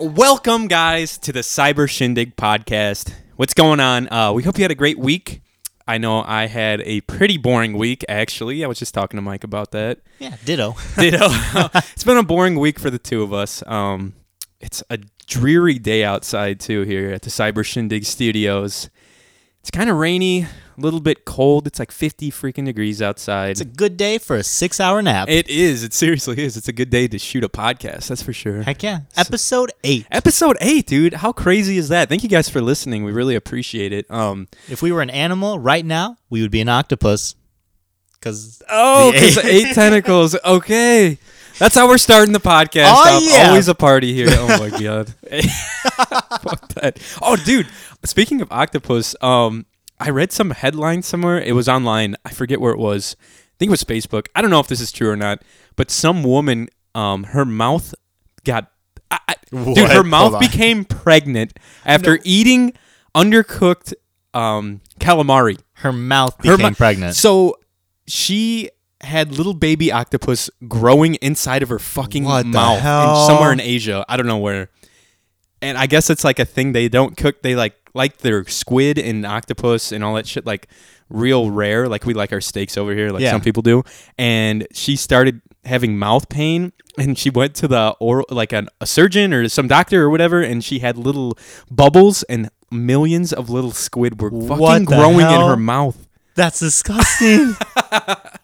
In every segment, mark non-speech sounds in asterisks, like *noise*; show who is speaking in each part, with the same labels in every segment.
Speaker 1: Welcome, guys, to the Cyber Shindig podcast. What's going on? Uh, we hope you had a great week. I know I had a pretty boring week, actually. I was just talking to Mike about
Speaker 2: *laughs*
Speaker 1: that.
Speaker 2: Yeah, ditto.
Speaker 1: Ditto. *laughs* it's been a boring week for the two of us. Um, it's a dreary day outside, too, here at the Cyber Shindig Studios. It's kind of rainy, a little bit cold. It's like 50 freaking degrees outside.
Speaker 2: It's a good day for a six hour nap.
Speaker 1: it is. It seriously is. It's a good day to shoot a podcast, that's for sure.
Speaker 2: Heck yeah. Episode 8.
Speaker 1: episode 8 dude how crazy is that thank you guys for listening we really appreciate it um
Speaker 2: If we were an animal right now, we would be an octopus. Because
Speaker 1: oh
Speaker 2: The
Speaker 1: 'cause eight tentacles *laughs* okay that's how we're starting the podcast
Speaker 2: Oh,
Speaker 1: off.
Speaker 2: yeah.
Speaker 1: always a party here oh
Speaker 2: *laughs*
Speaker 1: my god Fuck that. oh dude speaking of octopus um i read some headline somewhere it was online i forget where it was i think it was facebook i don't know if this is true or not but some woman um her mouth got I, I, dude
Speaker 2: What?
Speaker 1: her
Speaker 2: Hold
Speaker 1: mouth
Speaker 2: on.
Speaker 1: became pregnant after eating undercooked um calamari
Speaker 2: her mouth
Speaker 1: Her
Speaker 2: became
Speaker 1: mou-
Speaker 2: pregnant.
Speaker 1: *laughs* so she had little baby octopus growing inside of her fucking
Speaker 2: What the
Speaker 1: mouth in-
Speaker 2: hell?
Speaker 1: somewhere in Asia. I don't know where. And I guess it's like a thing they don't cook. They like like their squid and octopus and all that shit like real rare, like we like our steaks over here, like
Speaker 2: Yeah.
Speaker 1: some people do. And she started having mouth pain and she went to the oral like an, a surgeon or some doctor or whatever and she had little bubbles and millions of little squid were fucking
Speaker 2: What the
Speaker 1: growing in
Speaker 2: hell?
Speaker 1: her mouth.
Speaker 2: That's disgusting. *laughs*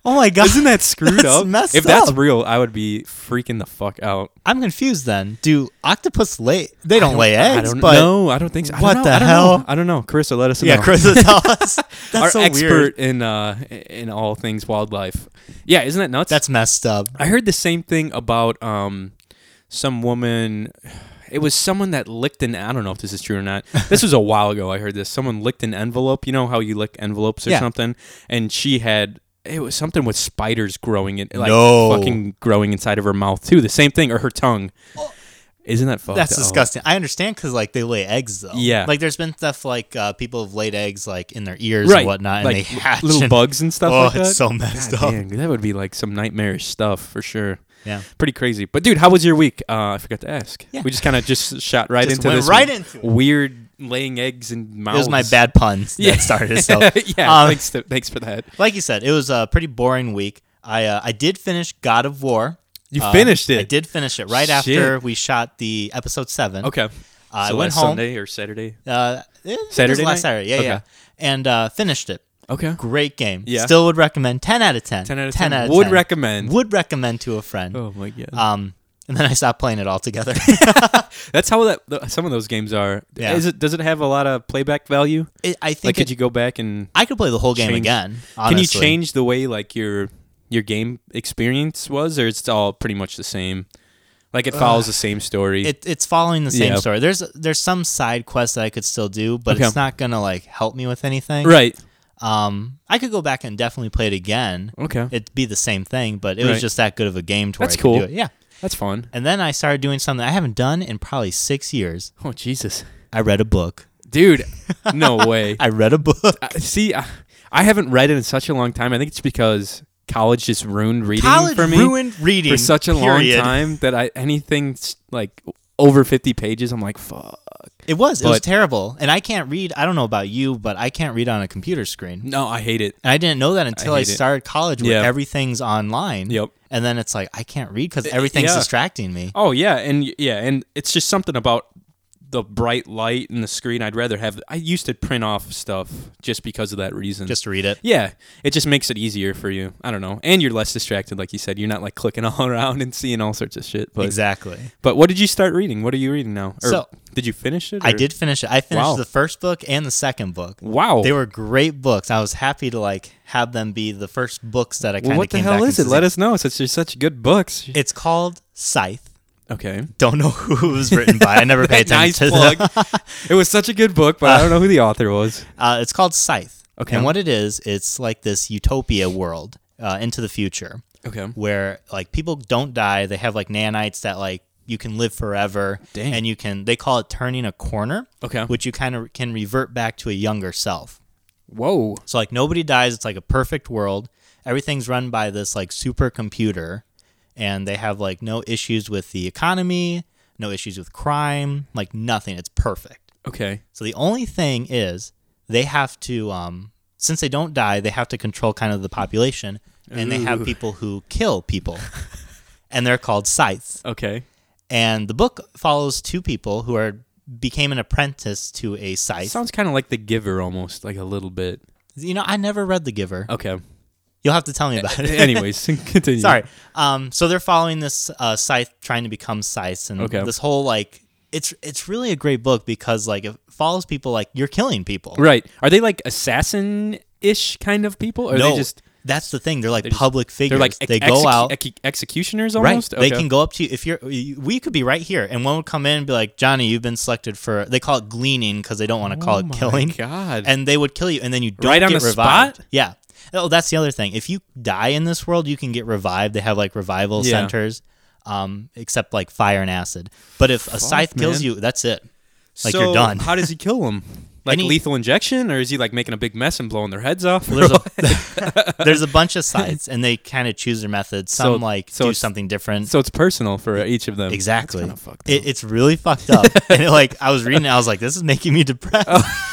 Speaker 2: oh my God.
Speaker 1: Isn't that
Speaker 2: *laughs*
Speaker 1: screwed
Speaker 2: That's
Speaker 1: up?
Speaker 2: messed
Speaker 1: if that's
Speaker 2: up.
Speaker 1: real, I would be freaking the fuck out.
Speaker 2: I'm confused then. Do octopus lay? They don't, lay eggs,
Speaker 1: I don't
Speaker 2: but.
Speaker 1: know. I don't think so. I don't
Speaker 2: What
Speaker 1: know.
Speaker 2: the
Speaker 1: I don't
Speaker 2: hell?
Speaker 1: know. I don't know. Carissa, let us
Speaker 2: Yeah,
Speaker 1: know.
Speaker 2: Chris,
Speaker 1: *laughs*
Speaker 2: tell us. That's
Speaker 1: Our
Speaker 2: so
Speaker 1: expert
Speaker 2: weird.
Speaker 1: in uh in all things wildlife. Yeah, isn't that nuts?
Speaker 2: That's messed up.
Speaker 1: I heard the same thing about um some woman it was someone that licked an I don't know if this is true or
Speaker 2: *laughs*
Speaker 1: not. This was a while ago I heard this. Someone licked an envelope, you know how you lick envelopes or
Speaker 2: Yeah.
Speaker 1: something and she had it was something with spiders growing in like
Speaker 2: No.
Speaker 1: fucking growing inside of her mouth too. The same thing or her tongue. Isn't that fucked
Speaker 2: That's
Speaker 1: up?
Speaker 2: disgusting. I understand because like they lay eggs though.
Speaker 1: Yeah.
Speaker 2: Like there's been stuff like uh, people have laid eggs like in their ears
Speaker 1: Right.
Speaker 2: and whatnot,
Speaker 1: like
Speaker 2: and they *laughs* hatch
Speaker 1: little
Speaker 2: and-
Speaker 1: bugs and stuff
Speaker 2: Oh,
Speaker 1: like that.
Speaker 2: it's so *laughs* messed
Speaker 1: God
Speaker 2: up.
Speaker 1: dang, that would be like some nightmarish stuff for sure.
Speaker 2: Yeah.
Speaker 1: pretty crazy. But dude, how was your week? Uh, I forgot to ask.
Speaker 2: Yeah.
Speaker 1: We just kind of just shot right
Speaker 2: Just
Speaker 1: into
Speaker 2: went
Speaker 1: this
Speaker 2: right into it.
Speaker 1: weird laying eggs and mouths.
Speaker 2: It was my
Speaker 1: *laughs*
Speaker 2: bad puns that
Speaker 1: Yeah. *laughs*
Speaker 2: started. So
Speaker 1: yeah,
Speaker 2: um,
Speaker 1: thanks, to, thanks for that.
Speaker 2: like you said, it was a pretty boring week. I uh, I did finish God of War. Um,
Speaker 1: You finished it?
Speaker 2: I did finish it right after
Speaker 1: Shit.
Speaker 2: we shot the episode seven.
Speaker 1: Okay.
Speaker 2: I
Speaker 1: so
Speaker 2: went
Speaker 1: last
Speaker 2: home.
Speaker 1: Sunday or Saturday.
Speaker 2: Uh, it- it was
Speaker 1: Saturday
Speaker 2: last
Speaker 1: night?
Speaker 2: Saturday, yeah,
Speaker 1: Okay.
Speaker 2: yeah, and uh, finished it.
Speaker 1: Okay.
Speaker 2: Great game.
Speaker 1: Yeah.
Speaker 2: Still would recommend. Ten out of ten.
Speaker 1: Ten out of ten. Would recommend.
Speaker 2: Would recommend to a friend.
Speaker 1: Oh my god.
Speaker 2: Um, and then I stopped playing it
Speaker 1: *laughs*
Speaker 2: altogether.
Speaker 1: That's how that th- some of those games are.
Speaker 2: Yeah.
Speaker 1: Is it? Does it have a lot of playback value?
Speaker 2: it, I think
Speaker 1: Like, could
Speaker 2: it-
Speaker 1: you go back and
Speaker 2: I could play the whole game
Speaker 1: change-
Speaker 2: again.
Speaker 1: Can
Speaker 2: honestly.
Speaker 1: you change the way like your your game experience was, or it's all pretty much the same? Like it follows the same story.
Speaker 2: Uh, It, it's following the same
Speaker 1: Yeah.
Speaker 2: story. There's there's some side quests that I could still do, but
Speaker 1: Okay.
Speaker 2: it's not gonna like help me with anything.
Speaker 1: right.
Speaker 2: Um, I could go back and definitely play it again.
Speaker 1: Okay.
Speaker 2: It'd be the same thing, but it
Speaker 1: Right.
Speaker 2: was just that good of a game to where
Speaker 1: That's
Speaker 2: I could do
Speaker 1: cool.
Speaker 2: it. Yeah.
Speaker 1: That's fun.
Speaker 2: And then I started doing something I haven't done in probably six years.
Speaker 1: Oh Jesus,
Speaker 2: I read a book.
Speaker 1: dude.
Speaker 2: *laughs*
Speaker 1: No way.
Speaker 2: I read a book.
Speaker 1: I- See, I, I haven't read it in such a long time. I think it's because college just ruined reading
Speaker 2: College
Speaker 1: for me
Speaker 2: ruined reading
Speaker 1: for such a
Speaker 2: period.
Speaker 1: long time that I anything s- like over fifty pages, I'm like, fuck.
Speaker 2: It was. It was
Speaker 1: But-
Speaker 2: terrible. And I can't read. I don't know about you, but I can't read on a computer screen.
Speaker 1: No, I hate it.
Speaker 2: And I didn't know that until I,
Speaker 1: hate it.
Speaker 2: started college where
Speaker 1: Yeah.
Speaker 2: everything's online.
Speaker 1: Yep.
Speaker 2: And then it's like, I can't read because everything's
Speaker 1: yeah.
Speaker 2: distracting me.
Speaker 1: Oh yeah, and yeah, and it's just something about the bright light and the screen. I'd rather have. I used to print off stuff just because of that reason.
Speaker 2: Just to read it.
Speaker 1: yeah, it just makes it easier for you. I don't know, and you're less distracted, like you said. You're not like clicking *laughs* all around and seeing all sorts of shit. But
Speaker 2: Exactly.
Speaker 1: but what did you start reading? What are you reading now? Or
Speaker 2: So-
Speaker 1: did you finish it?
Speaker 2: I
Speaker 1: or-
Speaker 2: did finish it. I finished
Speaker 1: Wow.
Speaker 2: the first book and the second book.
Speaker 1: Wow.
Speaker 2: They were great books. I was happy to like have them be the first books that I kind
Speaker 1: well,
Speaker 2: of
Speaker 1: what the
Speaker 2: came
Speaker 1: hell
Speaker 2: back
Speaker 1: is it?
Speaker 2: and
Speaker 1: Let us know since you're such good books.
Speaker 2: It's called Scythe.
Speaker 1: Okay.
Speaker 2: Don't know *laughs* who it was written
Speaker 1: *laughs*
Speaker 2: by. I never paid attention
Speaker 1: nice
Speaker 2: to
Speaker 1: plug.
Speaker 2: that.
Speaker 1: *laughs* it was such a good book, but I don't know who the author was.
Speaker 2: Uh, it's called Scythe.
Speaker 1: Okay.
Speaker 2: And what it is, it's like this utopia world uh, into the future
Speaker 1: Okay.
Speaker 2: where like people don't die. They have like nanites that like you can live forever
Speaker 1: Dang. Oh.
Speaker 2: and you can they call it turning a corner
Speaker 1: Okay.
Speaker 2: which you kind of can revert back to a younger self
Speaker 1: Whoa.
Speaker 2: so like nobody dies it's like a perfect world everything's run by this like supercomputer and they have like no issues with the economy no issues with crime, like nothing. It's perfect.
Speaker 1: Okay.
Speaker 2: So the only thing is they have to, um, since they don't die, they have to control kind of the population, and they have
Speaker 1: Ooh.
Speaker 2: people who
Speaker 1: *laughs*
Speaker 2: kill people, and they're called scythes.
Speaker 1: Okay.
Speaker 2: And the book follows two people who are became an apprentice to a scythe.
Speaker 1: sounds kind of like The Giver almost, like a little bit.
Speaker 2: you know, I never read The Giver. *laughs*
Speaker 1: Okay.
Speaker 2: You'll have to tell me about it.
Speaker 1: Anyways, *laughs* continue.
Speaker 2: *laughs* Sorry. Um, so they're following this uh, scythe, trying to become scythes, and
Speaker 1: Okay.
Speaker 2: this whole like, it's it's really a great book because like it follows people like you're killing people.
Speaker 1: Right. Are they like assassin ish kind of people? Or are
Speaker 2: no,
Speaker 1: they just
Speaker 2: that's the thing. They're like
Speaker 1: just-
Speaker 2: public
Speaker 1: they're
Speaker 2: figures.
Speaker 1: like
Speaker 2: they
Speaker 1: ex-
Speaker 2: go
Speaker 1: execu-
Speaker 2: out.
Speaker 1: ex- executioners
Speaker 2: Right,
Speaker 1: almost?
Speaker 2: they can go up to you. If you're, we could be right here, and one would come in and be like, "Johnny, you've been selected for." They call it gleaning because they don't want to call it killing.
Speaker 1: Oh God.
Speaker 2: and they would kill you, and then you don't
Speaker 1: Right on
Speaker 2: get
Speaker 1: the
Speaker 2: revived.
Speaker 1: spot?
Speaker 2: Yeah. Oh, that's the other thing. If you die in this world, you can get revived. They have like revival
Speaker 1: Yeah.
Speaker 2: centers, um, except like fire and acid. But if a scythe kills
Speaker 1: man.
Speaker 2: you, that's it. like, you're done.
Speaker 1: How does he kill them?
Speaker 2: *laughs*
Speaker 1: Like
Speaker 2: Any-
Speaker 1: lethal injection, or is he like making a big mess and blowing their heads off?
Speaker 2: Well, there's a *laughs* there's a bunch of scythes, and they kind of choose their methods. Some
Speaker 1: So-
Speaker 2: like
Speaker 1: so
Speaker 2: do
Speaker 1: it's-
Speaker 2: something
Speaker 1: *laughs*
Speaker 2: different.
Speaker 1: so it's personal for each of them.
Speaker 2: Exactly.
Speaker 1: That's kinda fucked
Speaker 2: It, it's really
Speaker 1: *laughs*
Speaker 2: fucked up. and it, like I was reading it, I was like, this is making me depressed.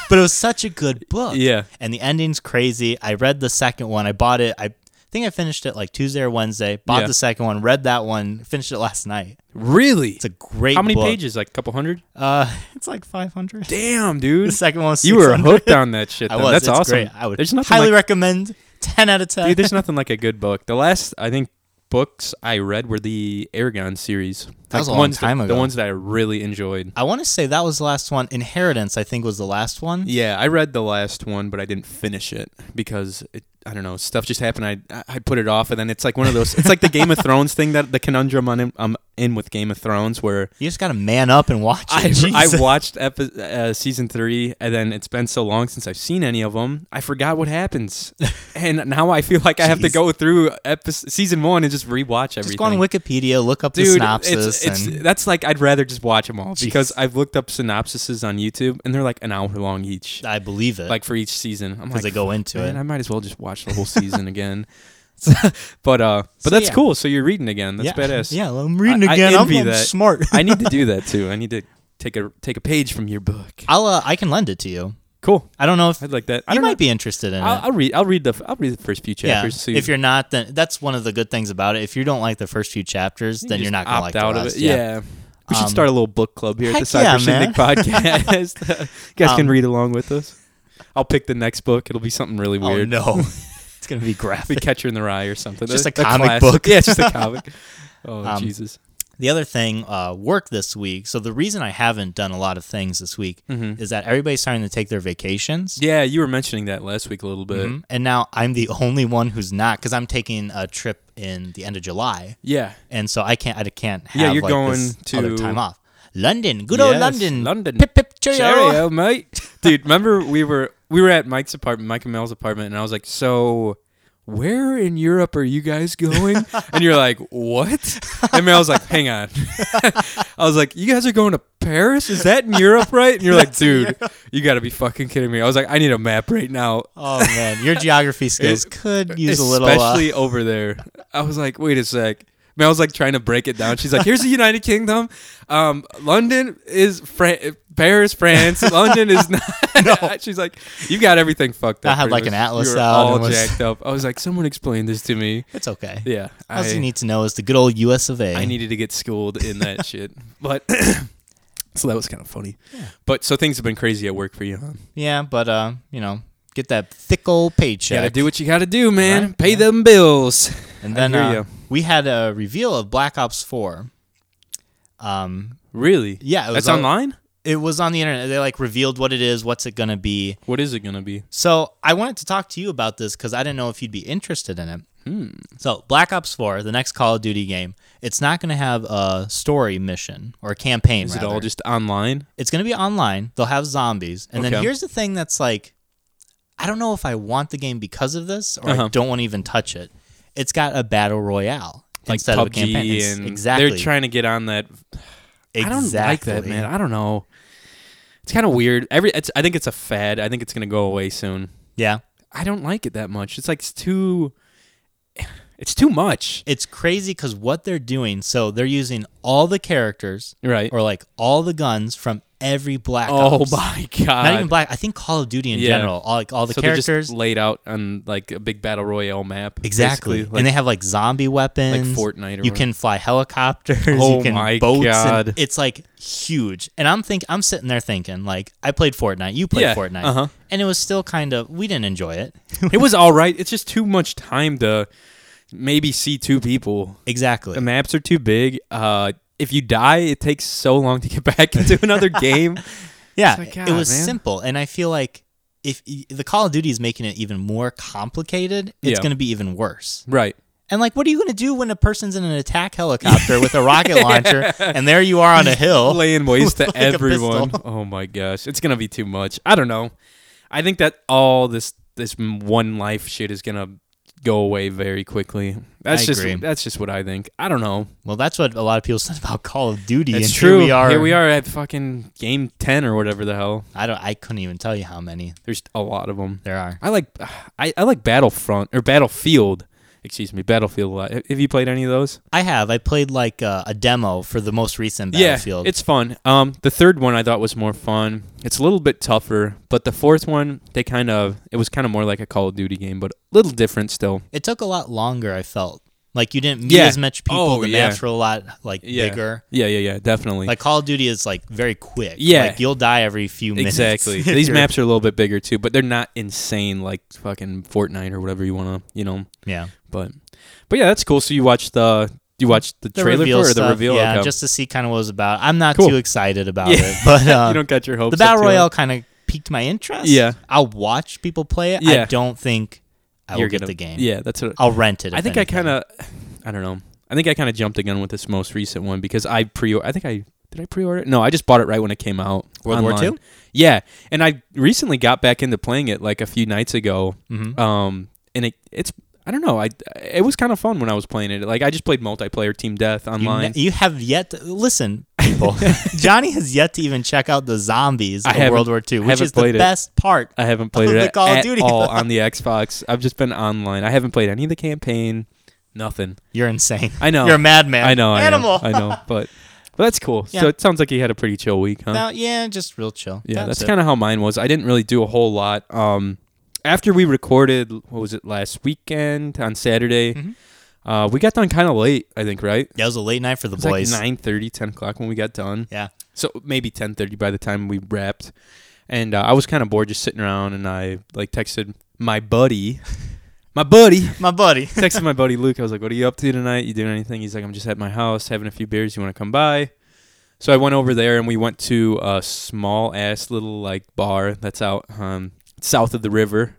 Speaker 2: But it was such a good book.
Speaker 1: Oh. Yeah.
Speaker 2: And the ending's crazy. I read the second one. I bought it. I think I finished it like Tuesday or Wednesday. Bought
Speaker 1: Yeah.
Speaker 2: the second one. Read that one. Finished it last night.
Speaker 1: Really?
Speaker 2: It's a great.
Speaker 1: How many
Speaker 2: book.
Speaker 1: pages? Like a couple hundred?
Speaker 2: Uh, *laughs* it's like five hundred.
Speaker 1: Damn,
Speaker 2: The *laughs*
Speaker 1: dude.
Speaker 2: second one was
Speaker 1: You were
Speaker 2: 600.
Speaker 1: hooked on that shit.
Speaker 2: I
Speaker 1: Then.
Speaker 2: was.
Speaker 1: That's
Speaker 2: it's
Speaker 1: awesome.
Speaker 2: Great. I would
Speaker 1: There's nothing
Speaker 2: highly
Speaker 1: like,
Speaker 2: recommend. *laughs* Ten out of ten.
Speaker 1: dude, there's nothing like a good book. The last I think books I read were the Aragon series.
Speaker 2: That was
Speaker 1: Like,
Speaker 2: a long
Speaker 1: ones
Speaker 2: time
Speaker 1: that,
Speaker 2: ago.
Speaker 1: The ones that I really enjoyed.
Speaker 2: I want to say that was the last one. Inheritance, I think, was the last one.
Speaker 1: Yeah, I read the last one, but I didn't finish it because it, I don't know stuff just happened. I I- I put it off, and then it's like one of those. It's like the Game
Speaker 2: *laughs*
Speaker 1: of Thrones thing that the conundrum I'm in, I'm in with Game of Thrones, where
Speaker 2: *laughs* You just gotta man up and watch
Speaker 1: I,
Speaker 2: it.
Speaker 1: *laughs* I
Speaker 2: Jesus.
Speaker 1: watched epi- uh, season three, and then it's been so long since I've seen any of them. I forgot what
Speaker 2: *laughs*
Speaker 1: happens, and now I feel like I have to
Speaker 2: Jeez.
Speaker 1: go through episode, season one and just rewatch everything.
Speaker 2: Just go on Wikipedia, look up the
Speaker 1: Dude,
Speaker 2: synopsis.
Speaker 1: it's, it's
Speaker 2: and
Speaker 1: that's like I'd rather just watch them all because
Speaker 2: Jeez.
Speaker 1: I've looked up synopsises on YouTube, and they're like an hour long each,
Speaker 2: I believe it.
Speaker 1: like for each season. I'm like,
Speaker 2: because they go into
Speaker 1: Man,
Speaker 2: it.
Speaker 1: I might as well just watch
Speaker 2: *laughs*
Speaker 1: the whole season again. *laughs* but uh, but
Speaker 2: So,
Speaker 1: that's
Speaker 2: yeah.
Speaker 1: cool. So you're reading again. That's
Speaker 2: yeah. *laughs*
Speaker 1: badass.
Speaker 2: Yeah, well, I'm reading
Speaker 1: I
Speaker 2: again. I
Speaker 1: envy
Speaker 2: am
Speaker 1: that.
Speaker 2: smart. *laughs*
Speaker 1: I need to do that too. I need to take a take a page from your book.
Speaker 2: I'll uh, I can lend it to you.
Speaker 1: Cool.
Speaker 2: I don't know if
Speaker 1: I'd like that. I
Speaker 2: you
Speaker 1: don't know.
Speaker 2: might be interested in
Speaker 1: I'll,
Speaker 2: it.
Speaker 1: I'll read. I'll read the. f- I'll read the first few
Speaker 2: Yeah.
Speaker 1: chapters. so
Speaker 2: if you're not, then that's one of the good things about it. If you don't like the first few chapters,
Speaker 1: you
Speaker 2: then
Speaker 1: just
Speaker 2: you're not gonna
Speaker 1: opt
Speaker 2: like
Speaker 1: out
Speaker 2: the
Speaker 1: of
Speaker 2: rest.
Speaker 1: it. Yeah. We should
Speaker 2: Um,
Speaker 1: start a little book club here at the
Speaker 2: heck yeah,
Speaker 1: Cyber Shindig
Speaker 2: *laughs*
Speaker 1: podcast. *laughs* you guys can
Speaker 2: Um,
Speaker 1: read along with us. I'll pick the next book. It'll be something really
Speaker 2: Oh
Speaker 1: weird.
Speaker 2: no,
Speaker 1: *laughs*
Speaker 2: it's gonna be
Speaker 1: Be
Speaker 2: graphic.
Speaker 1: Catcher in the Rye or something.
Speaker 2: Just a comic
Speaker 1: classic.
Speaker 2: book.
Speaker 1: Yeah, it's just a comic.
Speaker 2: *laughs*
Speaker 1: Oh
Speaker 2: Um,
Speaker 1: Jesus.
Speaker 2: The other thing, uh, work this week. So the reason I haven't done a lot of things this week
Speaker 1: Mm-hmm.
Speaker 2: is that everybody's starting to take their vacations.
Speaker 1: Yeah, you were mentioning that last week a little bit.
Speaker 2: Mhm. And now I'm the *laughs* only one who's not because I'm taking a trip in the end of July,
Speaker 1: Yeah.
Speaker 2: and so I can't. I can't have.
Speaker 1: Yeah, you're
Speaker 2: like, this
Speaker 1: going
Speaker 2: other
Speaker 1: to-
Speaker 2: time off. London, good old
Speaker 1: Yes,
Speaker 2: London,
Speaker 1: London.
Speaker 2: Pip pip cheerio.
Speaker 1: Cheerio,
Speaker 2: *laughs*
Speaker 1: mate. Dude, remember we were we were at Mike's apartment, Mike and Mel's apartment, and I was like, "So, where in Europe are you guys
Speaker 2: *laughs*
Speaker 1: going?" and you're like, "What?" And Mel's like, "Hang on." *laughs* I was like, "You guys are going to Paris? Is that in Europe, right?" And you're
Speaker 2: *laughs*
Speaker 1: like, "Dude, you got to be fucking kidding me." I was like, "I need a map right now."
Speaker 2: Oh
Speaker 1: *laughs*
Speaker 2: man, your geography skills could use a little. Uh,
Speaker 1: especially over there. I was like, wait a sec. Mel was like trying to break it down. She's like, here's the United Kingdom. Um, London is Fran- Paris,
Speaker 2: *laughs*
Speaker 1: France. London is not. *laughs* She's like, you got everything fucked up.
Speaker 2: I had,
Speaker 1: pretty
Speaker 2: like,
Speaker 1: much.
Speaker 2: an atlas
Speaker 1: you were
Speaker 2: out
Speaker 1: all
Speaker 2: and was-
Speaker 1: jacked up. I was like, someone explain this to me.
Speaker 2: it's okay.
Speaker 1: Yeah,
Speaker 2: All you
Speaker 1: I,
Speaker 2: need to know is the good old U.S. of A.
Speaker 1: I needed to get schooled in
Speaker 2: *laughs*
Speaker 1: that shit. But *clears throat* so that was kind of funny. But so things have been crazy at work for you, huh?
Speaker 2: yeah, but uh, you know, get that thick old
Speaker 1: Got to
Speaker 2: paycheck.
Speaker 1: do what you got to do, man.
Speaker 2: Right,
Speaker 1: Pay
Speaker 2: yeah.
Speaker 1: them bills.
Speaker 2: and then
Speaker 1: hear
Speaker 2: uh,
Speaker 1: ya.
Speaker 2: we had a reveal of Black Ops Four. Um,
Speaker 1: Really?
Speaker 2: yeah, it was
Speaker 1: That's
Speaker 2: on-
Speaker 1: online.
Speaker 2: It was on the internet. They like revealed what it is, what's it gonna be.
Speaker 1: What is it gonna be?
Speaker 2: So I wanted to talk to you about this because I didn't know if you'd be interested in it.
Speaker 1: Hmm.
Speaker 2: So Black Ops 4, the next Call of Duty game, it's not going to have a story mission or a campaign.
Speaker 1: Is it
Speaker 2: rather.
Speaker 1: all just online?
Speaker 2: It's going to be online. They'll have zombies, and then
Speaker 1: Okay.
Speaker 2: here's the thing that's like, I don't know if I want the game because of this, or I
Speaker 1: Uh-huh.
Speaker 2: don't want to even touch it. It's got a battle royale
Speaker 1: like
Speaker 2: instead
Speaker 1: PUBG
Speaker 2: of a campaign. It's-
Speaker 1: and
Speaker 2: exactly.
Speaker 1: they're trying to get on that. I don't like that,
Speaker 2: Exactly.
Speaker 1: man. I don't know. It's kind of weird. Every it's, I think it's a fad. I think it's gonna go away soon.
Speaker 2: Yeah.
Speaker 1: I don't like it that much. It's like it's too. *sighs* It's too much.
Speaker 2: It's crazy because what they're doing, so they're using all the characters
Speaker 1: Right.
Speaker 2: or like all the guns from every Black
Speaker 1: oh *laughs*
Speaker 2: Ops.
Speaker 1: my god.
Speaker 2: Not even Black. I think Call of Duty in
Speaker 1: Yeah.
Speaker 2: general. All, like all the
Speaker 1: so
Speaker 2: characters.
Speaker 1: they're just laid out on like a big battle royale map.
Speaker 2: Exactly,
Speaker 1: basically,
Speaker 2: and they
Speaker 1: Like,
Speaker 2: have like zombie weapons,
Speaker 1: Fortnite or
Speaker 2: you can fly helicopters.
Speaker 1: Oh
Speaker 2: you can
Speaker 1: my
Speaker 2: boats and
Speaker 1: God.
Speaker 2: it's like huge. And I'm think I'm sitting there thinking, like, I played Fortnite, you played
Speaker 1: Yeah,
Speaker 2: Fortnite,
Speaker 1: uh-huh.
Speaker 2: and it was still kind of we didn't
Speaker 1: *laughs*
Speaker 2: enjoy it. *laughs*
Speaker 1: it was all right. It's just too much time to maybe see two people.
Speaker 2: exactly.
Speaker 1: The maps are too big. Uh, if you die, it takes so long to get *laughs* back into
Speaker 2: *laughs*
Speaker 1: another game.
Speaker 2: yeah,
Speaker 1: like,
Speaker 2: it
Speaker 1: God,
Speaker 2: was
Speaker 1: man.
Speaker 2: simple, and I feel like if the Call of Duty is making it even more complicated, it's
Speaker 1: Yeah.
Speaker 2: going to be even worse.
Speaker 1: Right.
Speaker 2: And like, what are you going to do when a person's in an attack helicopter with a rocket
Speaker 1: *laughs*
Speaker 2: launcher, and there you are on a hill?
Speaker 1: Laying waste to
Speaker 2: Oh. *laughs* Like a
Speaker 1: everyone.
Speaker 2: pistol.
Speaker 1: Oh my gosh. It's gonna be too much. I don't know. I think that all this this one life shit is gonna go away very quickly. That's
Speaker 2: I
Speaker 1: just
Speaker 2: agree.
Speaker 1: that's just what I think. I don't know.
Speaker 2: Well, that's what a lot of people *laughs* said about Call of Duty.
Speaker 1: It's
Speaker 2: and
Speaker 1: true.
Speaker 2: Here we are.
Speaker 1: at fucking game ten or whatever the hell.
Speaker 2: I don't. I couldn't even tell you how many
Speaker 1: There's a lot of them.
Speaker 2: there are.
Speaker 1: I like *sighs* I, I like Battlefront or Battlefield. Excuse me, Battlefield a lot. Have you played any of those?
Speaker 2: I have. I played like uh, a demo for the most recent Battlefield.
Speaker 1: Yeah, it's fun. Um, the third one I thought was more fun. It's a little bit tougher, but the fourth one they kind of it was kind of more like a Call of Duty game, but a little different still.
Speaker 2: it took a lot longer. I felt like you didn't meet
Speaker 1: Yeah.
Speaker 2: as much people.
Speaker 1: Oh,
Speaker 2: the
Speaker 1: yeah.
Speaker 2: maps were a lot like
Speaker 1: Yeah.
Speaker 2: bigger.
Speaker 1: Yeah, yeah, yeah, definitely.
Speaker 2: Like Call of Duty is like very quick.
Speaker 1: Yeah.
Speaker 2: like you'll die every few minutes. *laughs*
Speaker 1: exactly. These maps are a little bit bigger too, but they're not insane like fucking Fortnite or whatever you want to, you know.
Speaker 2: Yeah,
Speaker 1: But but yeah, that's cool. So you watched the you watched the,
Speaker 2: the
Speaker 1: trailer
Speaker 2: reveal
Speaker 1: for it or the
Speaker 2: stuff,
Speaker 1: reveal.
Speaker 2: Yeah,
Speaker 1: Okay.
Speaker 2: just to see kind of what it was about. I'm not
Speaker 1: Cool.
Speaker 2: too excited about
Speaker 1: Yeah.
Speaker 2: it, but
Speaker 1: *laughs* you
Speaker 2: uh,
Speaker 1: don't got your hopes.
Speaker 2: the
Speaker 1: up
Speaker 2: battle
Speaker 1: too high.
Speaker 2: royale kind of piqued my interest.
Speaker 1: Yeah.
Speaker 2: I'll watch people play it. I
Speaker 1: Yeah.
Speaker 2: don't think I will
Speaker 1: You're
Speaker 2: get
Speaker 1: gonna-
Speaker 2: the game.
Speaker 1: Yeah, that's what
Speaker 2: I'll rent it.
Speaker 1: I
Speaker 2: if
Speaker 1: think I
Speaker 2: anything.
Speaker 1: kind of, *sighs* I don't know. I think I kind of jumped the gun with this most recent one because I pre. I think I did I pre-order it. No, I just bought it right when it came out.
Speaker 2: World War
Speaker 1: online.
Speaker 2: II?
Speaker 1: Yeah, and I recently got back into playing it like a few nights ago.
Speaker 2: Mm-hmm.
Speaker 1: Um, and it it's I don't know. I it was kind of fun when I was playing it. Like I just played multiplayer Team Death
Speaker 2: You, ne-
Speaker 1: online.
Speaker 2: you have yet
Speaker 1: *laughs*
Speaker 2: to listen, people. Johnny has yet to even check out the zombies
Speaker 1: I
Speaker 2: of World
Speaker 1: haven't-
Speaker 2: War II,
Speaker 1: I
Speaker 2: which
Speaker 1: haven't
Speaker 2: is the
Speaker 1: played it.
Speaker 2: best part.
Speaker 1: I haven't played
Speaker 2: of
Speaker 1: it
Speaker 2: *laughs* the
Speaker 1: at,
Speaker 2: Call of
Speaker 1: at
Speaker 2: Duty.
Speaker 1: all on the Xbox. I've just been online. I haven't played any of the campaign. Nothing.
Speaker 2: You're insane.
Speaker 1: I know.
Speaker 2: You're a madman.
Speaker 1: I know. I am.
Speaker 2: Animal.
Speaker 1: I know. But but that's cool.
Speaker 2: *laughs* Yeah.
Speaker 1: So it sounds like you had a pretty chill week, huh?
Speaker 2: Now, yeah, just real chill.
Speaker 1: Yeah, that's,
Speaker 2: it.
Speaker 1: kind of how mine was. I didn't really do a whole lot. Um, after we recorded, what was it last weekend on Saturday? Uh, we got done kind of late, I think, right? It
Speaker 2: That was a late night for the
Speaker 1: was
Speaker 2: boys.
Speaker 1: like 9.30, 10 o'clock when we got done.
Speaker 2: yeah.
Speaker 1: So maybe 10.30 by the time we wrapped. And uh, I was kind of bored just sitting around, and I like texted my buddy, *laughs* my buddy,
Speaker 2: My buddy.
Speaker 1: texted my buddy Luke. I was like, "What are you up to tonight? You doing anything?" He's like, "I'm just at my house having a few beers. You want to come by?" So I went over there and we went to a small ass little like bar that's out um, south of the river.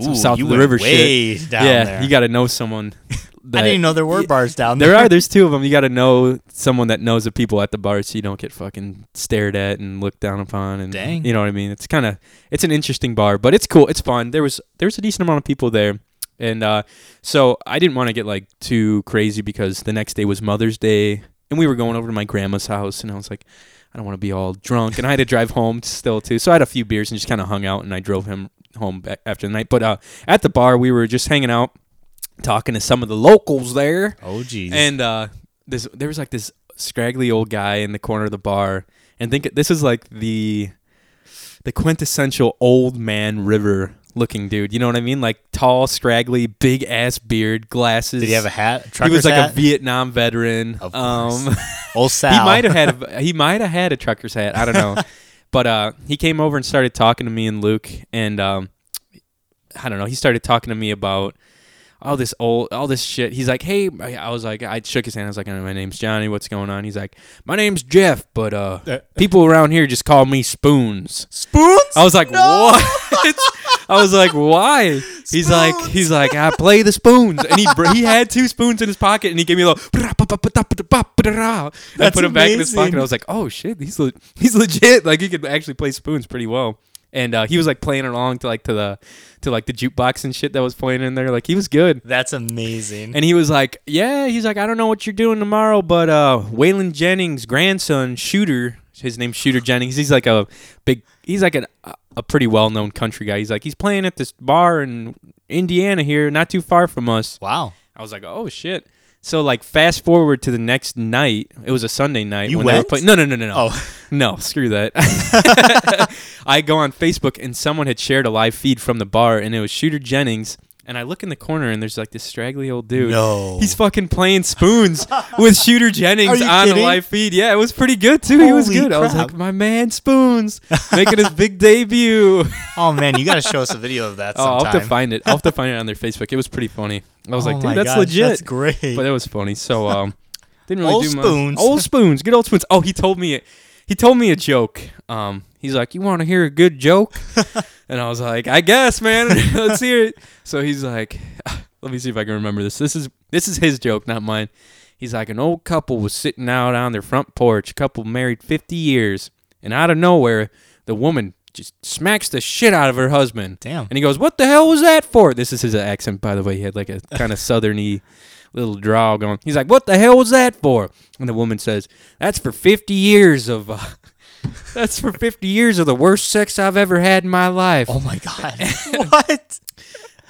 Speaker 1: Some south
Speaker 2: you
Speaker 1: of the
Speaker 2: went
Speaker 1: river
Speaker 2: way down
Speaker 1: yeah,
Speaker 2: there.
Speaker 1: you got to know someone. That,
Speaker 2: *laughs* I didn't even know there were
Speaker 1: Yeah,
Speaker 2: bars down there.
Speaker 1: There are. There's two of them. You got to know someone that knows the people at the bar, so you don't get fucking stared at and looked down upon. And
Speaker 2: Dang.
Speaker 1: you know what I mean. It's kind of it's an interesting bar, but it's cool. It's fun. There was there was a decent amount of people there, and uh, so I didn't want to get like too crazy because the next day was Mother's Day, and we were going over to my grandma's house, and I was like. I don't want to be all drunk, and I had to drive home still too. So I had a few beers and just kind of hung out, and I drove him home back after the night. But uh, at the bar, we were just hanging out, talking to some of the locals there,
Speaker 2: Oh, jeez.
Speaker 1: and uh, this there was like this scraggly old guy in the corner of the bar, and think this is like the the quintessential old man river looking dude. You know what I mean? Like tall, scraggly, big ass beard, glasses.
Speaker 2: Did he have a hat?
Speaker 1: He
Speaker 2: Trucker's
Speaker 1: was like
Speaker 2: hat?
Speaker 1: a Vietnam veteran.
Speaker 2: Of
Speaker 1: um, *laughs*
Speaker 2: course. Old Sal.
Speaker 1: he might have had a, he might have had a trucker's hat. I don't know, but uh, he came over and started talking to me and Luke, and um, I don't know. He started talking to me about all this old all this shit. He's like, "Hey," I I was like, I shook his hand. I was like, "Oh, "My name's Johnny. What's going on?" He's like, "My name's Jeff, but uh, people around here just call me Spoons."
Speaker 2: spoons.
Speaker 1: I was like, "What?" *laughs* I was like, "Why?" He's like, "He's like, I play the spoons," and he br- he had two spoons in his pocket, and he gave me a little. I
Speaker 2: That's
Speaker 1: put him back in his
Speaker 2: amazing.
Speaker 1: pocket. I was like, "Oh shit, he's le- he's legit. Like he could actually play spoons pretty well." And uh, he was like playing along to like to the to like the jukebox and shit that was playing in there. Like he was good.
Speaker 2: *laughs* That's amazing.
Speaker 1: And he was like, "Yeah." He's like, "I don't know what you're doing tomorrow, but uh, Waylon Jennings' grandson, Shooter, his name's Shooter Jennings. He's like a big, he's like an, a pretty well-known country guy. He's like, he's playing at this bar in Indiana here, not too far from us.
Speaker 2: wow.
Speaker 1: I was like, oh shit. So like fast forward to the next night, it was a Sunday night.
Speaker 2: You
Speaker 1: when they were
Speaker 2: went?
Speaker 1: play- no, no, no, no, no.
Speaker 2: Oh.
Speaker 1: no, screw
Speaker 2: *laughs*
Speaker 1: that. *laughs* I go on Facebook and someone had shared a live feed from the bar, and it was Shooter Jennings. And I look in the corner and there's like this straggly old dude.
Speaker 2: No.
Speaker 1: he's fucking playing
Speaker 2: *laughs*
Speaker 1: spoons with Shooter Jennings
Speaker 2: you
Speaker 1: on the
Speaker 2: kidding?
Speaker 1: live feed. Yeah, it was pretty good too. he was
Speaker 2: Holy
Speaker 1: good. I was
Speaker 2: crap.
Speaker 1: like, my man,
Speaker 2: *laughs*
Speaker 1: spoons making his big debut.
Speaker 2: Oh man, you got to show us a video of that.
Speaker 1: *laughs* Oh, I'll
Speaker 2: Sometime.
Speaker 1: have to find it. I'll have to find it on their Facebook. It was pretty funny. I was
Speaker 2: Oh
Speaker 1: like,
Speaker 2: my
Speaker 1: dude, that's
Speaker 2: gosh,
Speaker 1: legit.
Speaker 2: That's great.
Speaker 1: But it was funny.
Speaker 2: *laughs*
Speaker 1: So um, didn't really
Speaker 2: Old
Speaker 1: do much.
Speaker 2: spoons.
Speaker 1: Old spoons. Good old spoons. Oh, he told me he told me a joke. Um, he's like, you want to hear a good
Speaker 2: *laughs*
Speaker 1: joke? and I was like, I guess, man. *laughs* Let's hear it. So he's like, *laughs* let me see if I can remember this. This is this is his joke, not mine. He's like, an old couple was sitting out on their front porch. Couple married fifty years, and out of nowhere, the woman just smacks the shit out of her husband.
Speaker 2: Damn.
Speaker 1: And he goes, "What the hell was that for?" This is his accent, by the way. He had *laughs* like a kind of southerny little drawl going. He's like, "What the hell was that for?" And the woman says, "That's for fifty years of, uh, *laughs* that's for fifty years of the worst sex I've ever had in my life."
Speaker 2: Oh
Speaker 1: *laughs*
Speaker 2: my god. *laughs* what?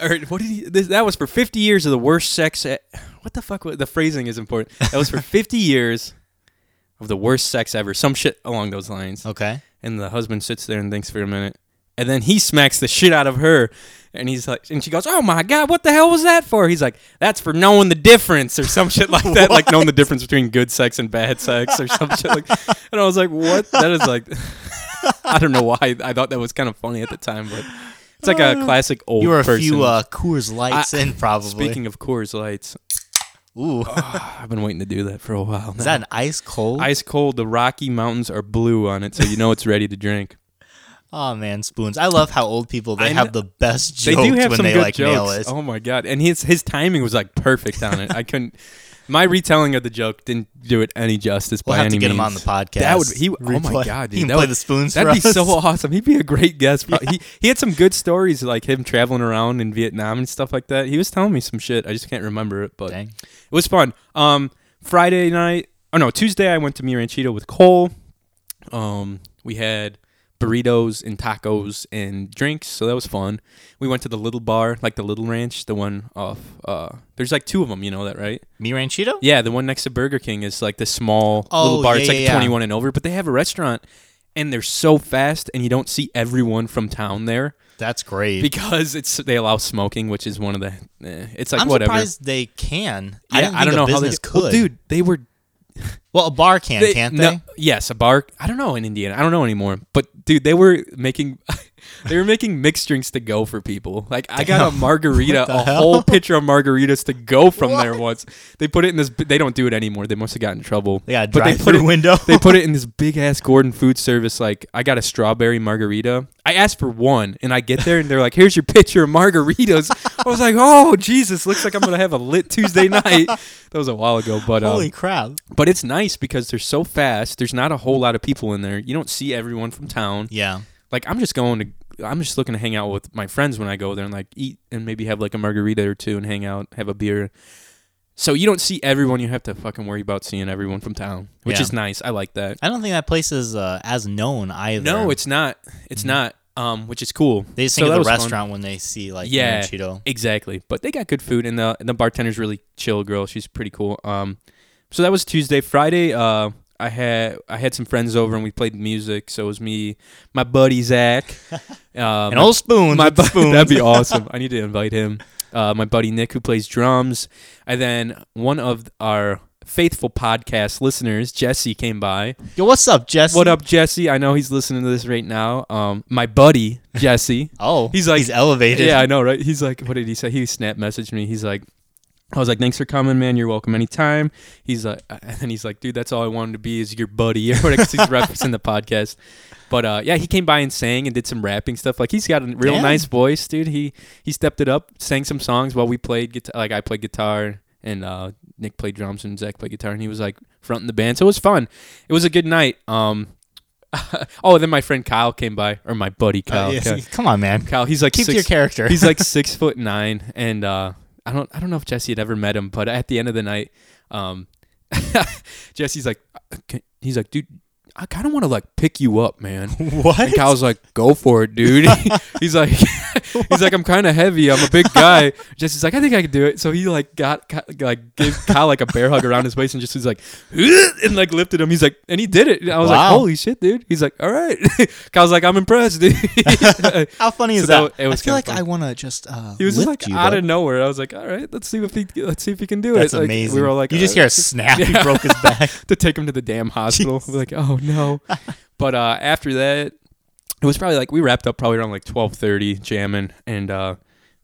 Speaker 1: Or er, what did he? This, that was for fifty years of the worst sex. e- what the fuck? wa- The phrasing is important. That *laughs* was for fifty years of the worst sex ever. Some shit along those lines.
Speaker 2: Okay.
Speaker 1: And the husband sits there and thinks for a minute. And then he smacks the shit out of her. And he's like, and she goes, Oh my God, what the hell was that for? He's like, That's for knowing the difference or some shit like that. like knowing the difference between good sex and bad sex or some shit like And I was like, What? That is like, *laughs* I don't know why. I thought that was kind of funny at the time, but it's like a classic old
Speaker 2: Uh, You were a
Speaker 1: person.
Speaker 2: few uh, Coors Lights in probably.
Speaker 1: Speaking of Coors Lights, *laughs*
Speaker 2: Ooh,
Speaker 1: I've been waiting to do that for a while now.
Speaker 2: is that an ice cold?
Speaker 1: Ice cold, the Rocky Mountains are blue on it, so you know it's ready to drink.
Speaker 2: oh man, spoons. I love how old people they
Speaker 1: I
Speaker 2: have
Speaker 1: kn-
Speaker 2: the best
Speaker 1: they
Speaker 2: jokes
Speaker 1: do have
Speaker 2: when
Speaker 1: some
Speaker 2: they
Speaker 1: good
Speaker 2: like nail
Speaker 1: jokes.
Speaker 2: it.
Speaker 1: Oh my god! And his his timing was like perfect on it. I couldn't. My retelling of the joke didn't do it any justice
Speaker 2: We'll
Speaker 1: by
Speaker 2: have to
Speaker 1: any
Speaker 2: get
Speaker 1: means.
Speaker 2: him on the podcast.
Speaker 1: That would he. Oh my
Speaker 2: Replay-
Speaker 1: god, dude!
Speaker 2: He can
Speaker 1: that
Speaker 2: play
Speaker 1: would-
Speaker 2: the spoons.
Speaker 1: That'd
Speaker 2: for
Speaker 1: be so
Speaker 2: *laughs* us.
Speaker 1: awesome. He'd be a great guest. pro- He he had some good stories like him traveling around in Vietnam and stuff like that. He was telling me some shit. I just can't remember it, but
Speaker 2: Dang.
Speaker 1: it was fun. Um, Friday night, oh no, Tuesday I went to Mi Ranchito with Cole. Um, we had burritos and tacos and drinks, so that was fun. We went to the little bar, like the little ranch, the one off. Uh, there's like two of them, you know that, right?
Speaker 2: Mi Ranchito?
Speaker 1: Yeah, the one next to Burger King is like the small
Speaker 2: Oh,
Speaker 1: little bar.
Speaker 2: yeah,
Speaker 1: it's like
Speaker 2: yeah, yeah.
Speaker 1: 21 and over, but they have a restaurant, and they're so fast, and you don't see everyone from town there
Speaker 2: That's great.
Speaker 1: because it's they allow smoking, which is one of the. eh, it's like
Speaker 2: I'm
Speaker 1: whatever.
Speaker 2: surprised they can.
Speaker 1: Yeah,
Speaker 2: I, didn't think
Speaker 1: don't
Speaker 2: a
Speaker 1: know how they
Speaker 2: business
Speaker 1: do-
Speaker 2: could.
Speaker 1: Well, dude, they were
Speaker 2: Well, a bar can, can't
Speaker 1: no-
Speaker 2: they?
Speaker 1: yes, a bar. I don't know in Indiana. I don't know anymore. But dude, they were making *laughs* they were making mixed drinks to go for people. Like I got a margarita,
Speaker 2: *laughs* What the
Speaker 1: a
Speaker 2: hell?
Speaker 1: whole pitcher of margaritas to go from there once. They put it in this. bi- They don't do it anymore. They must have gotten in trouble.
Speaker 2: They got a
Speaker 1: But they put
Speaker 2: drive-through
Speaker 1: it-
Speaker 2: window.
Speaker 1: *laughs* they put it in this big ass Gordon food service. Like I got a strawberry margarita. I asked for one, and I get there, and they're like, "Here's your pitcher of margaritas." I was like, "Oh Jesus, looks like I'm gonna have a lit Tuesday
Speaker 2: *laughs*
Speaker 1: night." That was a while ago, but um,
Speaker 2: *laughs* Holy crap!
Speaker 1: but it's nice because they're so fast. There's not a whole lot of people in there. You don't see everyone from town.
Speaker 2: Yeah,
Speaker 1: Like I'm just going to I'm just looking to hang out with my friends when I go there and like eat and maybe have like a margarita or two and hang out, have a beer. So you don't see everyone. You have to fucking worry about seeing everyone from town, which
Speaker 2: Yeah.
Speaker 1: is nice. I like that.
Speaker 2: I don't think that place is uh, as known either.
Speaker 1: No, it's not. It's not. Um, which is cool.
Speaker 2: they just
Speaker 1: So
Speaker 2: think
Speaker 1: that
Speaker 2: of
Speaker 1: was
Speaker 2: the
Speaker 1: fun.
Speaker 2: restaurant when they see like Mi
Speaker 1: Yeah.
Speaker 2: Ranchito.
Speaker 1: Exactly. But they got good food and the and the bartender's really chill girl. She's pretty cool. Um so that was Tuesday. Friday, uh I had I had some friends over and we played music. So it was me, my buddy
Speaker 2: *laughs*
Speaker 1: Zach. Um,
Speaker 2: An old
Speaker 1: *laughs*
Speaker 2: spoon.
Speaker 1: my
Speaker 2: with
Speaker 1: bu-
Speaker 2: spoons.
Speaker 1: that'd be awesome. I need to invite him. Uh, my buddy Nick who plays drums. And then one of our faithful podcast listeners, Jesse, came by.
Speaker 2: Yo, what's up, Jesse?
Speaker 1: What up, Jesse? I know he's listening to this right now. Um, my buddy, Jesse.
Speaker 2: Oh,
Speaker 1: He's like-
Speaker 2: he's elevated. *laughs*
Speaker 1: Yeah, I know, right? He's like, what did he say? He snap messaged me. He's like, I was like, thanks for coming, man. You're welcome anytime. He's like, *laughs* and then he's like, dude, that's all I wanted to be is your buddy *laughs* or whatever. 'cause he's referencing the podcast. But uh, yeah, he came by and sang and did some rapping stuff. Like he's got a real
Speaker 2: Damn.
Speaker 1: nice voice, dude. He he stepped it up, sang some songs while we played guitar. Like I played guitar and uh, Nick played drums and Zach played guitar, and he was like fronting the band. So it was fun. It was a good night. Um, *laughs* oh, then my friend Kyle came by, or my buddy Kyle.
Speaker 2: Uh, yes.
Speaker 1: Kyle-
Speaker 2: *laughs* Come on, man.
Speaker 1: Kyle, he's like
Speaker 2: Keep to
Speaker 1: six,
Speaker 2: your *laughs* character.
Speaker 1: he's like six foot nine, and uh, I don't I don't know if Jesse had ever met him, but at the end of the night, um, *laughs* Jesse's like, "Uh, can-" he's like, dude, I kind of want to like pick you up, man.
Speaker 2: what? *laughs*
Speaker 1: And Kyle's like, go for it, dude. *laughs* he's like, He's like, I'm kind of heavy. I'm a big guy. *laughs* Jesse's like, I think I can do it. So he like got Ky- like gave Kyle like a bear hug around his waist and just was like, *laughs* and like lifted him. He's like, and he did it. And I was like,
Speaker 2: Wow.
Speaker 1: holy shit, dude. He's like, all right. *laughs* Kyle's like, I'm impressed, dude. *laughs*
Speaker 2: *laughs* How funny
Speaker 1: So
Speaker 2: is
Speaker 1: that
Speaker 2: that?
Speaker 1: w- it was
Speaker 2: I
Speaker 1: kinda
Speaker 2: feel like
Speaker 1: funny.
Speaker 2: I want to just. Uh,
Speaker 1: He was just
Speaker 2: lift
Speaker 1: like
Speaker 2: you,
Speaker 1: out
Speaker 2: bud.
Speaker 1: of nowhere. I was like, all right, let's see if he let's see if he can do
Speaker 2: That's
Speaker 1: it. Like,
Speaker 2: amazing.
Speaker 1: We were all like,
Speaker 2: you just
Speaker 1: "All
Speaker 2: hear a
Speaker 1: right."
Speaker 2: snap.
Speaker 1: *laughs*
Speaker 2: He
Speaker 1: Yeah.
Speaker 2: broke his back.
Speaker 1: to take him to the damn
Speaker 2: *laughs*
Speaker 1: hospital. We're like, oh no. but uh, after that, it was probably like we wrapped up probably around like twelve thirty jamming, and uh,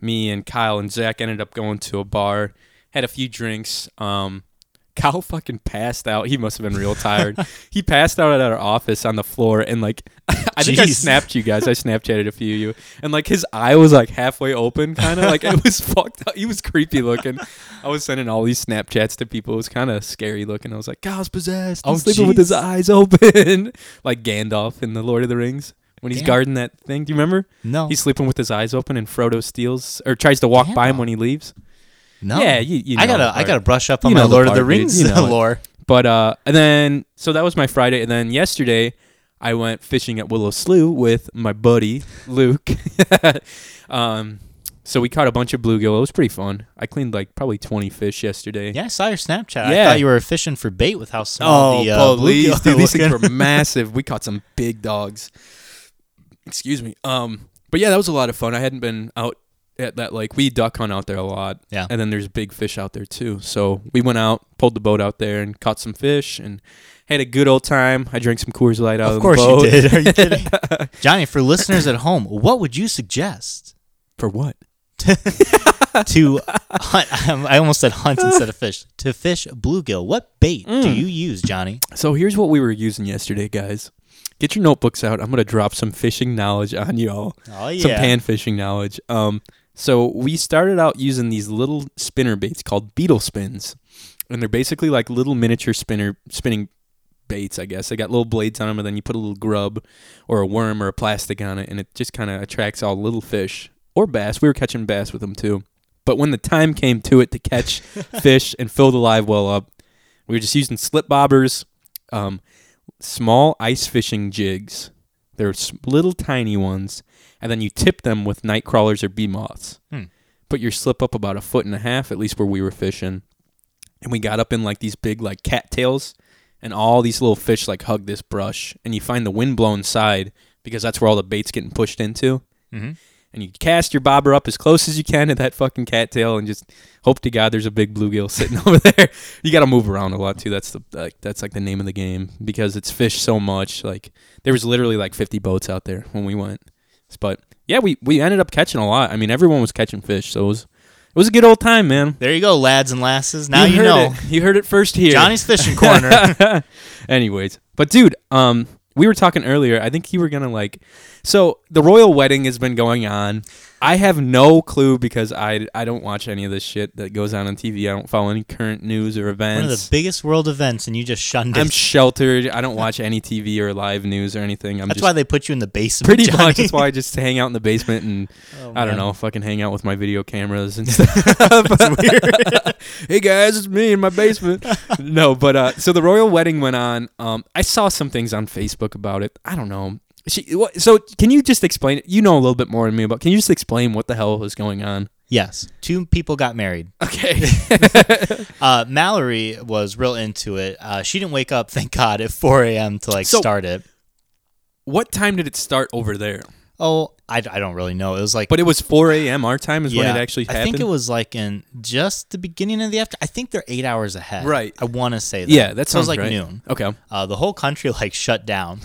Speaker 1: me and Kyle and Zach ended up going to a bar, had a few drinks. Um, *laughs* Kyle fucking passed out. He must have been real
Speaker 2: *laughs*
Speaker 1: tired. he passed out at our office on the floor, and like *laughs* I think I
Speaker 2: Jeez.
Speaker 1: snapped you guys. I Snapchatted a few of you, and like his eye was like halfway open, kind of like it was *laughs* fucked up. He was creepy looking. I was sending all these Snapchats to people. It was kind of scary looking. I was like, Kyle's possessed. He's
Speaker 2: Oh,
Speaker 1: sleeping with his
Speaker 2: jeez.
Speaker 1: eyes *laughs* open, like Gandalf in the Lord of the Rings when he's
Speaker 2: Damn. Oh.
Speaker 1: guarding that thing. Do you remember?
Speaker 2: No,
Speaker 1: He's sleeping with his eyes open, and Frodo steals or tries to walk by him
Speaker 2: Gandalf.
Speaker 1: when he leaves.
Speaker 2: no.
Speaker 1: Yeah, you, you know
Speaker 2: I gotta,
Speaker 1: the
Speaker 2: I
Speaker 1: part.
Speaker 2: gotta brush up on
Speaker 1: You
Speaker 2: my
Speaker 1: know the
Speaker 2: Lord of the
Speaker 1: part, dude. *laughs*
Speaker 2: Rings
Speaker 1: You know it.
Speaker 2: lore.
Speaker 1: But uh, and then so that was my Friday, and then yesterday I went fishing at Willow Slough with my buddy Luke. *laughs* um, so we caught a bunch of bluegill. It was pretty fun. I cleaned like probably twenty fish yesterday.
Speaker 2: Yeah, I saw your Snapchat.
Speaker 1: Yeah.
Speaker 2: I thought you were fishing for bait with how small
Speaker 1: Oh,
Speaker 2: the uh,
Speaker 1: please,
Speaker 2: bluegill
Speaker 1: dude! These things
Speaker 2: looking-
Speaker 1: were massive. We caught some big dogs. Excuse me. Um, but yeah, that was a lot of fun. I hadn't been out at that like we duck hunt out there a lot.
Speaker 2: Yeah.
Speaker 1: and then there's big fish out there too. So we went out, pulled the boat out there, and caught some fish and had a good old time. I drank some Coors Light out of,
Speaker 2: Of
Speaker 1: the
Speaker 2: course
Speaker 1: boat.
Speaker 2: you did. Are you kidding?
Speaker 1: *laughs*
Speaker 2: Johnny, for listeners at home, what would you suggest
Speaker 1: For what? *laughs*
Speaker 2: to hunt? I almost said hunt instead of fish. To fish bluegill, what bait
Speaker 1: Mm.
Speaker 2: do you use, Johnny?
Speaker 1: So here's what we were using yesterday, guys. Get your notebooks out. I'm gonna drop some fishing knowledge on y'all.
Speaker 2: Oh yeah,
Speaker 1: some pan fishing knowledge. Um, so we started out using these little spinner baits called beetle spins, and they're basically like little miniature spinner spinning baits. I guess they got little blades on them, and then you put a little grub or a worm or a plastic on it, and it just kind of attracts all little fish or bass. We were catching bass with them too, but when the time came to it to
Speaker 2: *laughs*
Speaker 1: catch fish and fill the live well up, we were just using slip bobbers, um, small ice fishing jigs. They're s- little tiny ones, and then you tip them with night crawlers or bee moths.
Speaker 2: Hmm.
Speaker 1: Put your slip up about a foot and a half, at least where we were fishing, and we got up in like these big like cattails, and all these little fish like hug this brush, and you find the windblown side because that's where all the bait's getting pushed into.
Speaker 2: Mhm.
Speaker 1: And you cast your bobber up as close as you can to that fucking cattail, and just hope to God there's a big bluegill *laughs* sitting over there. You got to move around a lot too. That's the like that's like the name of the game because it's fish so much. Like there was literally like 50 boats out there when we went. But yeah, we we ended up catching a lot. I mean, everyone was catching fish, so it was it was a good old time, man.
Speaker 2: There you go, lads and lasses. Now you,
Speaker 1: heard
Speaker 2: know
Speaker 1: it. you heard it first here. *laughs*
Speaker 2: Johnny's fishing corner.
Speaker 1: Anyways, but dude, um, we were talking earlier. I think you were gonna like. So the royal wedding has been going on. I have no clue because I I don't watch any of this shit that goes on on TV. I don't follow any current news or
Speaker 2: One
Speaker 1: events.
Speaker 2: of the biggest world events, and you just shunned it.
Speaker 1: I'm sheltered. I don't watch any TV or live news or anything. I'm
Speaker 2: That's
Speaker 1: just
Speaker 2: why they put you in the basement.
Speaker 1: pretty
Speaker 2: Johnny.
Speaker 1: much. That's why I just hang out in the basement and *laughs*
Speaker 2: Oh,
Speaker 1: I
Speaker 2: man.
Speaker 1: don't know, fucking hang out with my video cameras and *laughs* stuff. *laughs* hey guys, it's me in my *laughs* basement. no, but uh, so the royal wedding went on. Um, I saw some things on Facebook about it. I don't know. She, what, so can you just explain? it? You know a little bit more than me, but can you just explain what the hell was going on?
Speaker 2: *laughs* Yes, two people got married.
Speaker 1: Okay. *laughs*
Speaker 2: Uh, Mallory was real into it. Uh, she didn't wake up, *laughs* thank God, at 4 a.m. to like
Speaker 1: So-
Speaker 2: start it.
Speaker 1: what time did it start over there?
Speaker 2: Oh, I, I don't really know. It was like
Speaker 1: But it was 4 a.m. our time is
Speaker 2: yeah,
Speaker 1: when it actually happened.
Speaker 2: I think it was like in just the beginning of the after. I think they're eight hours ahead.
Speaker 1: Right.
Speaker 2: I want to say that.
Speaker 1: yeah, that
Speaker 2: so it
Speaker 1: sounds
Speaker 2: was like
Speaker 1: right.
Speaker 2: noon.
Speaker 1: Okay.
Speaker 2: Uh, the whole country *laughs* like
Speaker 1: *laughs*
Speaker 2: shut down,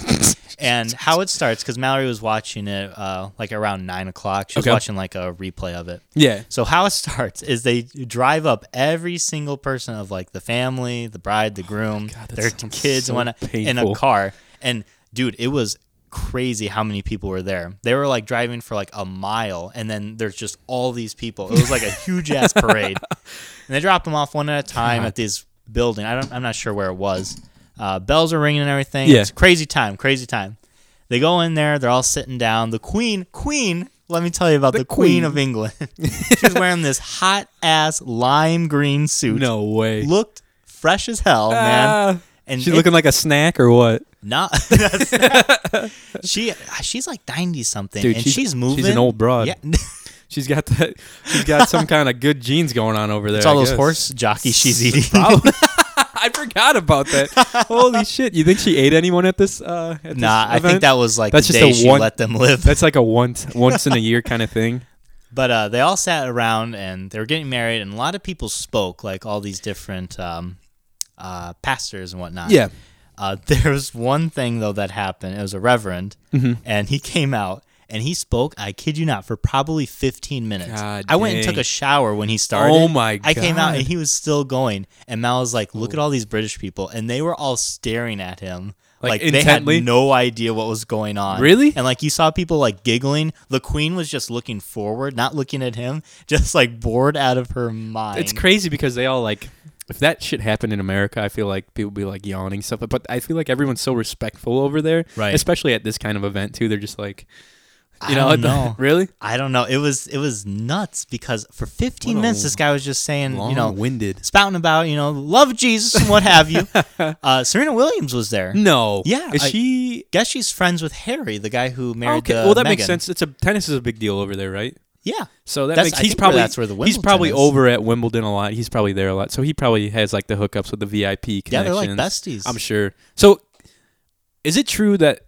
Speaker 2: and how it starts because Mallory was watching it uh, like around nine o'clock. She was
Speaker 1: Okay.
Speaker 2: watching like a replay of it.
Speaker 1: Yeah.
Speaker 2: So how it *laughs* starts is they drive up every single person of like the family, the bride, the groom,
Speaker 1: Oh God, that
Speaker 2: their
Speaker 1: sounds
Speaker 2: kids,
Speaker 1: so
Speaker 2: and whatnot, in
Speaker 1: painful.
Speaker 2: a car. And dude, it was crazy how many people were there. They were like driving for like a mile, and then there's just all these people. It was like a
Speaker 1: *laughs*
Speaker 2: huge ass parade, and they dropped them off one at a time at this building. I don't, I'm not sure where it was. Uh, bells are ringing and everything.
Speaker 1: Yeah.
Speaker 2: It's crazy time, crazy time. They go in there. They're all sitting down. The queen, queen. Let me tell you about the,
Speaker 1: queen.
Speaker 2: queen of England. *laughs* She's wearing this hot ass lime green suit.
Speaker 1: No way.
Speaker 2: Looked fresh as hell, Oh, man.
Speaker 1: Ah,
Speaker 2: And
Speaker 1: she
Speaker 2: it-
Speaker 1: looking like a snack or what?
Speaker 2: Nah, *laughs* that's
Speaker 1: *laughs*
Speaker 2: not- she uh, she's like ninety something,
Speaker 1: Dude,
Speaker 2: and
Speaker 1: she's-
Speaker 2: she's,
Speaker 1: she's an
Speaker 2: moving.
Speaker 1: old broad.
Speaker 2: Yeah, *laughs*
Speaker 1: She's got that. She's got some kind of good genes going on over there.
Speaker 2: it's
Speaker 1: I
Speaker 2: all those
Speaker 1: guess. *laughs*
Speaker 2: horse *laughs* jockeys she's eating.
Speaker 1: Probably. I forgot about that. Holy shit! You think she ate anyone at this? Uh, at
Speaker 2: Nah,
Speaker 1: this
Speaker 2: I think
Speaker 1: event?
Speaker 2: that was like
Speaker 1: That's
Speaker 2: the
Speaker 1: just
Speaker 2: day
Speaker 1: a
Speaker 2: she
Speaker 1: one-
Speaker 2: let them
Speaker 1: *laughs*
Speaker 2: live.
Speaker 1: that's like a once once in a year kind of
Speaker 2: *laughs*
Speaker 1: thing.
Speaker 2: But uh, they all sat around and they were getting married, and a lot of people spoke, like all these different um, uh, pastors and whatnot.
Speaker 1: Yeah.
Speaker 2: Uh, *laughs* there was one thing though that happened. It was a reverend,
Speaker 1: Mm-hmm.
Speaker 2: and he came out and he spoke. I kid you not, for probably fifteen minutes.
Speaker 1: God
Speaker 2: I went and took
Speaker 1: dang.
Speaker 2: a shower when he started.
Speaker 1: Oh my
Speaker 2: I came out
Speaker 1: God.
Speaker 2: and he was still going. And Mal was like, "Look at all these British people," and they were all staring at him.
Speaker 1: Like,
Speaker 2: Like, they had
Speaker 1: intently?
Speaker 2: no idea what was going on.
Speaker 1: Really?
Speaker 2: And like you saw people like giggling. The queen was just looking forward, not looking at him, *laughs* just like bored out of her mind.
Speaker 1: It's crazy because they all like. If that shit happened in America, I feel like people would be like yawning stuff. But I feel like everyone's so respectful over there,
Speaker 2: Right.
Speaker 1: Especially at this kind of event too. They're just like, you
Speaker 2: I
Speaker 1: know, *laughs*
Speaker 2: don't know. Mm,
Speaker 1: really
Speaker 2: I don't know. It was it was nuts because for 15
Speaker 1: What a
Speaker 2: minutes this guy was just saying, you know,
Speaker 1: winded.
Speaker 2: spouting about, you know, love Jesus and what
Speaker 1: *laughs*
Speaker 2: have you. uh, Serena Williams was there.
Speaker 1: No,
Speaker 2: Yeah,
Speaker 1: is
Speaker 2: I-
Speaker 1: she?
Speaker 2: Guess she's friends with Harry, the guy who married.
Speaker 1: Okay,
Speaker 2: the
Speaker 1: well that makes
Speaker 2: Meghan.
Speaker 1: sense. It's a tennis is a big deal over there, right?
Speaker 2: Yeah,
Speaker 1: So that
Speaker 2: That's-
Speaker 1: makes
Speaker 2: I
Speaker 1: he's
Speaker 2: think where
Speaker 1: probably
Speaker 2: that's where the
Speaker 1: he's
Speaker 2: Wimbledon
Speaker 1: probably
Speaker 2: is.
Speaker 1: over at Wimbledon a lot. He's probably there a lot. So he probably has like the hookups with the VIP connections.
Speaker 2: yeah, they're like besties.
Speaker 1: I'm sure. So is it true that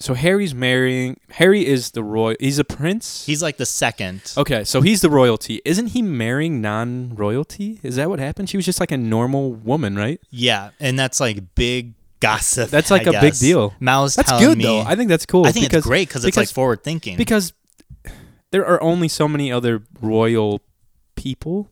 Speaker 1: so Harry's marrying Harry is the royal he's a prince?
Speaker 2: He's like the second.
Speaker 1: okay, so he's the royalty. Isn't he marrying non-royalty? Is that what happened? She was just like a normal woman, right?
Speaker 2: Yeah, and that's like big gossip.
Speaker 1: That's like
Speaker 2: a
Speaker 1: a big deal.
Speaker 2: Mal's
Speaker 1: That's
Speaker 2: telling
Speaker 1: good
Speaker 2: me,
Speaker 1: though. I think that's cool.
Speaker 2: I think it's great because it's like
Speaker 1: because-
Speaker 2: forward thinking.
Speaker 1: because there are only so many other royal people.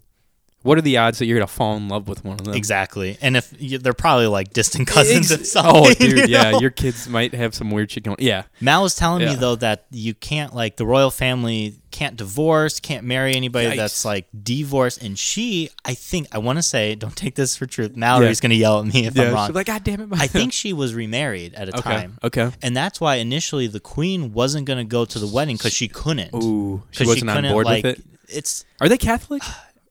Speaker 1: What are the odds that you're gonna fall in love with one of them?
Speaker 2: exactly, and if you, they're probably like distant cousins
Speaker 1: Ex- *laughs*
Speaker 2: of something. *laughs*
Speaker 1: Oh, dude,
Speaker 2: you
Speaker 1: yeah, *laughs*
Speaker 2: know?
Speaker 1: your kids might have some weird shit going. Yeah,
Speaker 2: Mal was telling
Speaker 1: Yeah.
Speaker 2: me though that you can't like the royal family can't divorce, can't marry anybody
Speaker 1: Yikes.
Speaker 2: that's like divorced. And she, I think, I want to say, don't take this for truth. Mallory's gonna yell at me if I'm
Speaker 1: yeah.
Speaker 2: wrong.
Speaker 1: She's like, God damn it! *laughs*
Speaker 2: I think she was remarried at a
Speaker 1: okay,
Speaker 2: time,
Speaker 1: okay.
Speaker 2: and that's why initially the queen wasn't gonna go to the wedding because she couldn't.
Speaker 1: Ooh, she
Speaker 2: 'Cause
Speaker 1: wasn't on
Speaker 2: couldn't,
Speaker 1: board
Speaker 2: like,
Speaker 1: with it.
Speaker 2: It's
Speaker 1: Are they Catholic?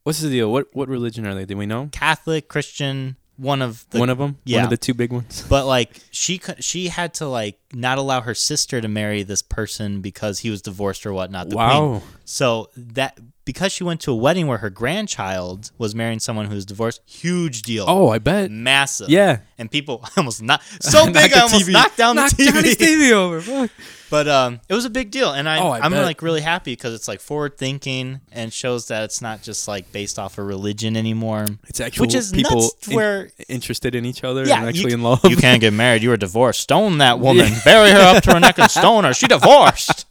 Speaker 1: What's the deal? What what religion are they? Do we know?
Speaker 2: Catholic, Christian, one of the
Speaker 1: one of them. one
Speaker 2: yeah.
Speaker 1: of the two big ones.
Speaker 2: But like she cou- she had to like not allow her sister to marry this person because he was divorced or whatnot. The
Speaker 1: Wow.
Speaker 2: Queen. So that because she went to a wedding where her grandchild was marrying someone who was divorced, huge deal.
Speaker 1: Oh, I bet.
Speaker 2: Massive.
Speaker 1: Yeah.
Speaker 2: And people *laughs* I almost not
Speaker 1: *laughs*
Speaker 2: so big
Speaker 1: Knocked the
Speaker 2: I almost
Speaker 1: TV
Speaker 2: knocked down
Speaker 1: Knocked
Speaker 2: the
Speaker 1: down his
Speaker 2: TV.
Speaker 1: TV over. Fuck.
Speaker 2: *laughs* But um it was a big deal and I,
Speaker 1: Oh, I
Speaker 2: I'm
Speaker 1: bet.
Speaker 2: like really happy because it's like forward thinking and shows that it's not just like based off of religion anymore.
Speaker 1: It's actual
Speaker 2: Which is
Speaker 1: people
Speaker 2: nuts
Speaker 1: in-
Speaker 2: where
Speaker 1: interested in each other and
Speaker 2: you
Speaker 1: actually
Speaker 2: c-
Speaker 1: in love.
Speaker 2: You can't get married. You were divorced. Stone that woman. Bury her up to her neck
Speaker 1: *laughs*
Speaker 2: and stone her. She divorced.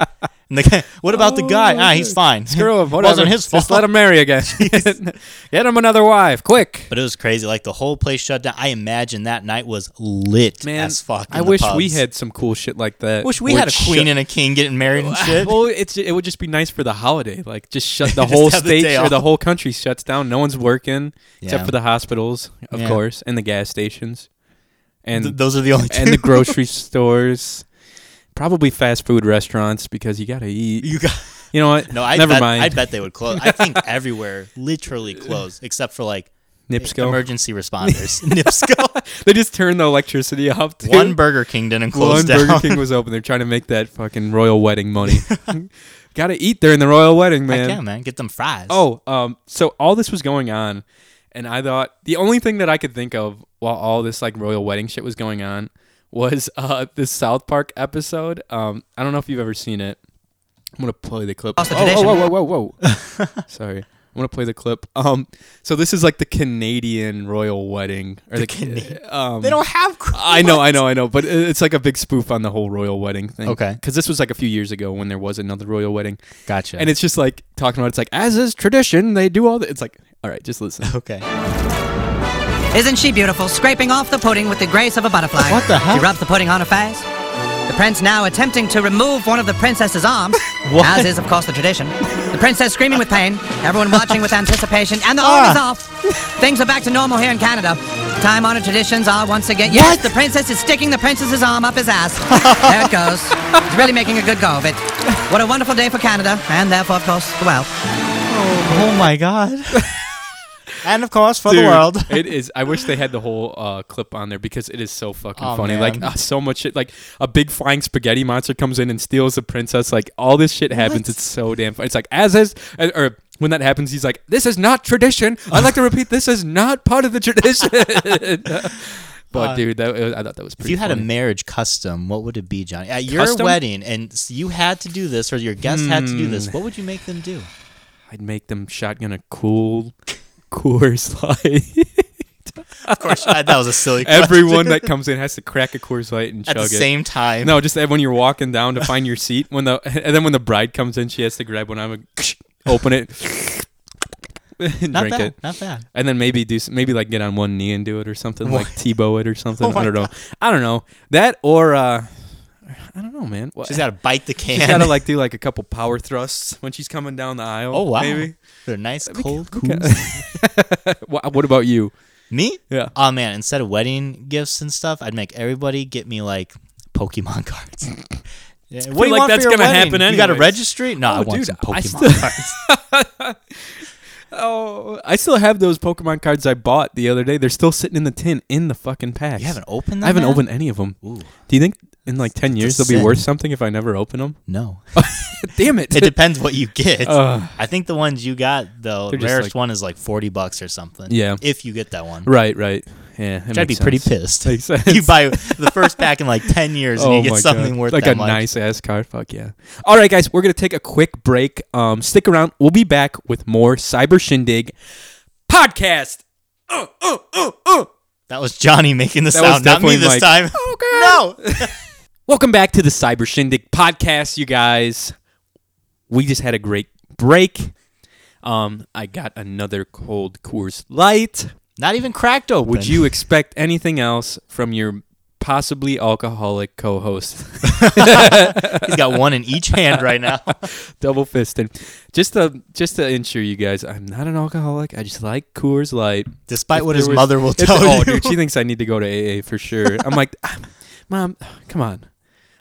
Speaker 2: And the guy, what about the guy? Ah, he's
Speaker 1: Oh,
Speaker 2: fine.
Speaker 1: *laughs* Screw
Speaker 2: *laughs*
Speaker 1: him. Whatever.
Speaker 2: Wasn't his fault.
Speaker 1: Just let him marry *laughs* again.
Speaker 2: *laughs*
Speaker 1: Get him another wife, quick.
Speaker 2: But it was crazy. Like the whole place shut down. I imagine that night was lit
Speaker 1: Man,
Speaker 2: as fuck. in
Speaker 1: I
Speaker 2: the
Speaker 1: wish we
Speaker 2: pubs.
Speaker 1: had some cool shit like that.
Speaker 2: Wish we
Speaker 1: Or
Speaker 2: had a
Speaker 1: shut-
Speaker 2: queen and a king getting married
Speaker 1: *laughs*
Speaker 2: and shit.
Speaker 1: well, it's it would just be nice for the holiday. Like just
Speaker 2: *laughs*
Speaker 1: shut the
Speaker 2: Just
Speaker 1: whole
Speaker 2: have the
Speaker 1: state
Speaker 2: day
Speaker 1: or
Speaker 2: off.
Speaker 1: the whole country shuts down. No one's working except
Speaker 2: Yeah.
Speaker 1: for the hospitals, of
Speaker 2: Yeah.
Speaker 1: course, and the gas stations, and
Speaker 2: Th- those are the only
Speaker 1: *laughs*
Speaker 2: two. *laughs*
Speaker 1: and the grocery stores. Probably fast food restaurants because you gotta eat.
Speaker 2: you got
Speaker 1: You know what?
Speaker 2: no. I
Speaker 1: Never
Speaker 2: bet,
Speaker 1: mind.
Speaker 2: I bet they would close. I think everywhere literally closed except for like
Speaker 1: Nipsco.
Speaker 2: emergency
Speaker 1: *laughs*
Speaker 2: responders. *laughs* Nipsco.
Speaker 1: they just turned the electricity off. dude.
Speaker 2: One Burger King didn't close
Speaker 1: One
Speaker 2: down.
Speaker 1: Burger King was open. They're trying to make that fucking royal wedding money. *laughs* gotta eat during the royal wedding, man.
Speaker 2: Heck yeah, man. Get them fries.
Speaker 1: Oh, um, so all this was going on, and I thought the only thing that I could think of while all this like royal wedding shit was going on was *laughs* uh this South Park episode. Um, I don't know if you've ever seen it. I'm gonna play the clip.
Speaker 2: Also,
Speaker 1: oh,
Speaker 2: today's-
Speaker 1: whoa, whoa, whoa, whoa, whoa. Sorry. I'm gonna play the clip. Um, so this is like the Canadian royal wedding, or the,
Speaker 2: Canadian-
Speaker 1: Um,
Speaker 2: They don't have. cr-
Speaker 1: I know, I know, I know, but it- it's like a big spoof on the whole royal wedding thing.
Speaker 2: Okay.
Speaker 1: because this was like a few years ago when there was another royal wedding,
Speaker 2: Gotcha.
Speaker 1: and it's just like talking about it's like as is tradition they do all the it's like all right just listen
Speaker 2: okay.
Speaker 3: Isn't she beautiful, scraping off the pudding with the grace of a butterfly?
Speaker 2: What the hell?
Speaker 3: She rubs the pudding on her face. The prince now attempting to remove one of the princess's arms,
Speaker 2: *laughs* What?
Speaker 3: as is, of course, the tradition. The princess screaming with pain, everyone watching with anticipation, and the arm is
Speaker 2: Ah.
Speaker 3: off. Things are back to normal here in Canada. Time honored traditions are once again. Yes, the princess is sticking the princess's arm up his ass.
Speaker 2: *laughs*
Speaker 3: there it goes. It's really making a good go of it. What a
Speaker 1: *laughs*
Speaker 3: wonderful day for Canada, and therefore, of course, the Welsh.
Speaker 2: Oh my god. Oh and of course for
Speaker 1: Dude,
Speaker 2: the world.
Speaker 1: *laughs* it is. I wish they had the whole uh, clip on there because it is so fucking
Speaker 2: Oh,
Speaker 1: funny. Like
Speaker 2: man.
Speaker 1: uh, so much shit. Like a big flying spaghetti monster comes in and steals the princess. Like all this shit happens. It's so damn. Funny. It's like as is uh, or. When that happens, he's like, "This is not tradition." I'd like to repeat, this is not part of the tradition. *laughs* but dude, that was, I thought that was
Speaker 2: Uh, If
Speaker 1: pretty.
Speaker 2: you had
Speaker 1: funny.
Speaker 2: a marriage custom, what would it be, Johnny? At your
Speaker 1: Custom?
Speaker 2: wedding, and s- you had to do this, or your guest had to do
Speaker 1: Hmm.
Speaker 2: this. What would you make them do?
Speaker 1: I'd make them shotgun a cool, Coors
Speaker 2: *laughs*
Speaker 1: Light.
Speaker 2: Of course, *laughs* that was a
Speaker 1: *laughs*
Speaker 2: silly.
Speaker 1: Everyone that comes in has to crack a Coors Light and
Speaker 2: at
Speaker 1: chug
Speaker 2: the
Speaker 1: it.
Speaker 2: same time.
Speaker 1: No, just when you're walking down to find your seat. When the *laughs* and then when the bride comes in, she has to grab one. I'm like, *laughs* open it, *laughs* and
Speaker 2: not
Speaker 1: drink
Speaker 2: bad.
Speaker 1: it,
Speaker 2: Not bad.
Speaker 1: and then maybe do s- maybe like get on one knee and do it or something, like Tebow it or something.
Speaker 2: Oh my
Speaker 1: I don't know. I don't know that or uh, I don't know, man. What?
Speaker 2: She's got to
Speaker 1: *laughs*
Speaker 2: bite the can.
Speaker 1: She's gotta like do like a couple power thrusts when she's coming down the aisle.
Speaker 2: oh wow,
Speaker 1: Maybe.
Speaker 2: they're nice, cold, cool.
Speaker 1: *laughs* Wha- What about you?
Speaker 2: Me?
Speaker 1: Yeah.
Speaker 2: Oh man, instead of wedding gifts and stuff, I'd make everybody get me like
Speaker 1: *laughs*
Speaker 2: Pokemon *laughs* cards. Yeah, what do you
Speaker 1: like
Speaker 2: want
Speaker 1: that's
Speaker 2: for your
Speaker 1: gonna
Speaker 2: wedding?
Speaker 1: happen
Speaker 2: You got a
Speaker 1: anyways. Oh,
Speaker 2: registry? No, I want
Speaker 1: dude,
Speaker 2: some
Speaker 1: I
Speaker 2: Pokemon
Speaker 1: *laughs* still-
Speaker 2: cards.
Speaker 1: Oh, I still have those Pokemon cards I bought the other day. They're still sitting in the tin in the fucking pack.
Speaker 2: You haven't opened them.
Speaker 1: I haven't
Speaker 2: yet?
Speaker 1: opened any of them.
Speaker 2: Ooh.
Speaker 1: Do you think in like 10 years they'll be
Speaker 2: sin.
Speaker 1: worth something if I never open
Speaker 2: *laughs*
Speaker 1: them?
Speaker 2: No.
Speaker 1: Damn it.
Speaker 2: It depends what you
Speaker 1: *laughs*
Speaker 2: get.
Speaker 1: Ugh.
Speaker 2: I think the ones you got though, the
Speaker 1: They're just
Speaker 2: rarest
Speaker 1: like-
Speaker 2: one is like forty bucks or something.
Speaker 1: Yeah.
Speaker 2: If you get that one.
Speaker 1: right, right. Yeah.
Speaker 2: Which I'd be pretty
Speaker 1: *laughs*
Speaker 2: pissed.
Speaker 1: Makes sense.
Speaker 2: *laughs*
Speaker 1: Oh
Speaker 2: You buy the first pack in like ten years and you get something worth
Speaker 1: like
Speaker 2: that
Speaker 1: a
Speaker 2: much.
Speaker 1: nice ass card. Fuck yeah. All right, guys, we're going to take a quick break. Um, stick around. We'll be back with more Cyber Shindig podcast. Uh, uh, uh, uh.
Speaker 2: That was Johnny making the
Speaker 1: That was
Speaker 2: sound, not me
Speaker 1: definitely Mike. *laughs*
Speaker 2: this time. *laughs*
Speaker 1: Oh, God. No. Welcome back to the Cyber Shindig podcast, you guys. We just had a great break. Um, I got another cold Coors Light.
Speaker 2: Not even cracked open.
Speaker 1: Would you expect anything else from your possibly alcoholic co-host? *laughs*
Speaker 2: He's got one in each hand right now.
Speaker 1: Double fisted. Just to just to ensure you guys, I'm not an alcoholic. I just like Coors Light.
Speaker 2: Despite
Speaker 1: If
Speaker 2: what
Speaker 1: there
Speaker 2: his
Speaker 1: was-
Speaker 2: mother
Speaker 1: *laughs*
Speaker 2: will
Speaker 1: if-
Speaker 2: tell
Speaker 1: oh,
Speaker 2: you.
Speaker 1: dude, she thinks I need to go to AA for sure. I'm like, "Ah, mom, come on.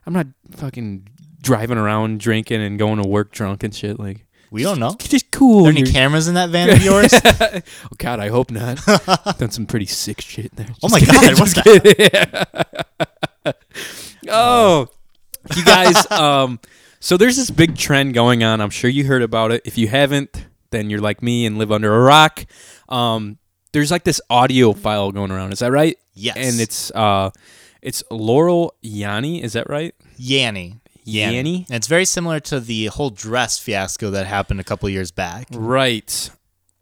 Speaker 1: I'm not fucking driving around drinking and going to work drunk and shit. Like,
Speaker 2: *laughs*
Speaker 1: *laughs*
Speaker 2: We don't know.
Speaker 1: just cool.
Speaker 2: Are there any
Speaker 1: your-
Speaker 2: cameras
Speaker 1: *laughs*
Speaker 2: in that van of yours?
Speaker 1: oh God, I hope not.
Speaker 2: *laughs*
Speaker 1: Done some pretty sick shit there.
Speaker 2: Oh
Speaker 1: *laughs*
Speaker 2: my God, what's that?
Speaker 1: Oh, you
Speaker 2: *laughs*
Speaker 1: guys. Um, so there's this big trend going on. I'm sure you heard about it. If you haven't, then you're like me and live under a rock. Um, there's like this audio file going around. Is that right?
Speaker 2: Yes.
Speaker 1: And it's uh, it's Laurel Yanni. Is that right?
Speaker 2: Yanny.
Speaker 1: Yanny?
Speaker 2: And it's very similar to the whole dress fiasco that happened a couple years back.
Speaker 1: Right.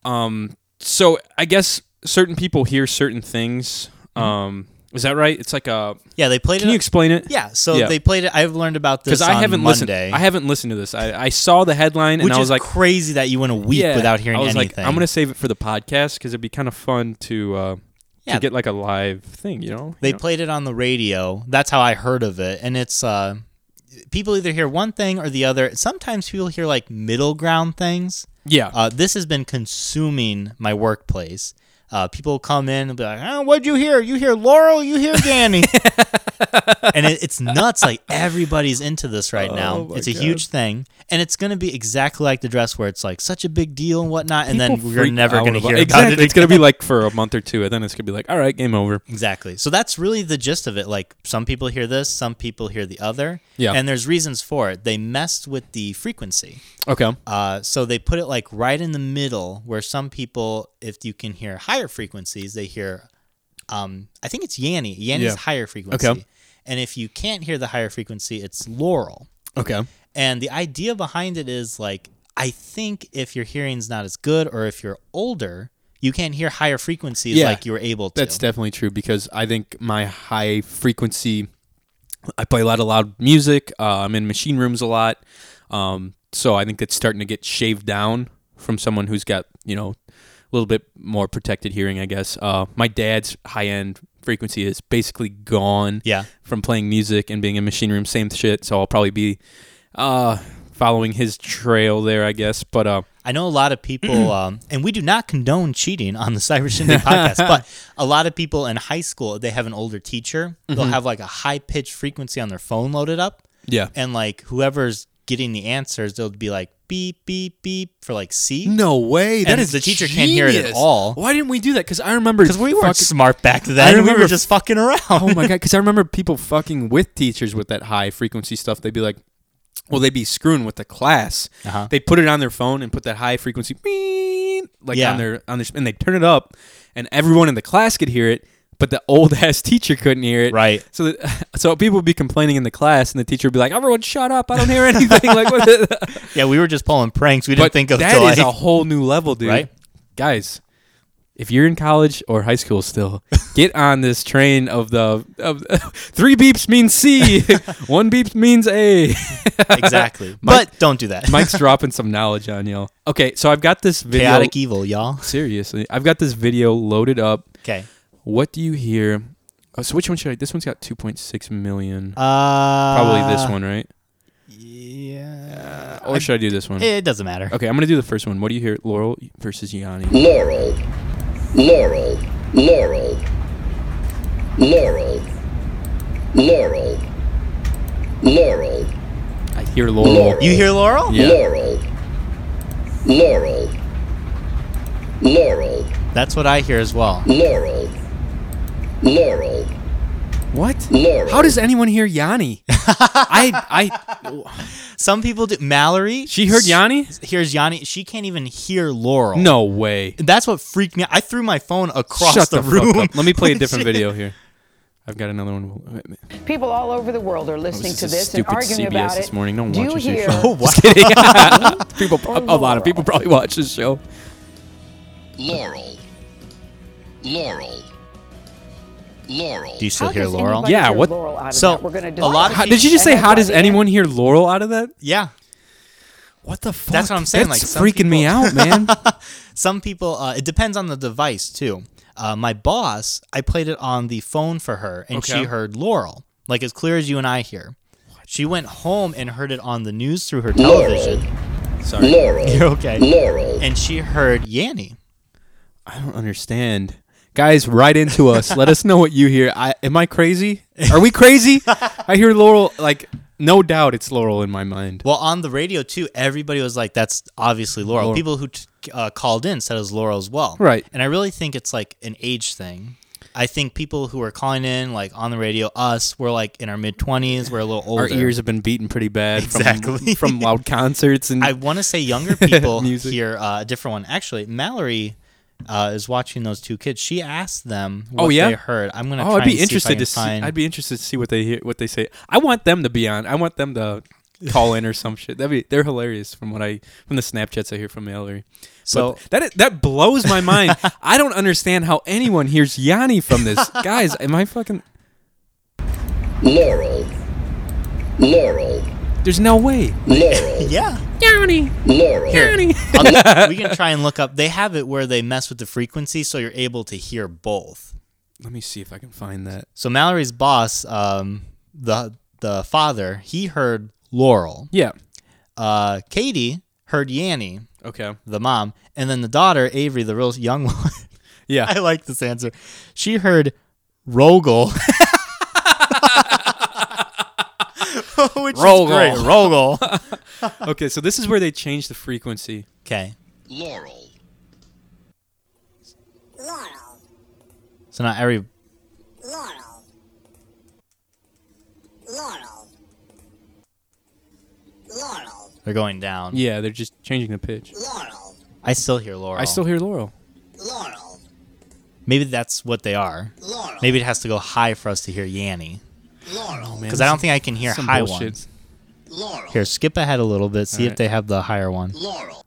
Speaker 1: Um. So I guess certain people hear certain things. Um. Is that right? It's like a.
Speaker 2: Mm-hmm. Yeah, they played
Speaker 1: Can
Speaker 2: it.
Speaker 1: you explain it?
Speaker 2: yeah, so
Speaker 1: Yeah.
Speaker 2: they played it. I've learned about this
Speaker 1: because
Speaker 2: on
Speaker 1: I haven't
Speaker 2: Monday.
Speaker 1: listened. I haven't listened to this. I, I saw the headline
Speaker 2: which
Speaker 1: and I was
Speaker 2: is
Speaker 1: like,
Speaker 2: crazy that you went a week
Speaker 1: yeah.
Speaker 2: without hearing
Speaker 1: I was
Speaker 2: anything.
Speaker 1: like, I'm gonna save it for the podcast because it'd be kind of fun to uh,
Speaker 2: Yeah.
Speaker 1: to get like a live thing. You know,
Speaker 2: They
Speaker 1: You know?
Speaker 2: played it on the radio. That's how I heard of it. And it's uh people either hear one thing or the other. Sometimes people hear like middle ground things.
Speaker 1: yeah.
Speaker 2: Uh, this has been consuming my workplace. Uh, people come in and be like, oh, "What'd you hear? You hear Laurel? You hear
Speaker 1: *laughs*
Speaker 2: Danny?" and it, it's nuts. Like everybody's into this right now.
Speaker 1: Oh my
Speaker 2: It's a
Speaker 1: God.
Speaker 2: huge thing, and it's going to be exactly like the dress, where it's like such a big deal and whatnot. And then
Speaker 1: People
Speaker 2: we're
Speaker 1: freak
Speaker 2: never
Speaker 1: out
Speaker 2: going to
Speaker 1: about-
Speaker 2: hear
Speaker 1: exactly.
Speaker 2: about it.
Speaker 1: It's gonna be like for a month or two, and then it's gonna be like, all right, game over.
Speaker 2: Exactly. So that's really the gist of it. Like some people hear this, some people hear the other.
Speaker 1: Yeah.
Speaker 2: And there's reasons for it. They messed with the frequency.
Speaker 1: Okay.
Speaker 2: Uh, so they put it like right in the middle where some people, if you can hear higher frequencies, they hear, um, I think it's Yanny. Yanny's
Speaker 1: Yeah.
Speaker 2: higher frequency.
Speaker 1: Okay.
Speaker 2: And if you can't hear the higher frequency, it's Laurel.
Speaker 1: Okay.
Speaker 2: And the idea behind it is like, I think if your hearing's not as good or if you're older, you can't hear higher frequencies
Speaker 1: Yeah.
Speaker 2: like you were able to.
Speaker 1: That's definitely true because I think my high frequency, I play a lot of loud music. Uh, I'm in machine rooms a lot, um, so I think it's starting to get shaved down from someone who's got you know a little bit more protected hearing. I guess uh, my dad's high end frequency is basically gone.
Speaker 2: Yeah.
Speaker 1: from playing music and being in machine room, same shit. So I'll probably be uh, following his trail there, I guess. But uh,
Speaker 2: I know a lot of people, um, and we do not condone cheating on
Speaker 1: *laughs*
Speaker 2: the Cyber Shindig podcast, but a lot of people in high school, they have an older teacher. They'll have like a high pitched frequency on their phone loaded up.
Speaker 1: Mm-hmm. yeah,
Speaker 2: And like whoever's getting the answers, they'll be like beep beep beep for like C.
Speaker 1: No way. That
Speaker 2: And
Speaker 1: is
Speaker 2: the teacher can't hear it at
Speaker 1: genius.
Speaker 2: all.
Speaker 1: Why didn't we do that? Because I remember
Speaker 2: Because we weren't
Speaker 1: fucking-
Speaker 2: smart back then. we
Speaker 1: remember-
Speaker 2: were just fucking around.
Speaker 1: oh my god! Because I remember people fucking with teachers with that high frequency stuff. They'd be like, well, they'd be screwing with the class.
Speaker 2: Uh-huh.
Speaker 1: They put it on their phone and put that high frequency beep, like
Speaker 2: Yeah.
Speaker 1: on their on their and they turn it up, and everyone in the class could hear it, but the old *laughs* ass teacher couldn't hear it.
Speaker 2: Right.
Speaker 1: So that, *laughs* so people would be complaining in the class, and the teacher would be like, "Everyone, shut up! I don't hear anything." like, what
Speaker 2: *laughs*
Speaker 1: the-
Speaker 2: *laughs*
Speaker 1: *laughs*
Speaker 2: Yeah, we were just pulling pranks. We didn't
Speaker 1: but
Speaker 2: think of
Speaker 1: that
Speaker 2: till,
Speaker 1: is
Speaker 2: *laughs* like-
Speaker 1: a whole new level, dude.
Speaker 2: Right?
Speaker 1: Guys, if you're in college or high school
Speaker 2: *laughs*
Speaker 1: still, get on this train of the *laughs* of, three beeps means
Speaker 2: *laughs*
Speaker 1: C, one beep means A. *laughs*
Speaker 2: exactly.
Speaker 1: Mike-
Speaker 2: but don't do that.
Speaker 1: Mike's dropping some knowledge on y'all. Okay, so I've got this video.
Speaker 2: *laughs* Chaotic e- evil, y'all.
Speaker 1: Seriously, I've got this video loaded up.
Speaker 2: Okay.
Speaker 1: What do you hear? Oh, so which one should I? This one's got 2.6 million.
Speaker 2: Uh,
Speaker 1: Probably this one, right?
Speaker 2: Yeah.
Speaker 1: Or should I do this one?
Speaker 2: It doesn't matter.
Speaker 1: Okay, I'm gonna do the first one. What do you hear? Laurel versus Yanni.
Speaker 4: Laurel, Laurel, Laurel, Laurel, Laurel, Laurel,
Speaker 1: I hear Laurel.
Speaker 4: Laurel.
Speaker 2: You hear Laurel?
Speaker 1: Yeah.
Speaker 4: Laurel, Laurel, Laurel,
Speaker 2: That's what I hear as well.
Speaker 4: Laurel, Laurel,
Speaker 1: What?
Speaker 4: Laurel.
Speaker 1: How does anyone hear
Speaker 2: *laughs*
Speaker 1: Yanni? I I
Speaker 2: Some people do. Mallory.
Speaker 1: she heard
Speaker 2: s-
Speaker 1: Yanni?
Speaker 2: Hears Yanni. She can't even hear Laurel.
Speaker 1: No way.
Speaker 2: That's what freaked me out. I threw my phone across
Speaker 1: Shut
Speaker 2: the,
Speaker 1: the,
Speaker 2: room.
Speaker 1: fuck up. Let me
Speaker 2: *laughs*
Speaker 1: play a *laughs* different video here. I've got another one. *laughs*
Speaker 5: People all over the world are
Speaker 1: This
Speaker 5: listening
Speaker 1: is
Speaker 5: to
Speaker 1: a
Speaker 5: this and
Speaker 1: stupid
Speaker 5: arguing
Speaker 1: CBS
Speaker 5: about
Speaker 1: this
Speaker 5: it.
Speaker 1: morning. No one
Speaker 5: Do you
Speaker 1: watches your
Speaker 5: hear?
Speaker 1: show.
Speaker 2: Oh,
Speaker 5: *laughs*
Speaker 2: wow.
Speaker 1: people, a, a lot of people probably watch this show.
Speaker 4: Laurel, Laurel, Laurel,
Speaker 2: Do you still
Speaker 5: How
Speaker 2: hear
Speaker 5: does
Speaker 2: Laurel?
Speaker 5: anybody
Speaker 1: Yeah,
Speaker 5: hear
Speaker 1: what-
Speaker 5: Laurel out of
Speaker 2: So,
Speaker 5: that? we're going
Speaker 2: a
Speaker 5: to
Speaker 2: lot of
Speaker 1: How, did you just say how does anyone hear Laurel out of that?
Speaker 2: Yeah.
Speaker 1: What the fuck?
Speaker 2: That's what I'm saying,
Speaker 1: That's
Speaker 2: like, some
Speaker 1: freaking me
Speaker 2: *laughs*
Speaker 1: out, man.
Speaker 2: Some people, uh, it depends on the device too. Uh, my boss, I played it on the phone for her, and
Speaker 1: Okay.
Speaker 2: she heard Laurel, like as clear as you and I hear. She went home and heard it on the news through her
Speaker 4: Laurel.
Speaker 2: television. *laughs*
Speaker 1: Sorry.
Speaker 4: Laurel,
Speaker 2: You're okay.
Speaker 4: Laurel.
Speaker 2: And she heard Yanni.
Speaker 1: I don't understand. Guys, write into us. Let us know what you hear. I am I crazy? Are we crazy? I hear Laurel like no doubt it's Laurel in my mind.
Speaker 2: Well, on the radio too, everybody was like, "That's obviously Laurel."
Speaker 1: Laurel.
Speaker 2: People who t- uh, called in said it was Laurel as well,
Speaker 1: Right.
Speaker 2: And I really think it's like an age thing. I think people who are calling in, like on the radio, us, we're like in our mid twenties, we're a little older.
Speaker 1: Our ears have been beaten pretty bad
Speaker 2: Exactly.
Speaker 1: from from loud concerts and
Speaker 2: I want to say younger
Speaker 1: *laughs*
Speaker 2: people
Speaker 1: Music.
Speaker 2: hear uh, a different one. Actually, Mallory uh, is watching those two kids. She asked them what
Speaker 1: Oh, yeah?
Speaker 2: they heard. I'm gonna.
Speaker 1: oh,
Speaker 2: try
Speaker 1: I'd be
Speaker 2: and see if I
Speaker 1: interested
Speaker 2: can
Speaker 1: to see.
Speaker 2: find-
Speaker 1: I'd be interested to see what they hear, what they say. I want them to be on. I want them
Speaker 2: *laughs*
Speaker 1: to call in or some shit. That'd be they're hilarious from what I from the Snapchats I hear from Mallory.
Speaker 2: So-
Speaker 1: So that that blows my
Speaker 2: *laughs*
Speaker 1: mind. I don't understand how anyone hears Yanni from this. Guys, am I fucking?
Speaker 4: Laurel,
Speaker 1: *laughs*
Speaker 4: Laurel,
Speaker 1: There's no way.
Speaker 4: Laurel,
Speaker 1: *laughs*
Speaker 2: *laughs* yeah.
Speaker 4: Laurel.
Speaker 2: we can try and look up. They have it where they mess with the frequency, so you're able to hear both.
Speaker 1: Let me see if I can find that.
Speaker 2: So Mallory's boss, um, the the father, he heard Laurel.
Speaker 1: Yeah.
Speaker 2: Uh, Katie heard Yanni,
Speaker 1: Okay.
Speaker 2: the mom, and then the daughter, Avery, the real young *laughs* one. I
Speaker 1: Yeah.
Speaker 2: like this answer. She heard
Speaker 1: *laughs*
Speaker 2: Rogel. *laughs* Which
Speaker 1: Rogel.
Speaker 2: Is great. Rogel.
Speaker 1: Okay. So this is where they change the frequency.
Speaker 2: Okay.
Speaker 4: Laurel,
Speaker 6: Laurel,
Speaker 2: So now every
Speaker 6: Laurel, Laurel, Laurel,
Speaker 2: they're going down.
Speaker 1: Yeah, they're just changing the pitch.
Speaker 6: Laurel,
Speaker 2: I still hear Laurel.
Speaker 1: I still hear Laurel.
Speaker 6: Laurel,
Speaker 2: Maybe that's what they are.
Speaker 6: Laurel,
Speaker 2: Maybe it has to go high for us to hear Yanni.
Speaker 6: Laurel,
Speaker 2: Because I don't think I can hear
Speaker 1: Oh, Some
Speaker 2: high
Speaker 1: bullshit.
Speaker 2: ones.
Speaker 6: Laurel,
Speaker 2: Here, skip ahead a little bit. See if
Speaker 1: right.
Speaker 2: they have the higher one.
Speaker 6: Laurel,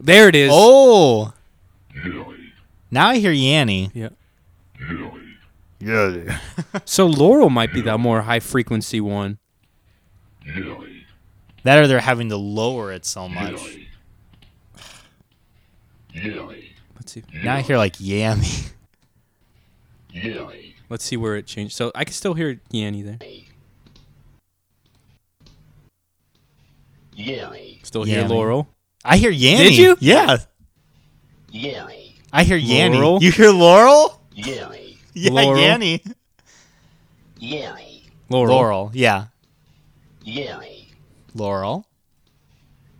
Speaker 1: There it is.
Speaker 2: Oh. Now I hear Yanni.
Speaker 1: Yeah.
Speaker 2: Yeah.
Speaker 1: *laughs* So Laurel might be the more high frequency one.
Speaker 2: That or they're having to lower it so much.
Speaker 1: Let's see.
Speaker 2: Now I hear like Yammy.
Speaker 1: Let's see where it changed. So I can still hear Yanni there. Still hear
Speaker 2: Yanni.
Speaker 1: Laurel.
Speaker 2: *laughs* I hear Yanni.
Speaker 1: you?
Speaker 2: Yeah. I hear
Speaker 1: Laurel?
Speaker 2: Yanni. You hear Laurel? Yeah,
Speaker 1: Laurel.
Speaker 2: Yanni.
Speaker 1: Laurel.
Speaker 2: Laurel. Yeah.
Speaker 4: Laurel,
Speaker 2: Laurel.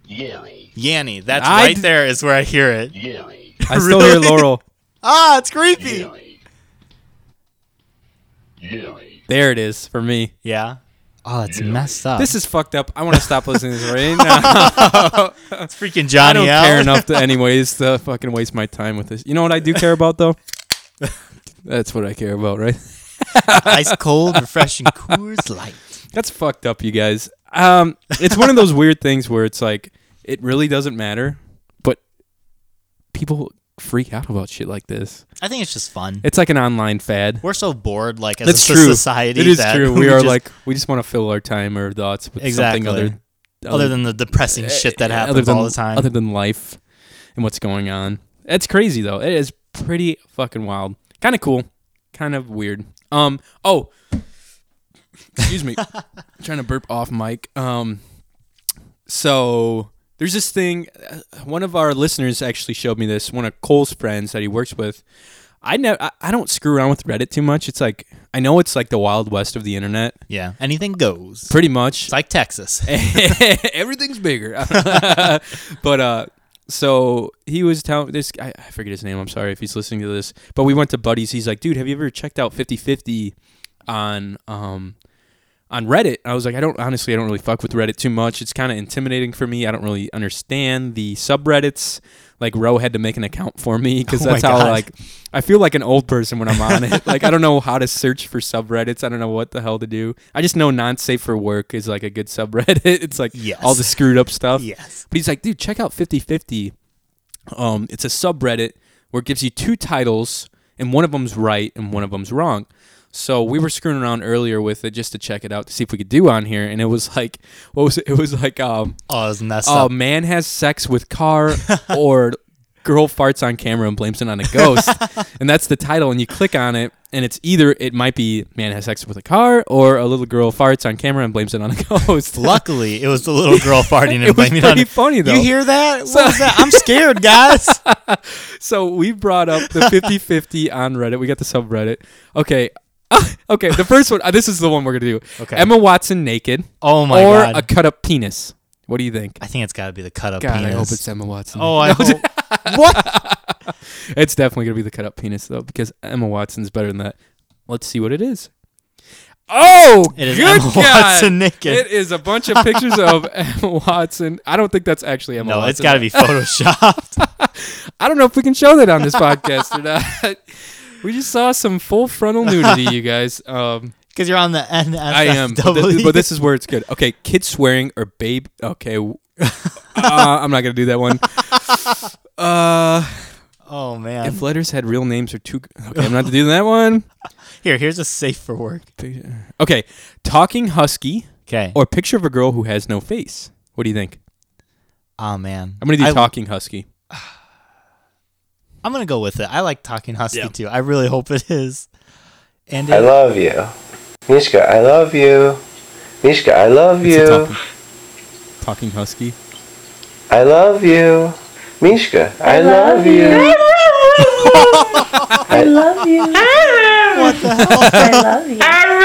Speaker 4: Laurel,
Speaker 2: Yanny. That's
Speaker 1: I
Speaker 2: right
Speaker 1: d-
Speaker 2: there is where I hear it.
Speaker 4: Laurel,
Speaker 1: I still hear
Speaker 2: Really?
Speaker 1: Laurel.
Speaker 2: Ah, it's creepy. Yeah.
Speaker 4: Laurel,
Speaker 1: There it is for me.
Speaker 2: Oh, it's messed up.
Speaker 1: This is fucked up. I want to stop listening to this right *laughs* now.
Speaker 2: it's freaking
Speaker 1: I
Speaker 2: Johnny
Speaker 1: don't
Speaker 2: out.
Speaker 1: care enough to anyways to fucking waste my time with this. You know what I do care about *laughs* though? That's what I care about, right?
Speaker 2: *laughs* Ice cold, refreshing Coors Light.
Speaker 1: That's fucked up, you guys. Um, it's one of those weird things where it's like it really doesn't matter, but people freak out about shit like this.
Speaker 2: I think it's just fun.
Speaker 1: It's like an online fad.
Speaker 2: We're so bored, like as
Speaker 1: That's
Speaker 2: a
Speaker 1: true.
Speaker 2: society.
Speaker 1: it is
Speaker 2: that *laughs*
Speaker 1: true. We, are
Speaker 2: just-
Speaker 1: like we just want to fill our time or thoughts with
Speaker 2: Exactly.
Speaker 1: something other,
Speaker 2: other than the depressing shit that
Speaker 1: Yeah,
Speaker 2: happens
Speaker 1: other than,
Speaker 2: all the time.
Speaker 1: Other than life and what's going on. It's crazy though. It is pretty fucking wild. Kind of cool. Kind of weird. Um. Oh. Excuse
Speaker 2: *laughs*
Speaker 1: me. trying to burp off mic. Um. So there's this thing. uh, One of our listeners actually showed me this. One of Cole's friends that he works with. I know I, I don't screw around with Reddit too much. It's like I know it's like the wild west of the internet,
Speaker 2: yeah, anything goes.
Speaker 1: pretty much.
Speaker 2: It's like Texas.
Speaker 1: Eh. *laughs* everything's bigger. but uh, so he was telling this. I, I forget his name. I'm sorry if he's listening to this. But we went to buddies. He's like, dude, have you ever checked out 50/50 on um on Reddit? I was like, I don't honestly, I don't really fuck with Reddit too much. It's kind of intimidating for me. I don't really understand the subreddits. Like Ro had to make an account for me because
Speaker 2: *laughs* Oh my
Speaker 1: that's how
Speaker 2: God.
Speaker 1: like I feel like an old person when I'm on it. *laughs* like I don't know how to search for subreddits. I don't know what the hell to do. I just know non safe for work is like a good subreddit. *laughs* It's like
Speaker 2: Yes.
Speaker 1: all the screwed up stuff.
Speaker 2: *laughs* Yes.
Speaker 1: But he's like, dude, check out 5050. Um, it's a subreddit where it gives you two titles and one of them's right and one of them's wrong. So we were screwing around earlier with it just to check it out to see if we could do on here, and it was like, what was it? It was like, um,
Speaker 2: oh, it's messed
Speaker 1: oh,
Speaker 2: up.
Speaker 1: man has sex with
Speaker 2: *laughs*
Speaker 1: car or girl farts on camera and blames it on a ghost. and that's the title. And you click on it, and it's either it might be man has sex with a car or a little girl farts on camera and blames it on a *laughs* ghost.
Speaker 2: Luckily, it was the
Speaker 1: *laughs*
Speaker 2: little girl farting
Speaker 1: It was
Speaker 2: and blaming it on
Speaker 1: pretty
Speaker 2: it.
Speaker 1: funny, though.
Speaker 2: You hear that?
Speaker 1: So-
Speaker 2: what was that? I'm
Speaker 1: *laughs*
Speaker 2: scared, guys.
Speaker 1: so we brought up the 50
Speaker 2: *laughs*
Speaker 1: 50 on Reddit. We got the subreddit. Okay. *laughs* okay. The first one, uh, this is the one we're going to do.
Speaker 2: Okay.
Speaker 1: Emma Watson naked.
Speaker 2: Oh my
Speaker 1: or
Speaker 2: God.
Speaker 1: a cut up penis. What do you think?
Speaker 2: I think it's got to be the cut up
Speaker 1: God,
Speaker 2: penis.
Speaker 1: I hope it's Emma Watson. *laughs*
Speaker 2: oh, I hope.
Speaker 1: It's definitely going to be the cut up penis, though, because Emma Watson's better than that. Let's see what it is. Oh,
Speaker 2: It is
Speaker 1: good
Speaker 2: Emma
Speaker 1: God.
Speaker 2: Watson naked.
Speaker 1: It is a bunch of pictures of
Speaker 2: *laughs*
Speaker 1: Emma Watson. I don't think that's actually Emma
Speaker 2: no,
Speaker 1: Watson.
Speaker 2: it's got
Speaker 1: *laughs*
Speaker 2: to be photoshopped.
Speaker 1: I don't know if we can show that on this podcast or not. *laughs* We just saw some full frontal nudity, you guys. Um,
Speaker 2: Because you're on the NSFW.
Speaker 1: I am, but this, but this is where it's good. Okay, kids swearing or babe. Okay,
Speaker 2: *laughs*
Speaker 1: w- uh, I'm not gonna do that one. Uh,
Speaker 2: oh man.
Speaker 1: if letters had real names or two. Okay, I'm not doing that one.
Speaker 2: Here, here's a safe for work.
Speaker 1: Okay, talking husky
Speaker 2: Okay.
Speaker 1: or picture of a girl who has no face. What do you think?
Speaker 2: Oh man.
Speaker 1: I'm gonna do
Speaker 2: I-
Speaker 1: talking husky.
Speaker 2: I'm gonna go with it. I like talking husky too. I really hope it is. And
Speaker 7: I
Speaker 2: it-
Speaker 7: love you. Mishka, I love you. Mishka, I love
Speaker 1: It's a
Speaker 7: you.
Speaker 1: talking, talking husky. *laughs*
Speaker 7: I love you. Mishka, I, love, you. *laughs* I love you. What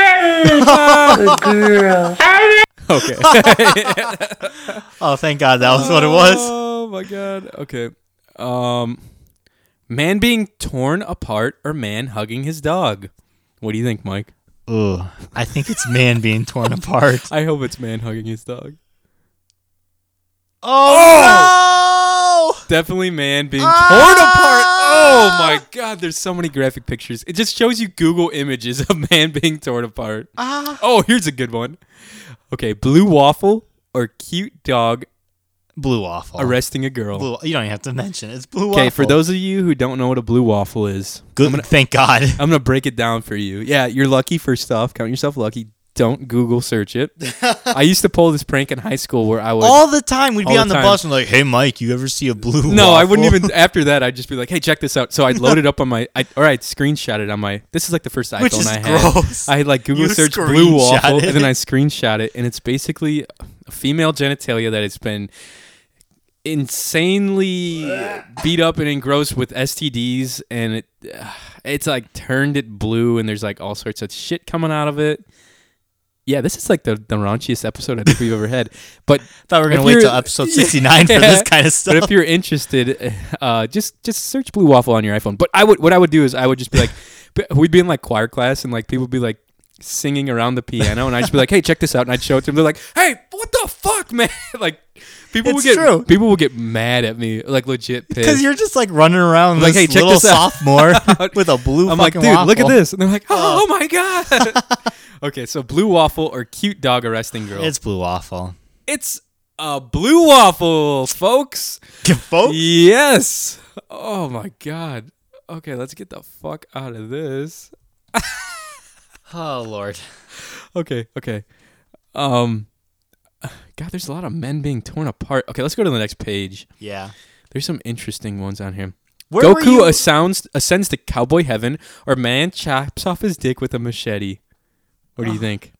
Speaker 7: the hell? I love you. Good girl.
Speaker 1: Okay.
Speaker 2: oh, thank God that was what
Speaker 1: *laughs*
Speaker 2: it was.
Speaker 1: *laughs* Oh my god. Okay. Um man being torn apart or man hugging his dog. What do you think, Mike?
Speaker 2: Ooh, I think it's man being
Speaker 1: *laughs*
Speaker 2: torn apart.
Speaker 1: I hope it's man hugging his dog.
Speaker 2: Oh,
Speaker 1: Definitely man being torn apart. *laughs* Oh my god, there's so many graphic pictures. It just shows you Google images of *laughs* man being torn apart.
Speaker 2: Ah.
Speaker 1: Oh, here's a good one. Okay, blue waffle or cute dog
Speaker 2: blue awful.
Speaker 1: arresting a girl.
Speaker 2: Blue, you don't even have to mention it. it's blue.
Speaker 1: Okay,
Speaker 2: waffle.
Speaker 1: for those of you who don't know what a blue waffle is,
Speaker 2: good.
Speaker 1: *laughs*
Speaker 2: thank God.
Speaker 1: I'm gonna break it down for you. Yeah, you're lucky. First off, count yourself lucky. Don't Google search
Speaker 2: *laughs*
Speaker 1: it. I used to pull this prank in high school where I would.
Speaker 2: All the time we'd
Speaker 1: All
Speaker 2: be
Speaker 1: the
Speaker 2: on the,
Speaker 1: time.
Speaker 2: bus and like, hey Mike, you ever see a blue? *laughs*
Speaker 1: no, I wouldn't
Speaker 2: waffle?"
Speaker 1: even. *laughs* After that, I'd just be like, "Hey, check this out." So I'd load it up on my, I, or I'd screenshot it on my. This is like the first iPhone
Speaker 2: Which is
Speaker 1: I had.
Speaker 2: gross.
Speaker 1: I had like Google
Speaker 2: You
Speaker 1: search blue
Speaker 2: screenshot
Speaker 1: waffle,
Speaker 2: it.
Speaker 1: and then I screenshot it, and it's basically a female genitalia that has been insanely beat up and engrossed with STDs, and it *sighs* it's like turned it blue, and there's like all sorts of shit coming out of it. yeah, this is like the, the raunchiest episode I think we've ever had. But
Speaker 2: *laughs* Thought we were
Speaker 1: if
Speaker 2: gonna wait till
Speaker 1: you're- *laughs*
Speaker 2: episode 69 for this kind of stuff.
Speaker 1: But if you're interested, *laughs* uh, just just search Blue Waffle on your iPhone. But I would what I would do is I would just be like, *laughs* b- we'd be in like choir class and like people would be like singing around the piano, and I'd just be like, hey, check this out, and I'd show it to them. They're like, hey, what the fuck, *laughs* man? like people would
Speaker 2: It's
Speaker 1: get
Speaker 2: true.
Speaker 1: people will get mad at me, like legit pissed.
Speaker 2: Because you're just like running around
Speaker 1: Like,
Speaker 2: like, this
Speaker 1: hey, check
Speaker 2: little
Speaker 1: this out.
Speaker 2: sophomore with a blue
Speaker 1: *laughs* I'm like,
Speaker 2: fucking
Speaker 1: dude, look at
Speaker 2: waffle."
Speaker 1: this, and they're like, oh, my
Speaker 2: *laughs*
Speaker 1: god. okay, so blue waffle or cute dog arresting girl?
Speaker 2: It's blue waffle. *laughs*
Speaker 1: it's a blue waffle, folks.
Speaker 2: Folks,
Speaker 1: Yes. Oh my god. Okay, let's get the fuck out of this.
Speaker 2: Oh lord.
Speaker 1: Okay, okay. Um God, there's a lot of men being torn apart. Okay, let's go to the next page.
Speaker 2: Yeah.
Speaker 1: There's some interesting ones on here.
Speaker 2: Where were
Speaker 1: Goku
Speaker 2: you-
Speaker 1: assounds, ascends to cowboy heaven, or man chops off his dick with a machete. What do you think?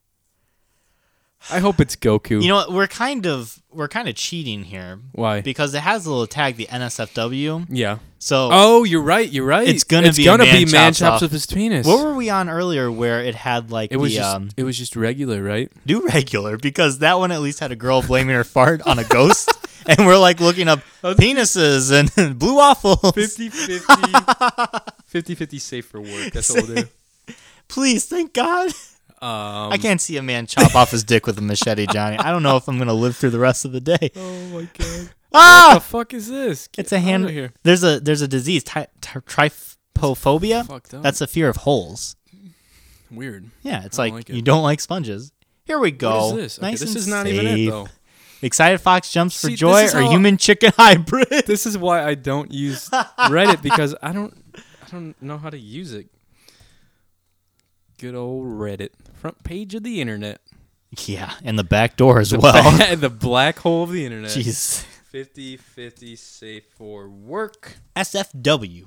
Speaker 1: I hope it's Goku.
Speaker 2: You know what? We're kind of we're kind of cheating here.
Speaker 1: Why?
Speaker 2: Because it has a little tag, the NSFW.
Speaker 1: yeah.
Speaker 2: So
Speaker 1: Oh, you're right. You're right.
Speaker 2: It's gonna be man chops
Speaker 1: chops
Speaker 2: off.
Speaker 1: off his penis.
Speaker 2: what were we on earlier where it had like
Speaker 1: it was
Speaker 2: the
Speaker 1: just
Speaker 2: um,
Speaker 1: it was just regular, right?
Speaker 2: do regular? Because that one at least had a girl blaming her fart on a ghost, *laughs* and we're like looking up
Speaker 1: Oh,
Speaker 2: penises and *laughs* blue waffles.
Speaker 1: 50 *laughs* 50 50 50 safe for work. That's what we'll do.
Speaker 2: Please, thank God.
Speaker 1: Um,
Speaker 2: I can't see a man chop off his dick with a machete, Johnny. I don't know if I'm gonna live through the rest of the day.
Speaker 1: *laughs* Oh my god. What the
Speaker 2: Ah,
Speaker 1: fuck is this? Get
Speaker 2: it's a
Speaker 1: outta
Speaker 2: hand.
Speaker 1: here.
Speaker 2: There's a there's a disease, ty- ty-
Speaker 1: fucked
Speaker 2: trypophobia.
Speaker 1: up.
Speaker 2: That's a fear of holes.
Speaker 1: Weird.
Speaker 2: Yeah, it's
Speaker 1: I don't
Speaker 2: like,
Speaker 1: like it.
Speaker 2: you don't like sponges. Here we go.
Speaker 1: What is this? Okay,
Speaker 2: Nice
Speaker 1: this
Speaker 2: and
Speaker 1: is not even it
Speaker 2: safe.
Speaker 1: though.
Speaker 2: Excited fox jumps
Speaker 1: See,
Speaker 2: for
Speaker 1: this
Speaker 2: joy
Speaker 1: is
Speaker 2: or
Speaker 1: how-
Speaker 2: human chicken *laughs* hybrid.
Speaker 1: This is why I don't use Reddit because I don't I don't know how to use it. Good old Reddit. Front page of the internet.
Speaker 2: yeah, and the back door as *laughs*
Speaker 1: *laughs*
Speaker 2: well.
Speaker 1: the black hole of the internet.
Speaker 2: Jeez.
Speaker 1: 50 50 safe for work.
Speaker 2: SFW.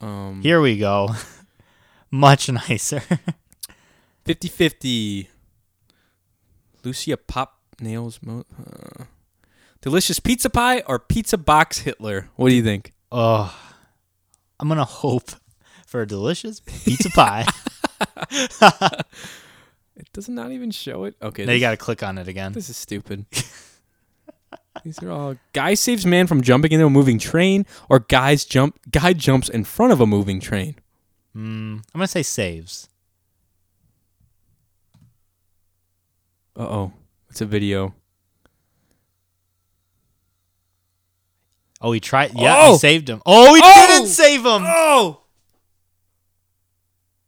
Speaker 1: Um
Speaker 2: Here we go. *laughs* Much
Speaker 1: *laughs*
Speaker 2: nicer.
Speaker 1: 50 50. Lucia Pop Nails. Mo- uh, delicious pizza pie or pizza box Hitler? What do you think?
Speaker 2: oh, I'm gonna hope for a delicious pizza
Speaker 1: *laughs*
Speaker 2: pie.
Speaker 1: It does not even show it. Okay.
Speaker 2: now you
Speaker 1: This,
Speaker 2: gotta click on it again.
Speaker 1: this is stupid. *laughs* These are all guy saves man from jumping into a moving train or guys jump guy jumps in front of a moving train.
Speaker 2: I'm gonna say saves.
Speaker 1: Uh oh. It's a video.
Speaker 2: Oh, he tried. Yeah,
Speaker 1: Oh!
Speaker 2: he saved him. Oh, he
Speaker 1: Oh!
Speaker 2: didn't save him.
Speaker 1: Oh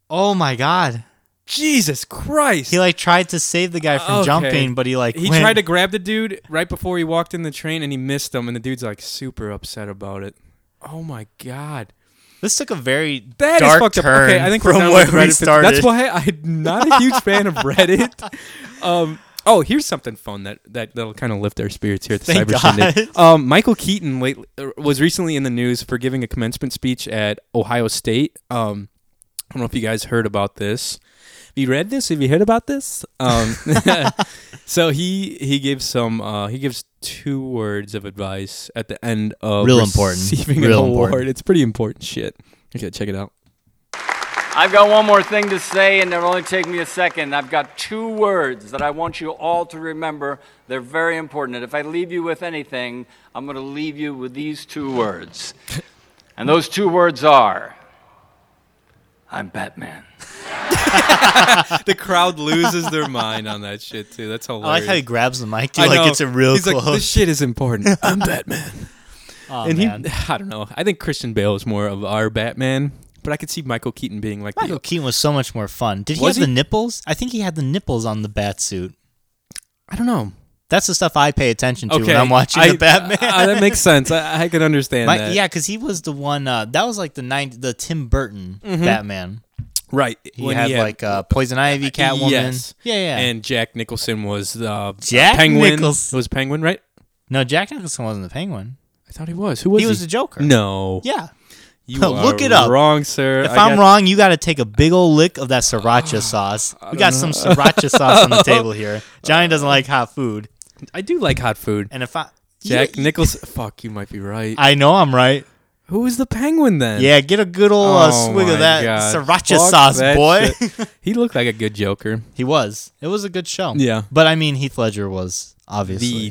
Speaker 2: Oh my god.
Speaker 1: Jesus Christ.
Speaker 2: He like tried to save the guy from
Speaker 1: Okay.
Speaker 2: jumping, but he like
Speaker 1: he
Speaker 2: went-
Speaker 1: tried to grab the dude right before he walked in the train and he missed him and the dude's like super upset about it. Oh my god.
Speaker 2: This took a very
Speaker 1: That is
Speaker 2: dark
Speaker 1: fucked up.
Speaker 2: turn
Speaker 1: Okay, I think we're
Speaker 2: from
Speaker 1: done
Speaker 2: where
Speaker 1: with Reddit.
Speaker 2: we
Speaker 1: fifty-
Speaker 2: started.
Speaker 1: That's why I'm not a huge fan of
Speaker 2: *laughs*
Speaker 1: Reddit. Um Oh, here's something fun that, that that'll kind of lift our spirits here at the
Speaker 2: Thank
Speaker 1: Cyber
Speaker 2: God. *laughs*
Speaker 1: Sunday. Um, Michael Keaton lately, er, was recently in the news for giving a commencement speech at Ohio State. Um, I don't know if you guys heard about this. Have you read this? Have you heard about this? Um, *laughs* so he he gives some uh, he gives two words of advice at the end of
Speaker 2: Real important.
Speaker 1: receiving
Speaker 2: Real
Speaker 1: an award.
Speaker 2: important.
Speaker 1: It's pretty important shit. Okay, check it out.
Speaker 8: I've got one more thing to say, and it'll only take me a second. I've got two words that I want you all to remember. They're very important. And if I leave you with anything, I'm going to leave you with these two words. And those two words are I'm Batman.
Speaker 1: the crowd loses their mind on that shit too. That's
Speaker 2: I like
Speaker 1: hilarious.
Speaker 2: how he grabs the mic too, like it's a real
Speaker 1: He's
Speaker 2: close.
Speaker 1: like, this shit is
Speaker 2: *laughs*
Speaker 1: important. I'm Batman.
Speaker 2: Aw,
Speaker 1: and
Speaker 2: man.
Speaker 1: he, *sighs* I don't know. I think Christian Bale is more of our Batman, but I could see Michael Keaton being like,
Speaker 2: Michael
Speaker 1: the,
Speaker 2: Keaton was so much more fun. Did he
Speaker 1: Was
Speaker 2: have
Speaker 1: he?
Speaker 2: the nipples? I think he had the nipples on the bat suit.
Speaker 1: I don't know.
Speaker 2: That's the stuff I pay attention to
Speaker 1: Okay,
Speaker 2: when I'm watching
Speaker 1: I-
Speaker 2: the Batman.
Speaker 1: uh, that makes sense. I, I can understand
Speaker 2: *laughs* My-
Speaker 1: that.
Speaker 2: yeah, because he was the one. Uh, that was like the nine, the Tim Burton
Speaker 1: Mm-hmm.
Speaker 2: Batman.
Speaker 1: right.
Speaker 2: He had, like uh, Poison Ivy, Catwoman.
Speaker 1: Yes.
Speaker 2: Yeah, yeah.
Speaker 1: And Jack Nicholson was uh,
Speaker 2: Jack
Speaker 1: Penguin.
Speaker 2: Nichols-
Speaker 1: Was Penguin right?
Speaker 2: no, Jack Nicholson wasn't the Penguin.
Speaker 1: I thought he was. Who was
Speaker 2: He
Speaker 1: he?
Speaker 2: was the Joker.
Speaker 1: No.
Speaker 2: Yeah.
Speaker 1: You
Speaker 2: *laughs* Look
Speaker 1: are
Speaker 2: it up.
Speaker 1: Wrong, sir.
Speaker 2: If
Speaker 1: I
Speaker 2: I'm
Speaker 1: got-
Speaker 2: wrong, you got to take a big old lick of
Speaker 1: *sighs*
Speaker 2: that sriracha sauce. We got some sriracha sauce on the
Speaker 1: *laughs*
Speaker 2: table here. Johnny doesn't like hot food,
Speaker 1: I do like hot food.
Speaker 2: and if I
Speaker 1: Jack
Speaker 2: You-
Speaker 1: Nicholson. Fuck, you might be right.
Speaker 2: I know I'm right.
Speaker 1: Who is the penguin then?
Speaker 2: Yeah, get a good old uh,
Speaker 1: Oh
Speaker 2: swig
Speaker 1: my
Speaker 2: of that
Speaker 1: God.
Speaker 2: sriracha
Speaker 1: Fuck
Speaker 2: sauce,
Speaker 1: that
Speaker 2: boy. *laughs*
Speaker 1: shit. he looked like a good Joker.
Speaker 2: he was. It was a good show.
Speaker 1: Yeah.
Speaker 2: But I mean, Heath Ledger was obviously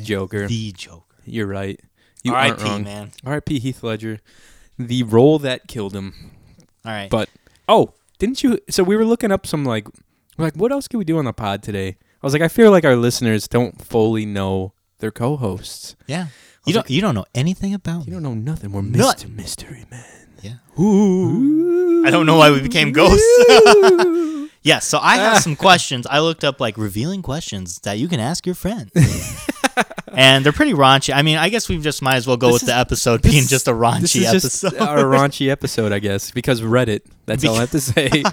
Speaker 1: The Joker.
Speaker 2: The Joker.
Speaker 1: You're right. You
Speaker 2: R.I.P.,
Speaker 1: aren't wrong.
Speaker 2: man.
Speaker 1: R.I.P. Heath Ledger. The role that killed him.
Speaker 2: All right.
Speaker 1: But oh, didn't you? So we were looking up some like, we're like what else can we do on the pod today? I was like, I feel like our listeners don't fully know their co-hosts.
Speaker 2: yeah, you don't you don't know anything about
Speaker 1: You
Speaker 2: me.
Speaker 1: don't know nothing. We're
Speaker 2: Nut.
Speaker 1: Mr. Mystery Man.
Speaker 2: Yeah. I don't know why we *laughs* became ghosts. yeah. So I *laughs* have some questions. I looked up like revealing questions that you can ask your friends. And they're pretty raunchy. I mean, I guess we just might as well go with the episode *laughs* being just a
Speaker 1: This
Speaker 2: raunchy
Speaker 1: is
Speaker 2: episode.
Speaker 1: just a raunchy episode, I guess, because Reddit. That's all I have to
Speaker 2: *laughs*
Speaker 1: say.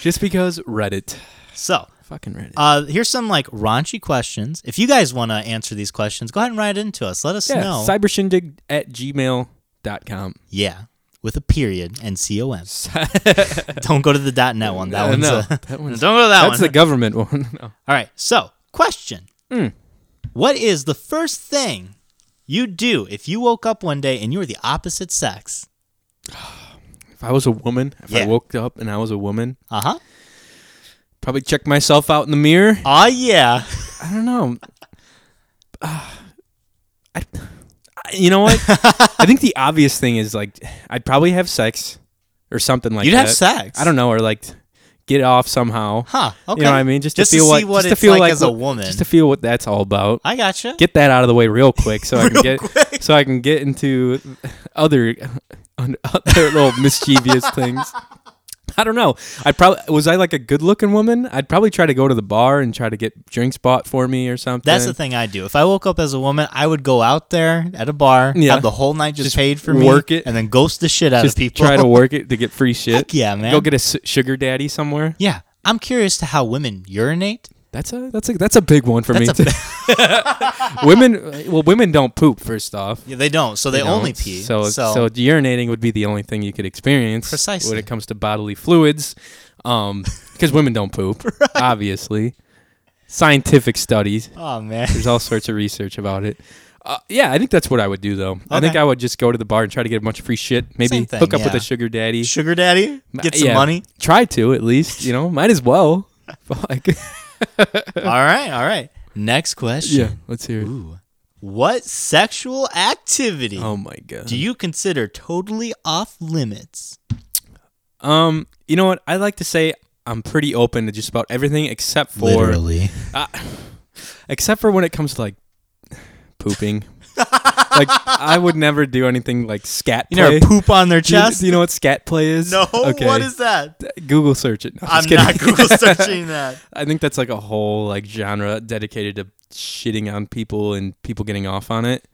Speaker 1: just because Reddit.
Speaker 2: so,
Speaker 1: Fucking Reddit.
Speaker 2: Uh, here's some like raunchy questions. If you guys want to answer these questions, go ahead and write it into us. Let us
Speaker 1: yeah,
Speaker 2: know.
Speaker 1: cybershindig at gmail.com.
Speaker 2: yeah, with a period and
Speaker 1: *laughs*
Speaker 2: com. don't go to the dot net one. That
Speaker 1: Uh,
Speaker 2: one's
Speaker 1: no,
Speaker 2: a,
Speaker 1: that one's-
Speaker 2: *laughs* don't go to that
Speaker 1: That's the
Speaker 2: one.
Speaker 1: government *laughs* one. No.
Speaker 2: All right. So question:
Speaker 1: Hmm.
Speaker 2: What is the first thing you do if you woke up one day and you were the opposite sex?
Speaker 1: If I was a woman, if I
Speaker 2: Yeah.
Speaker 1: woke up and I was a woman,
Speaker 2: Uh huh.
Speaker 1: probably check myself out in the mirror.
Speaker 2: Ah yeah.
Speaker 1: I don't know. Uh, I, you know
Speaker 2: *laughs*
Speaker 1: what? I think the obvious thing is like I'd probably have sex or something like
Speaker 2: You'd
Speaker 1: that.
Speaker 2: have sex?
Speaker 1: I don't know, or like get off somehow.
Speaker 2: Huh, okay.
Speaker 1: You know what I mean? Just,
Speaker 2: Just
Speaker 1: to
Speaker 2: to
Speaker 1: feel
Speaker 2: see
Speaker 1: like,
Speaker 2: what
Speaker 1: just to
Speaker 2: it's
Speaker 1: feel
Speaker 2: like as a
Speaker 1: what-
Speaker 2: woman.
Speaker 1: Just to feel what that's all about.
Speaker 2: I gotcha.
Speaker 1: get that out of the way real quick so I can
Speaker 2: Real
Speaker 1: get
Speaker 2: quick.
Speaker 1: so I can get into other on other little mischievous things. I don't know. I probably was I like a good looking woman. I'd probably try to go to the bar and try to get drinks bought for me or something.
Speaker 2: That's the thing I do. If I woke up as a woman, I would go out there at a bar,
Speaker 1: Yeah.
Speaker 2: have the whole night just,
Speaker 1: Just
Speaker 2: paid for me,
Speaker 1: work it.
Speaker 2: and then ghost the shit out
Speaker 1: Just
Speaker 2: of people.
Speaker 1: try to work it to get free shit.
Speaker 2: Heck yeah, man.
Speaker 1: Go get a s- sugar daddy somewhere.
Speaker 2: *laughs* Yeah, I'm curious to how women urinate.
Speaker 1: That's a that's a that's a big one for
Speaker 2: That's
Speaker 1: me.
Speaker 2: a-
Speaker 1: too. women, well, women don't poop first off.
Speaker 2: *laughs* Yeah, they don't, so they,
Speaker 1: you know?
Speaker 2: only pee.
Speaker 1: So, so urinating would be the only thing you could experience
Speaker 2: Precisely.
Speaker 1: when it comes to bodily fluids, um, because women don't
Speaker 2: *laughs*
Speaker 1: poop, obviously. Scientific studies.
Speaker 2: oh man,
Speaker 1: *laughs* There's all sorts of research about it. Uh, yeah, I think that's what I would do though. I think
Speaker 2: Okay.
Speaker 1: I would just go to the bar and try to get a bunch of free shit. Maybe
Speaker 2: Same thing,
Speaker 1: hook up with
Speaker 2: yeah.
Speaker 1: a sugar daddy. Uh,
Speaker 2: sugar daddy, get some
Speaker 1: Yeah, *laughs*
Speaker 2: money.
Speaker 1: Try to at least. You know, might as well. *laughs*
Speaker 2: *laughs*
Speaker 1: Fuck.
Speaker 2: all right, all right. Next question:
Speaker 1: yeah, let's hear it.
Speaker 2: What sexual activity
Speaker 1: Oh my god.
Speaker 2: do you consider totally off limits?
Speaker 1: um, you know what? I like to say I'm pretty open to just about everything except for *laughs* except for when it comes to like pooping. like I would never do anything like scat
Speaker 2: you
Speaker 1: play.
Speaker 2: never poop on their
Speaker 1: Do you-
Speaker 2: chest.
Speaker 1: Do you know what scat play is?
Speaker 2: no, what is that?
Speaker 1: Google search it. No,
Speaker 2: I'm
Speaker 1: just kidding.
Speaker 2: not Google
Speaker 1: *laughs*
Speaker 2: searching that.
Speaker 1: I think that's like a whole like genre dedicated to shitting on people and people getting off on it.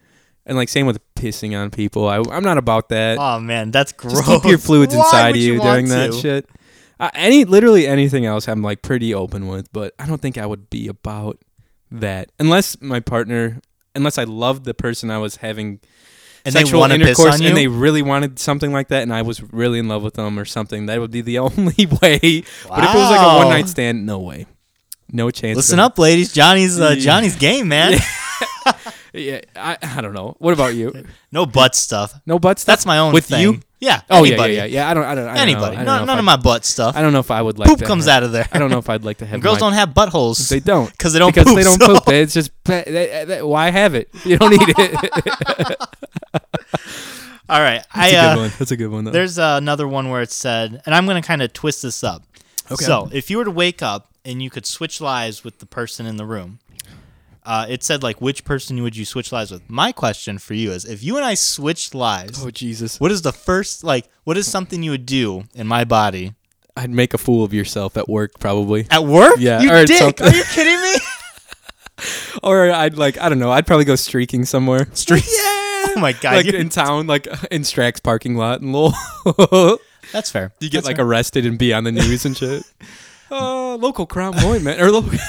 Speaker 1: And like same with pissing on people. I, I'm not about that.
Speaker 2: Oh man, that's gross.
Speaker 1: Just keep your fluids
Speaker 2: Why
Speaker 1: inside
Speaker 2: would
Speaker 1: you,
Speaker 2: want
Speaker 1: during that
Speaker 2: to?
Speaker 1: shit. Uh, any literally anything else, I'm like pretty open with, but I don't think I would be about that unless my partner, unless I loved the person I was having
Speaker 2: And
Speaker 1: sexual
Speaker 2: wanna piss
Speaker 1: intercourse
Speaker 2: on
Speaker 1: and they
Speaker 2: you?
Speaker 1: really wanted something like that, and I was really in love with them or something. That would be the *laughs* only way. But if it was like a
Speaker 2: Wow.
Speaker 1: one night stand, no way, no chance. *laughs*
Speaker 2: listen
Speaker 1: man.
Speaker 2: up, ladies. Johnny's uh, Johnny's game, man.
Speaker 1: Yeah, I, I don't know. What about you?
Speaker 2: No butt stuff.
Speaker 1: No butts.
Speaker 2: That's my own
Speaker 1: with
Speaker 2: thing.
Speaker 1: you.
Speaker 2: Yeah.
Speaker 1: Oh yeah,
Speaker 2: anybody.
Speaker 1: yeah, yeah, yeah. I don't. I don't. I don't
Speaker 2: Anybody.
Speaker 1: Know. I don't know
Speaker 2: none
Speaker 1: if
Speaker 2: none
Speaker 1: I-
Speaker 2: of my butt stuff.
Speaker 1: I don't know if I would like
Speaker 2: Poop
Speaker 1: to
Speaker 2: comes
Speaker 1: have-
Speaker 2: out of there.
Speaker 1: I don't know if I'd like to have.
Speaker 2: *laughs* Girls
Speaker 1: my-
Speaker 2: don't have buttholes.
Speaker 1: *laughs* They don't
Speaker 2: *laughs* 'Cause they don't
Speaker 1: because they
Speaker 2: poop,
Speaker 1: don't
Speaker 2: so-
Speaker 1: poop. It's just why have it? You don't need it. That's
Speaker 2: *laughs* All right. I
Speaker 1: a good
Speaker 2: uh,
Speaker 1: one. That's a good one. Though.
Speaker 2: there's uh, another one where it said, and I'm going to kind of twist this up. Okay. So if you were to wake up and you could switch lives with the person in the room, uh, it said like which person would you switch lives with? My question for you is, if you and I switched lives,
Speaker 1: oh Jesus!
Speaker 2: what is the first like? What is something you would do in my body
Speaker 1: I'd make a fool of yourself at work probably,
Speaker 2: at work?
Speaker 1: Yeah,
Speaker 2: You
Speaker 1: or
Speaker 2: dick?
Speaker 1: something.
Speaker 2: Are you
Speaker 1: *laughs*
Speaker 2: kidding me?
Speaker 1: or I'd like I don't know. I'd probably go streaking somewhere.
Speaker 2: Streets. *laughs* Oh my god.
Speaker 1: Like
Speaker 2: you're-
Speaker 1: in town, like in Strack's parking lot in *laughs* Lowell.
Speaker 2: that's fair.
Speaker 1: You get like arrested and be on the news and
Speaker 2: *laughs*
Speaker 1: shit. Uh, local crime boy, man. Or local, *laughs*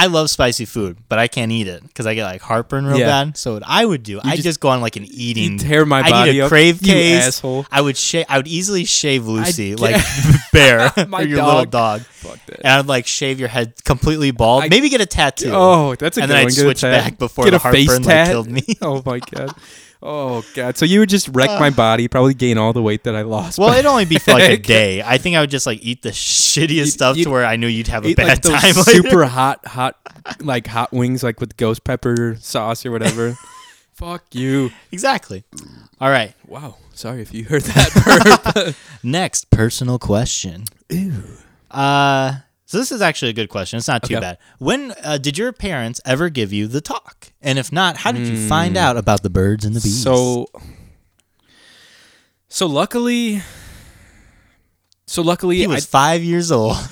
Speaker 2: I love spicy food, but I can't eat it because I get like heartburn real
Speaker 1: Yeah.
Speaker 2: bad. So what I would do, I
Speaker 1: just-
Speaker 2: just, go on like an eating.
Speaker 1: tear my
Speaker 2: I
Speaker 1: body
Speaker 2: need a
Speaker 1: up,
Speaker 2: crave
Speaker 1: you
Speaker 2: case.
Speaker 1: asshole.
Speaker 2: I would shave. I would easily shave Lucy,
Speaker 1: I'd *laughs*
Speaker 2: like *laughs*
Speaker 1: get-
Speaker 2: bear,
Speaker 1: My
Speaker 2: or your little
Speaker 1: dog.
Speaker 2: dog,
Speaker 1: Fuck that.
Speaker 2: and I'd like shave your head completely bald.
Speaker 1: I-
Speaker 2: Maybe get a tattoo.
Speaker 1: Oh, *laughs* that's a
Speaker 2: and
Speaker 1: good
Speaker 2: then
Speaker 1: one.
Speaker 2: I'd
Speaker 1: Get a
Speaker 2: switch
Speaker 1: tat.
Speaker 2: back before
Speaker 1: Get
Speaker 2: the
Speaker 1: a face
Speaker 2: heartburn like
Speaker 1: tat.
Speaker 2: killed me.
Speaker 1: *laughs* oh my god. Oh god. So you would just wreck my body, probably gain all the weight that I lost.
Speaker 2: Well,
Speaker 1: by-
Speaker 2: it'd only be for like
Speaker 1: *laughs*
Speaker 2: a day. I think I would just like eat the shittiest stuff
Speaker 1: you'd
Speaker 2: to where I knew you'd have a
Speaker 1: Ate,
Speaker 2: bad
Speaker 1: like, those
Speaker 2: time. *laughs* later.
Speaker 1: super hot, hot, like hot wings, like with ghost pepper sauce or
Speaker 2: *laughs*
Speaker 1: whatever. Fuck you.
Speaker 2: Exactly. All right.
Speaker 1: Wow. Sorry if you heard that. *laughs* burp.
Speaker 2: Next personal question. Ew. Uh, so this is actually a good question. It's not too
Speaker 1: Okay.
Speaker 2: bad. When uh, did your parents ever give you the talk? And if not, how did you find out about the birds and the bees?
Speaker 1: Hmm. So, so luckily, so luckily,
Speaker 2: he was five years
Speaker 1: *laughs*
Speaker 2: old.
Speaker 1: I,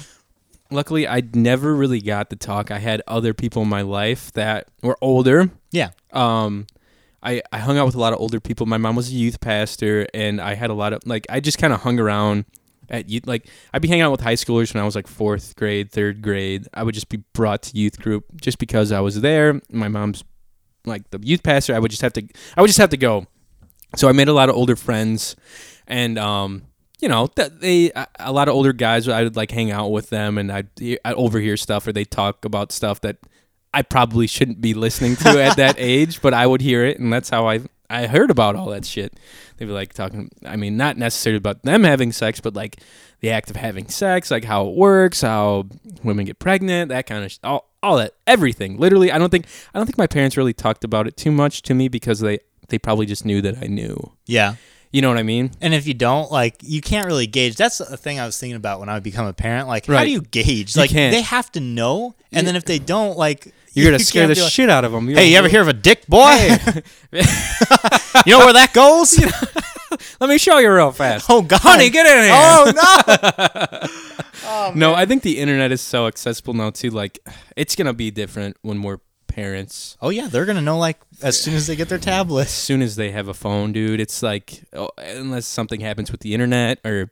Speaker 1: luckily, I never really got the talk. I had other people in my life that were older.
Speaker 2: yeah.
Speaker 1: Um, I I hung out with a lot of older people. My mom was a youth pastor, and I had a lot of like I just kind of hung around at youth. Like I'd be hanging out with high schoolers when I was like fourth grade, third grade. I would just be brought to youth group just because I was there. My mom's like the youth pastor. I would just have to. I would just have to go. So I made a lot of older friends, and um, you know, that they a- a lot of older guys. I would like hang out with them, and I'd, I'd overhear stuff, or they talk about stuff that I probably shouldn't be listening to at that age, but I would hear it, and that's how I I heard about all that shit. They'd be like talking. I mean, not necessarily about them having sex, but like the act of having sex, like how it works, how women get pregnant, that kind of sh- all all that everything. Literally, I don't think I don't think my parents really talked about it too much to me because they they probably just knew that I knew.
Speaker 2: Yeah.
Speaker 1: You know what I mean?
Speaker 2: And if you don't, like, you can't really gauge. That's the thing I was thinking about when I would become a parent. Like, how
Speaker 1: Right.
Speaker 2: do you gauge? Like,
Speaker 1: can't.
Speaker 2: they have to know. And then if they don't, like,
Speaker 1: You're *laughs*
Speaker 2: you
Speaker 1: gonna scare
Speaker 2: can't
Speaker 1: the
Speaker 2: be like,
Speaker 1: shit out of them.
Speaker 2: Hey, you ever hear of a dick boy? *laughs* you know where that goes?
Speaker 1: *laughs* Let me show you real fast.
Speaker 2: Oh, God.
Speaker 1: honey, get in here.
Speaker 2: *laughs* Oh no!
Speaker 1: *laughs* No, I think the internet is so accessible now too. Like, it's gonna be different when we're parents.
Speaker 2: oh yeah, they're gonna know like as soon as they get their
Speaker 1: As
Speaker 2: tablets.
Speaker 1: soon as they have a phone, dude, it's like oh, unless something happens with the internet, or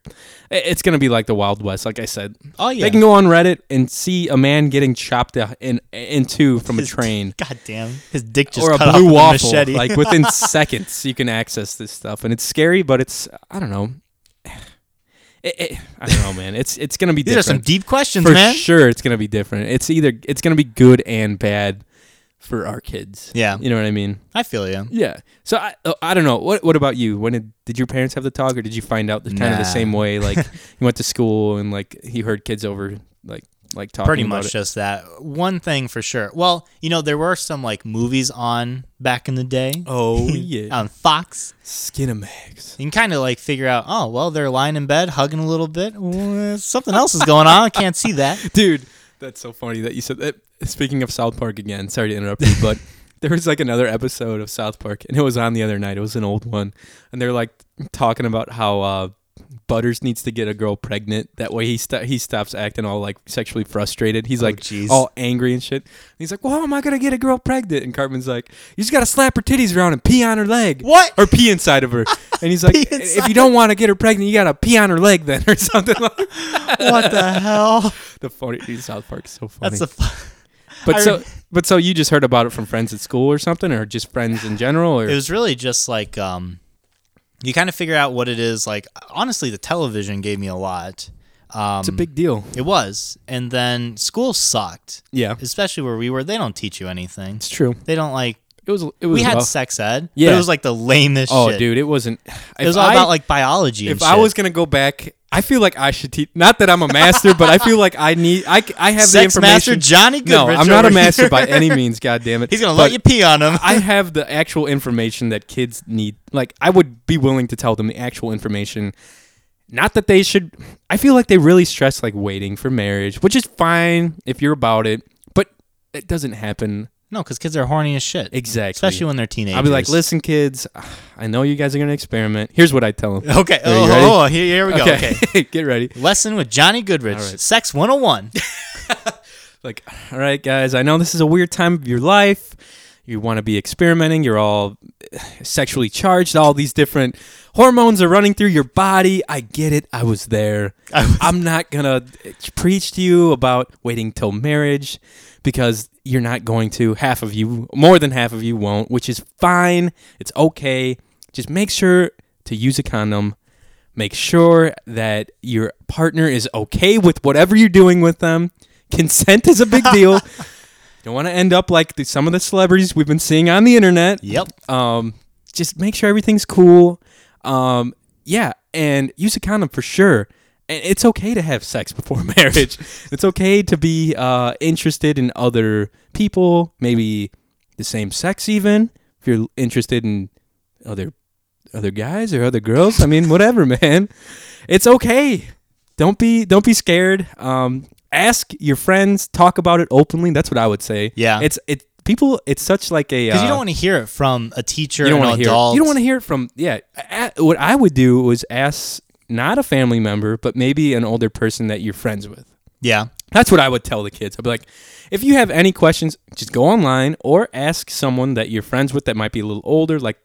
Speaker 1: i- it's gonna be like the Wild West. Like I said,
Speaker 2: Oh yeah,
Speaker 1: they can go on Reddit and see a man getting chopped a- in in two from *laughs* a
Speaker 2: His-
Speaker 1: train.
Speaker 2: God damn, his dick just
Speaker 1: or a
Speaker 2: cut off
Speaker 1: blue
Speaker 2: with a
Speaker 1: waffle.
Speaker 2: machete.
Speaker 1: Like within seconds, you can access this stuff, and it's scary, but it's I don't know. It, it, I don't know, man. It's it's gonna be
Speaker 2: *laughs* These are some
Speaker 1: different.
Speaker 2: deep questions,
Speaker 1: for
Speaker 2: man.
Speaker 1: sure it's gonna be different. It's either it's gonna be good and bad for our kids.
Speaker 2: Yeah.
Speaker 1: you know what I mean.
Speaker 2: I feel you.
Speaker 1: Yeah. So I oh, I don't know. What what about you? When did, did your parents have the talk, or did you find out the, kind of
Speaker 2: Nah.
Speaker 1: the same way?
Speaker 2: *laughs*
Speaker 1: Like you went to school and like you heard kids over like like talking
Speaker 2: Pretty
Speaker 1: about
Speaker 2: much
Speaker 1: it.
Speaker 2: just that one thing for sure. Well, you know there were some like movies on back in the day. *laughs*
Speaker 1: Oh yeah.
Speaker 2: On Fox,
Speaker 1: Skinamax.
Speaker 2: you can kind of like figure out. Oh well, they're lying in bed, hugging a little bit. Well, Something else is going on. I can't
Speaker 1: *laughs*
Speaker 2: see that.
Speaker 1: dude that's so funny that you said that speaking of south park again sorry to interrupt you
Speaker 2: *laughs*
Speaker 1: but there was like another episode of south park and it was on the other night it was an old one and they're like talking about how uh Butters needs to get a girl pregnant. That way he st- he stops acting all like sexually frustrated. He's like
Speaker 2: Oh, jeez.
Speaker 1: all angry and shit. And he's like, "Well, how am I gonna get a girl pregnant?" And Cartman's like, "You just gotta slap her titties around and pee on her leg,
Speaker 2: What?
Speaker 1: Or pee inside of
Speaker 2: *laughs*
Speaker 1: her." And he's like,
Speaker 2: Pee
Speaker 1: "If you
Speaker 2: inside.
Speaker 1: don't want to get her pregnant, you gotta pee on her leg then, *laughs* or something." like
Speaker 2: What the hell?
Speaker 1: The funny dude, South Park is so funny.
Speaker 2: That's the. Fu-
Speaker 1: But
Speaker 2: I
Speaker 1: so,
Speaker 2: rem-
Speaker 1: but so you just heard about it from friends at school or something, or just friends in general, or
Speaker 2: it was really just like um you kind of figure out what it is like honestly the television gave me a lot um
Speaker 1: it's a big deal.
Speaker 2: it was and then school sucked
Speaker 1: Yeah,
Speaker 2: especially where we were they don't teach you anything
Speaker 1: it's true.
Speaker 2: they don't like
Speaker 1: It was. It was.
Speaker 2: we had
Speaker 1: rough.
Speaker 2: sex ed
Speaker 1: Yeah.
Speaker 2: but it was like the lamest
Speaker 1: oh,
Speaker 2: shit.
Speaker 1: dude, it wasn't.
Speaker 2: it was all about like biology and
Speaker 1: If I
Speaker 2: shit.
Speaker 1: was gonna go back, I feel like I should teach. Not that I'm a master, but I feel like I need. I, c- I have the
Speaker 2: Sex
Speaker 1: information.
Speaker 2: master Johnny
Speaker 1: no,
Speaker 2: Goodrich
Speaker 1: I'm not a
Speaker 2: over
Speaker 1: master
Speaker 2: here.
Speaker 1: by any
Speaker 2: *laughs*
Speaker 1: means. God damn it,
Speaker 2: he's gonna
Speaker 1: But
Speaker 2: let you pee on him
Speaker 1: I have the actual information that kids need. Like, I would be willing to tell them the actual information. Not that they should. I feel like they really stress like waiting for marriage, which is fine if you're about it, but it doesn't happen.
Speaker 2: no because kids are horny as shit
Speaker 1: Exactly.
Speaker 2: especially when they're teenagers
Speaker 1: I'll be like, listen, kids, I know you guys are going to experiment. Here's what I tell them.
Speaker 2: *laughs* okay
Speaker 1: Are you
Speaker 2: oh,
Speaker 1: ready?
Speaker 2: oh, here, here we go okay,
Speaker 1: *laughs* Get ready.
Speaker 2: lesson with Johnny Goodrich
Speaker 1: All right.
Speaker 2: sex
Speaker 1: *laughs*
Speaker 2: 101
Speaker 1: like, all right, guys, I know this is a weird time of your life. You want to be experimenting. You're all sexually charged. All these different hormones are running through your body. I get it. I was there. I'm not going to preach to you about waiting till marriage because you're not going to. Half of you, more than half of you, won't, which is fine. It's okay. Just make sure to use a condom make sure that your partner is okay with whatever you're doing with them. Consent is a big *laughs* deal. Don't want to end up like the, some of the celebrities we've been seeing on the internet.
Speaker 2: yep
Speaker 1: Um, just make sure everything's cool. Um, yeah, and use a condom for sure. And it's okay to have sex before *laughs* marriage. it's okay to be uh, interested in other people, maybe the same sex, even if you're interested in other other guys or other girls. I mean, whatever, *laughs* man. It's okay. Don't be don't be scared. Um, ask your friends. Talk about it openly. That's what I would say.
Speaker 2: Yeah.
Speaker 1: it's it. People, it's such like a
Speaker 2: Because you
Speaker 1: uh,
Speaker 2: don't want to hear it from a teacher,
Speaker 1: you don't
Speaker 2: an
Speaker 1: want to hear.
Speaker 2: adult.
Speaker 1: You don't want to hear it from. Yeah, a- a- what I would do was ask not a family member, but maybe an older person that you're friends with.
Speaker 2: Yeah.
Speaker 1: That's what I would tell the kids. I'd be like, if you have any questions, just go online or ask someone that you're friends with that might be a little older. Like,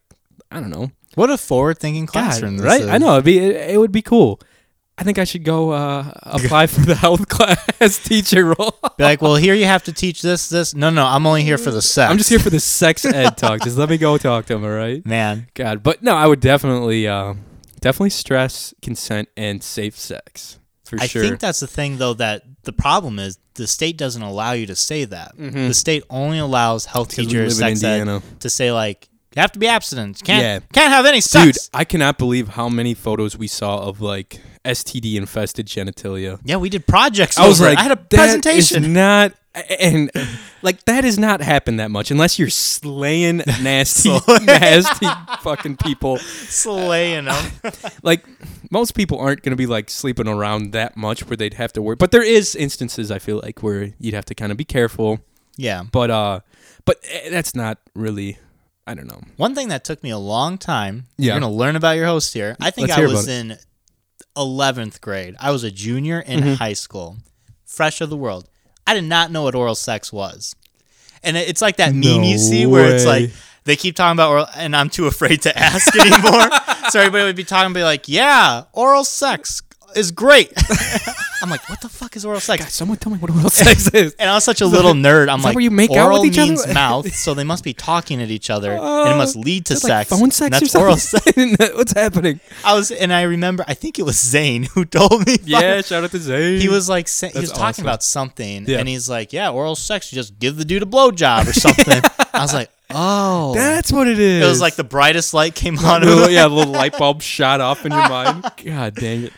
Speaker 1: I don't know,
Speaker 2: What a forward-thinking
Speaker 1: God,
Speaker 2: classroom, this
Speaker 1: right?
Speaker 2: is.
Speaker 1: I know it'd be it, it would be cool. I think I should go *laughs* uh, apply for the health class *laughs* teacher role.
Speaker 2: Be like, well, here you have to teach this, this. No, no, I'm only here for the sex.
Speaker 1: I'm just here for the sex ed talk. Just let me go talk to him. All right.
Speaker 2: man.
Speaker 1: God, but no, I would definitely, uh, definitely stress consent and safe sex for
Speaker 2: I
Speaker 1: sure.
Speaker 2: think that's the thing, though. That the problem is the state doesn't allow you to say that. The state only allows health
Speaker 1: 'Cause Mm-hmm. we
Speaker 2: teachers,
Speaker 1: live in
Speaker 2: sex ed,
Speaker 1: Indiana.
Speaker 2: to say like you have to be abstinent. You Can't
Speaker 1: Yeah.
Speaker 2: can't have any
Speaker 1: Dude,
Speaker 2: sex.
Speaker 1: I cannot believe how many photos we saw of like STD infested genitalia.
Speaker 2: yeah, we did projects.
Speaker 1: I was
Speaker 2: over it.
Speaker 1: like,
Speaker 2: I had a
Speaker 1: "That is
Speaker 2: presentation.
Speaker 1: not and like that has not happened that much unless you're slaying
Speaker 2: *laughs*
Speaker 1: nasty, *laughs* nasty fucking people.
Speaker 2: *laughs* slaying them.
Speaker 1: *laughs* like most people aren't going to be like sleeping around that much where they'd have to worry but there is instances i feel like where you'd have to kind of be careful
Speaker 2: yeah.
Speaker 1: but uh but eh, that's not really i don't know
Speaker 2: One thing that took me a long time.
Speaker 1: Yeah.
Speaker 2: You're gonna learn about your host here. I think
Speaker 1: Let's
Speaker 2: I
Speaker 1: hear
Speaker 2: was
Speaker 1: about it.
Speaker 2: in eleventh grade. I was a junior in
Speaker 1: Mm-hmm.
Speaker 2: high school, fresh of the world. I did not know what oral sex was, and it- it's like that meme
Speaker 1: No
Speaker 2: you see where it's
Speaker 1: way.
Speaker 2: like they keep talking about oral, and I'm too afraid to *laughs* ask anymore. so everybody would be talking, be like, "Yeah, oral sex is great." *laughs* I'm like, "What the fuck is oral sex?"
Speaker 1: someone tell me what oral *laughs* sex is
Speaker 2: And I was such a little nerd. I'm
Speaker 1: that
Speaker 2: like,
Speaker 1: where you make out
Speaker 2: oral
Speaker 1: with each other? *laughs* Uh,
Speaker 2: means mouth, so they must be talking at each other, and it must lead to
Speaker 1: like
Speaker 2: sex.
Speaker 1: phone sex
Speaker 2: and that's
Speaker 1: or *laughs*
Speaker 2: oral sex.
Speaker 1: something what's happening
Speaker 2: I was, and I remember, I think it was Zane who *laughs* told me.
Speaker 1: yeah shout out to zane
Speaker 2: he was like, sa- he was
Speaker 1: That's
Speaker 2: talking
Speaker 1: awesome.
Speaker 2: about something,
Speaker 1: Yeah.
Speaker 2: and he's like, "Yeah, oral sex. You just give the dude a blowjob
Speaker 1: *laughs*
Speaker 2: or something." I was like, "Oh."
Speaker 1: that's what it is *laughs*
Speaker 2: it was like the brightest light came on.
Speaker 1: little, yeah, a
Speaker 2: *laughs*
Speaker 1: little light bulb shot off in your mind. God dang it!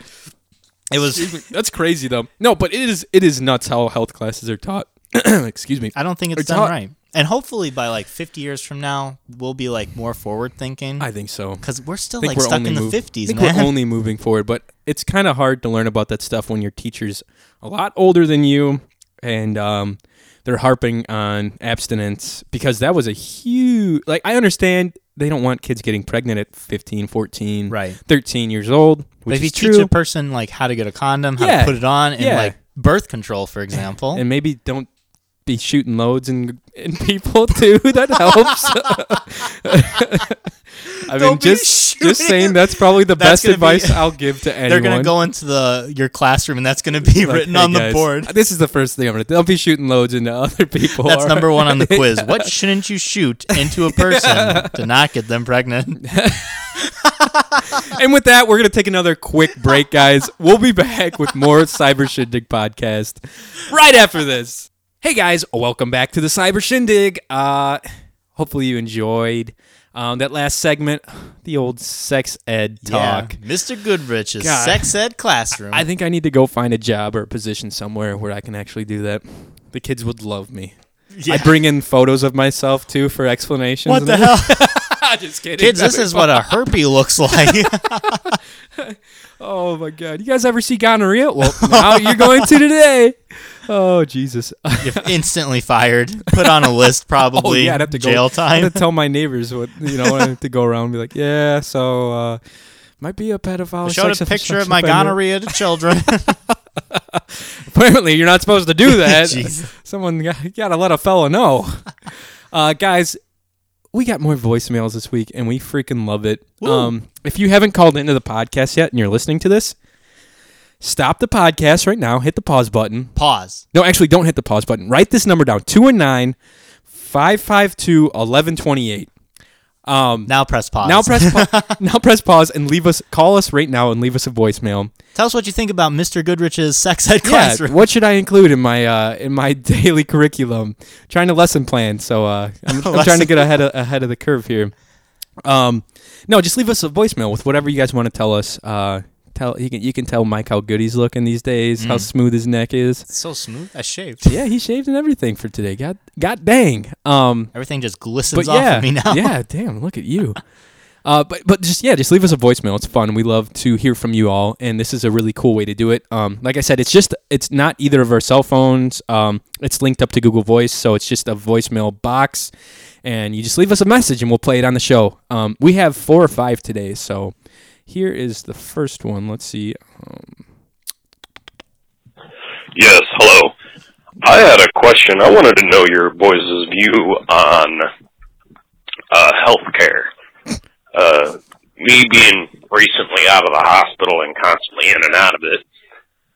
Speaker 2: It
Speaker 1: Excuse me.
Speaker 2: was.
Speaker 1: That's crazy though. No, but it is it is nuts how health classes are taught. *clears throat* Excuse me.
Speaker 2: I don't think it's
Speaker 1: It's
Speaker 2: done
Speaker 1: hot.
Speaker 2: right. And hopefully, by like 50 years from now, we'll be like more forward thinking.
Speaker 1: I think so.
Speaker 2: Because we're still
Speaker 1: think
Speaker 2: like
Speaker 1: we're
Speaker 2: stuck
Speaker 1: only
Speaker 2: in the
Speaker 1: move-
Speaker 2: 50s,
Speaker 1: I think
Speaker 2: man.
Speaker 1: we're only moving forward, but it's kind of hard to learn about that stuff when your teacher's a lot older than you, and um, they're harping on abstinence because that was a huge. Like I understand they don't want kids getting pregnant at 15, 14,
Speaker 2: Right.
Speaker 1: 13 years old,
Speaker 2: But
Speaker 1: which
Speaker 2: if you
Speaker 1: is
Speaker 2: teach
Speaker 1: true.
Speaker 2: a person like how to get a condom, how
Speaker 1: Yeah.
Speaker 2: to put it on, and
Speaker 1: Yeah.
Speaker 2: like birth control, for example,
Speaker 1: and maybe don't be shooting loads and and people *laughs* too. That helps. *laughs* I mean,
Speaker 2: Don't be
Speaker 1: just
Speaker 2: shooting.
Speaker 1: just saying that's probably the best
Speaker 2: That's gonna be-
Speaker 1: advice I'll give to anyone.
Speaker 2: *laughs* they're gonna go into the your classroom, and that's gonna
Speaker 1: *laughs*
Speaker 2: be
Speaker 1: Like,
Speaker 2: written
Speaker 1: "Hey,
Speaker 2: on the
Speaker 1: guys, Uh,
Speaker 2: board.
Speaker 1: This is the first thing I'm gonna. Don't be shooting loads into other *laughs* people.
Speaker 2: That's
Speaker 1: all
Speaker 2: number
Speaker 1: right? *laughs*
Speaker 2: one on the quiz. What shouldn't you shoot into a person to not get
Speaker 1: *laughs*
Speaker 2: them pregnant?
Speaker 1: And with that, we're gonna take another quick break,
Speaker 2: *laughs*
Speaker 1: guys. We'll be back with more Cyber Shindig podcast right after this. Hey guys, welcome back to the Cyber Shindig. Uh, hopefully you enjoyed um, that last segment, *sighs* the old sex ed talk.
Speaker 2: Yeah. Mr. Goodrich's
Speaker 1: God.
Speaker 2: sex ed classroom.
Speaker 1: I think I need to go find a job or a position somewhere where I can actually do that. The kids would love me. I bring in photos of myself too for explanations.
Speaker 2: what
Speaker 1: and
Speaker 2: the
Speaker 1: *laughs* everything.
Speaker 2: hell,
Speaker 1: Just kidding.
Speaker 2: kids? This is what a herpy looks like.
Speaker 1: *laughs*
Speaker 2: *laughs*
Speaker 1: Oh my god. You guys ever see gonorrhea? Well, now you're going to
Speaker 2: *laughs*
Speaker 1: today. Oh Jesus.
Speaker 2: Instantly fired. Put on a list,
Speaker 1: *laughs*
Speaker 2: probably.
Speaker 1: oh yeah, I'd have to go *laughs*
Speaker 2: jail
Speaker 1: I'd
Speaker 2: time.
Speaker 1: have to tell my neighbors what you know. I have to go around and be like, yeah, so uh, might be a pedophile.
Speaker 2: Showed
Speaker 1: sex
Speaker 2: a picture of
Speaker 1: *laughs* offender."
Speaker 2: my gonorrhea to
Speaker 1: *laughs*
Speaker 2: children.
Speaker 1: Apparently, you're not supposed to
Speaker 2: *laughs*
Speaker 1: do that.
Speaker 2: Jeez.
Speaker 1: Someone got, gotta let a fella
Speaker 2: *laughs*
Speaker 1: know. Uh, guys, we got more voicemails this week, and we freaking love it. Um, if you haven't called into the podcast yet, and you're listening to this. Stop the podcast right now. Hit the pause button.
Speaker 2: Pause.
Speaker 1: No, actually, don't hit the pause button. Write this number down 219 552 1128.
Speaker 2: Now press pause.
Speaker 1: Now press *laughs* pa- now press pause and leave us call us right now and leave us a voicemail.
Speaker 2: Tell us what you think about Mr. Goodrich's sex ed
Speaker 1: Yeah,
Speaker 2: classroom.
Speaker 1: what should I include in my uh, in my *laughs* daily *laughs* curriculum? Trying to lesson plan, so uh, I'm, I'm trying to
Speaker 2: Lesson
Speaker 1: get ahead of, ahead of the curve here. Um, no, just leave us a voicemail with whatever you guys want to tell us. Uh, tell you can you can tell Mike how good he's looking these days, how smooth his neck *laughs* is.
Speaker 2: It's so smooth. I shaved.
Speaker 1: Yeah, he shaved and everything for today. God, god dang. Um,
Speaker 2: Everything just
Speaker 1: but
Speaker 2: glistens off
Speaker 1: yeah,
Speaker 2: of me now.
Speaker 1: yeah, damn, look at you. *laughs* Uh, but but just yeah, just leave us a voicemail. It's fun. We love to hear from you all, and this is a really cool way to do it. Um, like I said, it's just it's not either of our cell phones. Um, it's linked up to Google Voice, so it's just a voicemail box, and you just leave us a message, and we'll play it on the show. Um, we have four or five today, so here is the first one. Let's see.
Speaker 9: Yes, hello. I had a question. I wanted to know your boys' view on uh, health care. Uh, me being recently out of the hospital and constantly in and out of it,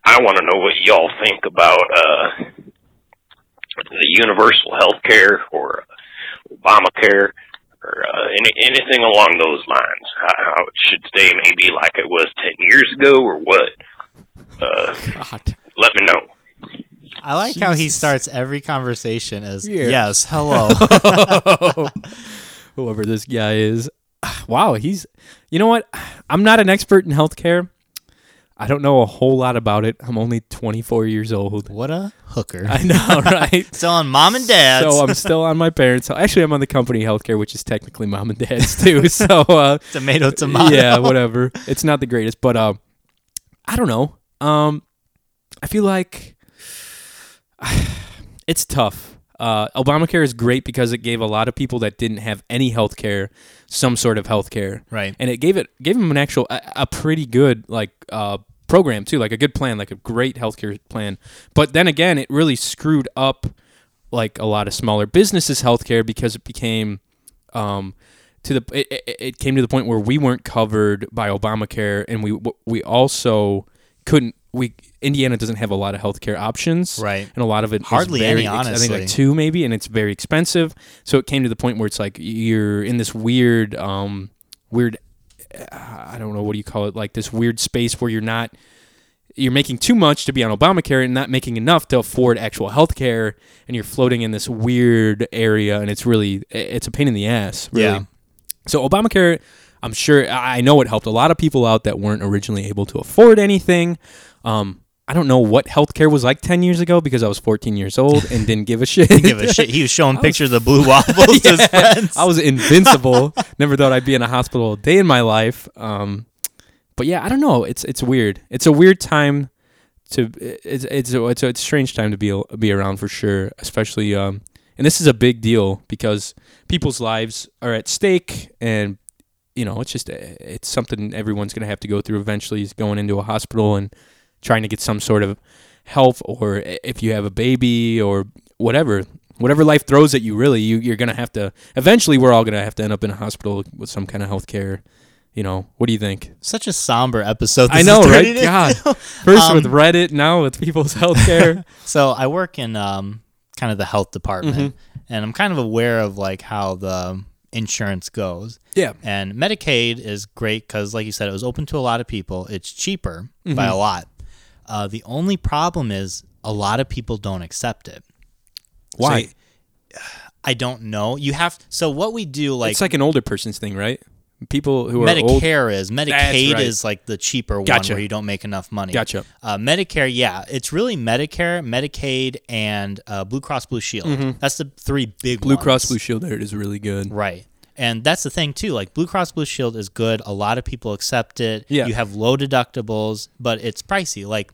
Speaker 9: I want to know what y'all think about uh, the universal health care or Obamacare or uh, any, anything along those lines. How how it should stay maybe like it was 10 years ago or what. Uh, let me know.
Speaker 2: *laughs* I like how he starts every conversation as
Speaker 1: Yeah.
Speaker 2: yes,
Speaker 1: *laughs*
Speaker 2: hello.
Speaker 1: whoever this guy is. *sighs* Wow, he's. You know what? *sighs* I'm not an expert in healthcare. I don't know a whole lot about it. I'm only 24 years old. *laughs*
Speaker 2: what a hooker.
Speaker 1: I know, right?
Speaker 2: Still on mom and dad's.
Speaker 1: so um, I'm still on my parents. Actually, I'm on the company healthcare, which is technically mom and dad's too. So uh,
Speaker 2: *laughs* tomato tomato. *laughs*
Speaker 1: yeah, whatever. It's not the greatest, but um, I don't know. Um, I feel like *sighs* it's tough. Uh, Obamacare is great because it gave a lot of people that didn't have any health care some sort of health care,
Speaker 2: Right.
Speaker 1: And it gave it gave them an actual a, a pretty good like uh, program too, like a good plan, like a great healthcare plan. But then again, it really screwed up like a lot of smaller businesses' healthcare because it became um, to the it, it, it came to the point where we weren't covered by Obamacare, and we we also couldn't. We Indiana doesn't have a lot of healthcare options,
Speaker 2: Right.
Speaker 1: And a lot of it is
Speaker 2: Hardly
Speaker 1: very
Speaker 2: any,
Speaker 1: ex- I think like
Speaker 2: honestly.
Speaker 1: two maybe, and it's very expensive. So it came to the point where it's like you're in this weird, um, weird. I don't know what do you call it, like this weird space where you're not you're making too much to be on Obamacare and not making enough to afford actual health care and you're floating in this weird area and it's really it's a pain in the ass really.
Speaker 2: Yeah.
Speaker 1: So Obamacare I'm sure I I know it helped a lot of people out that weren't originally able to afford anything. Um I don't know what healthcare was like 10 years ago because I was 14 years old and didn't give a *laughs* shit.
Speaker 2: Give a shit. He
Speaker 1: *laughs*
Speaker 2: was showing pictures of blue waffles to *laughs* his friends.
Speaker 1: I was invincible. Never thought I'd be in a hospital a day in my life. Um, but yeah, I don't know. It's it's weird. It's a weird time to it's it's a, it's a it's a strange time to be al- be around for sure, especially um, and this is a big deal because people's lives are at stake and you know, it's just eh, it's something everyone's going to have to go through eventually is going into a hospital and trying to get some sort of help or if you have a baby or whatever whatever life throws at you really you you're going to have to eventually we're all going to have to end up in a hospital with some kind of health care you know what do you think
Speaker 2: Such a somber episode.
Speaker 1: i
Speaker 2: this
Speaker 1: know
Speaker 2: has
Speaker 1: right
Speaker 2: turned into.
Speaker 1: god
Speaker 2: *laughs*
Speaker 1: first with
Speaker 2: Um,
Speaker 1: reddit now with people's health care
Speaker 2: So I work in um, kind of the health department,
Speaker 1: Mm-hmm.
Speaker 2: and I'm kind of aware of like how the insurance goes.
Speaker 1: yeah
Speaker 2: And Medicaid is great because, like you said, it was open to a lot of people. It's cheaper
Speaker 1: Mm-hmm.
Speaker 2: by a lot. Uh, the only problem is a lot of people don't accept it.
Speaker 1: why
Speaker 2: So I don't know. You have so what we do like,
Speaker 1: it's like an older person's thing right people who are old
Speaker 2: Medicare is Medicaid
Speaker 1: right.
Speaker 2: is like the cheaper
Speaker 1: Gotcha.
Speaker 2: one where you don't make enough money.
Speaker 1: Gotcha.
Speaker 2: Uh, Medicare, yeah, it's really Medicare, Medicaid, and uh, Blue Cross Blue Shield. That's the three big
Speaker 1: Mm-hmm. blue
Speaker 2: ones.
Speaker 1: cross blue shield there it is really good
Speaker 2: Right. And that's the thing too. Like Blue Cross Blue Shield is good. A lot of people accept it.
Speaker 1: Yeah.
Speaker 2: You have low deductibles, but it's pricey. Like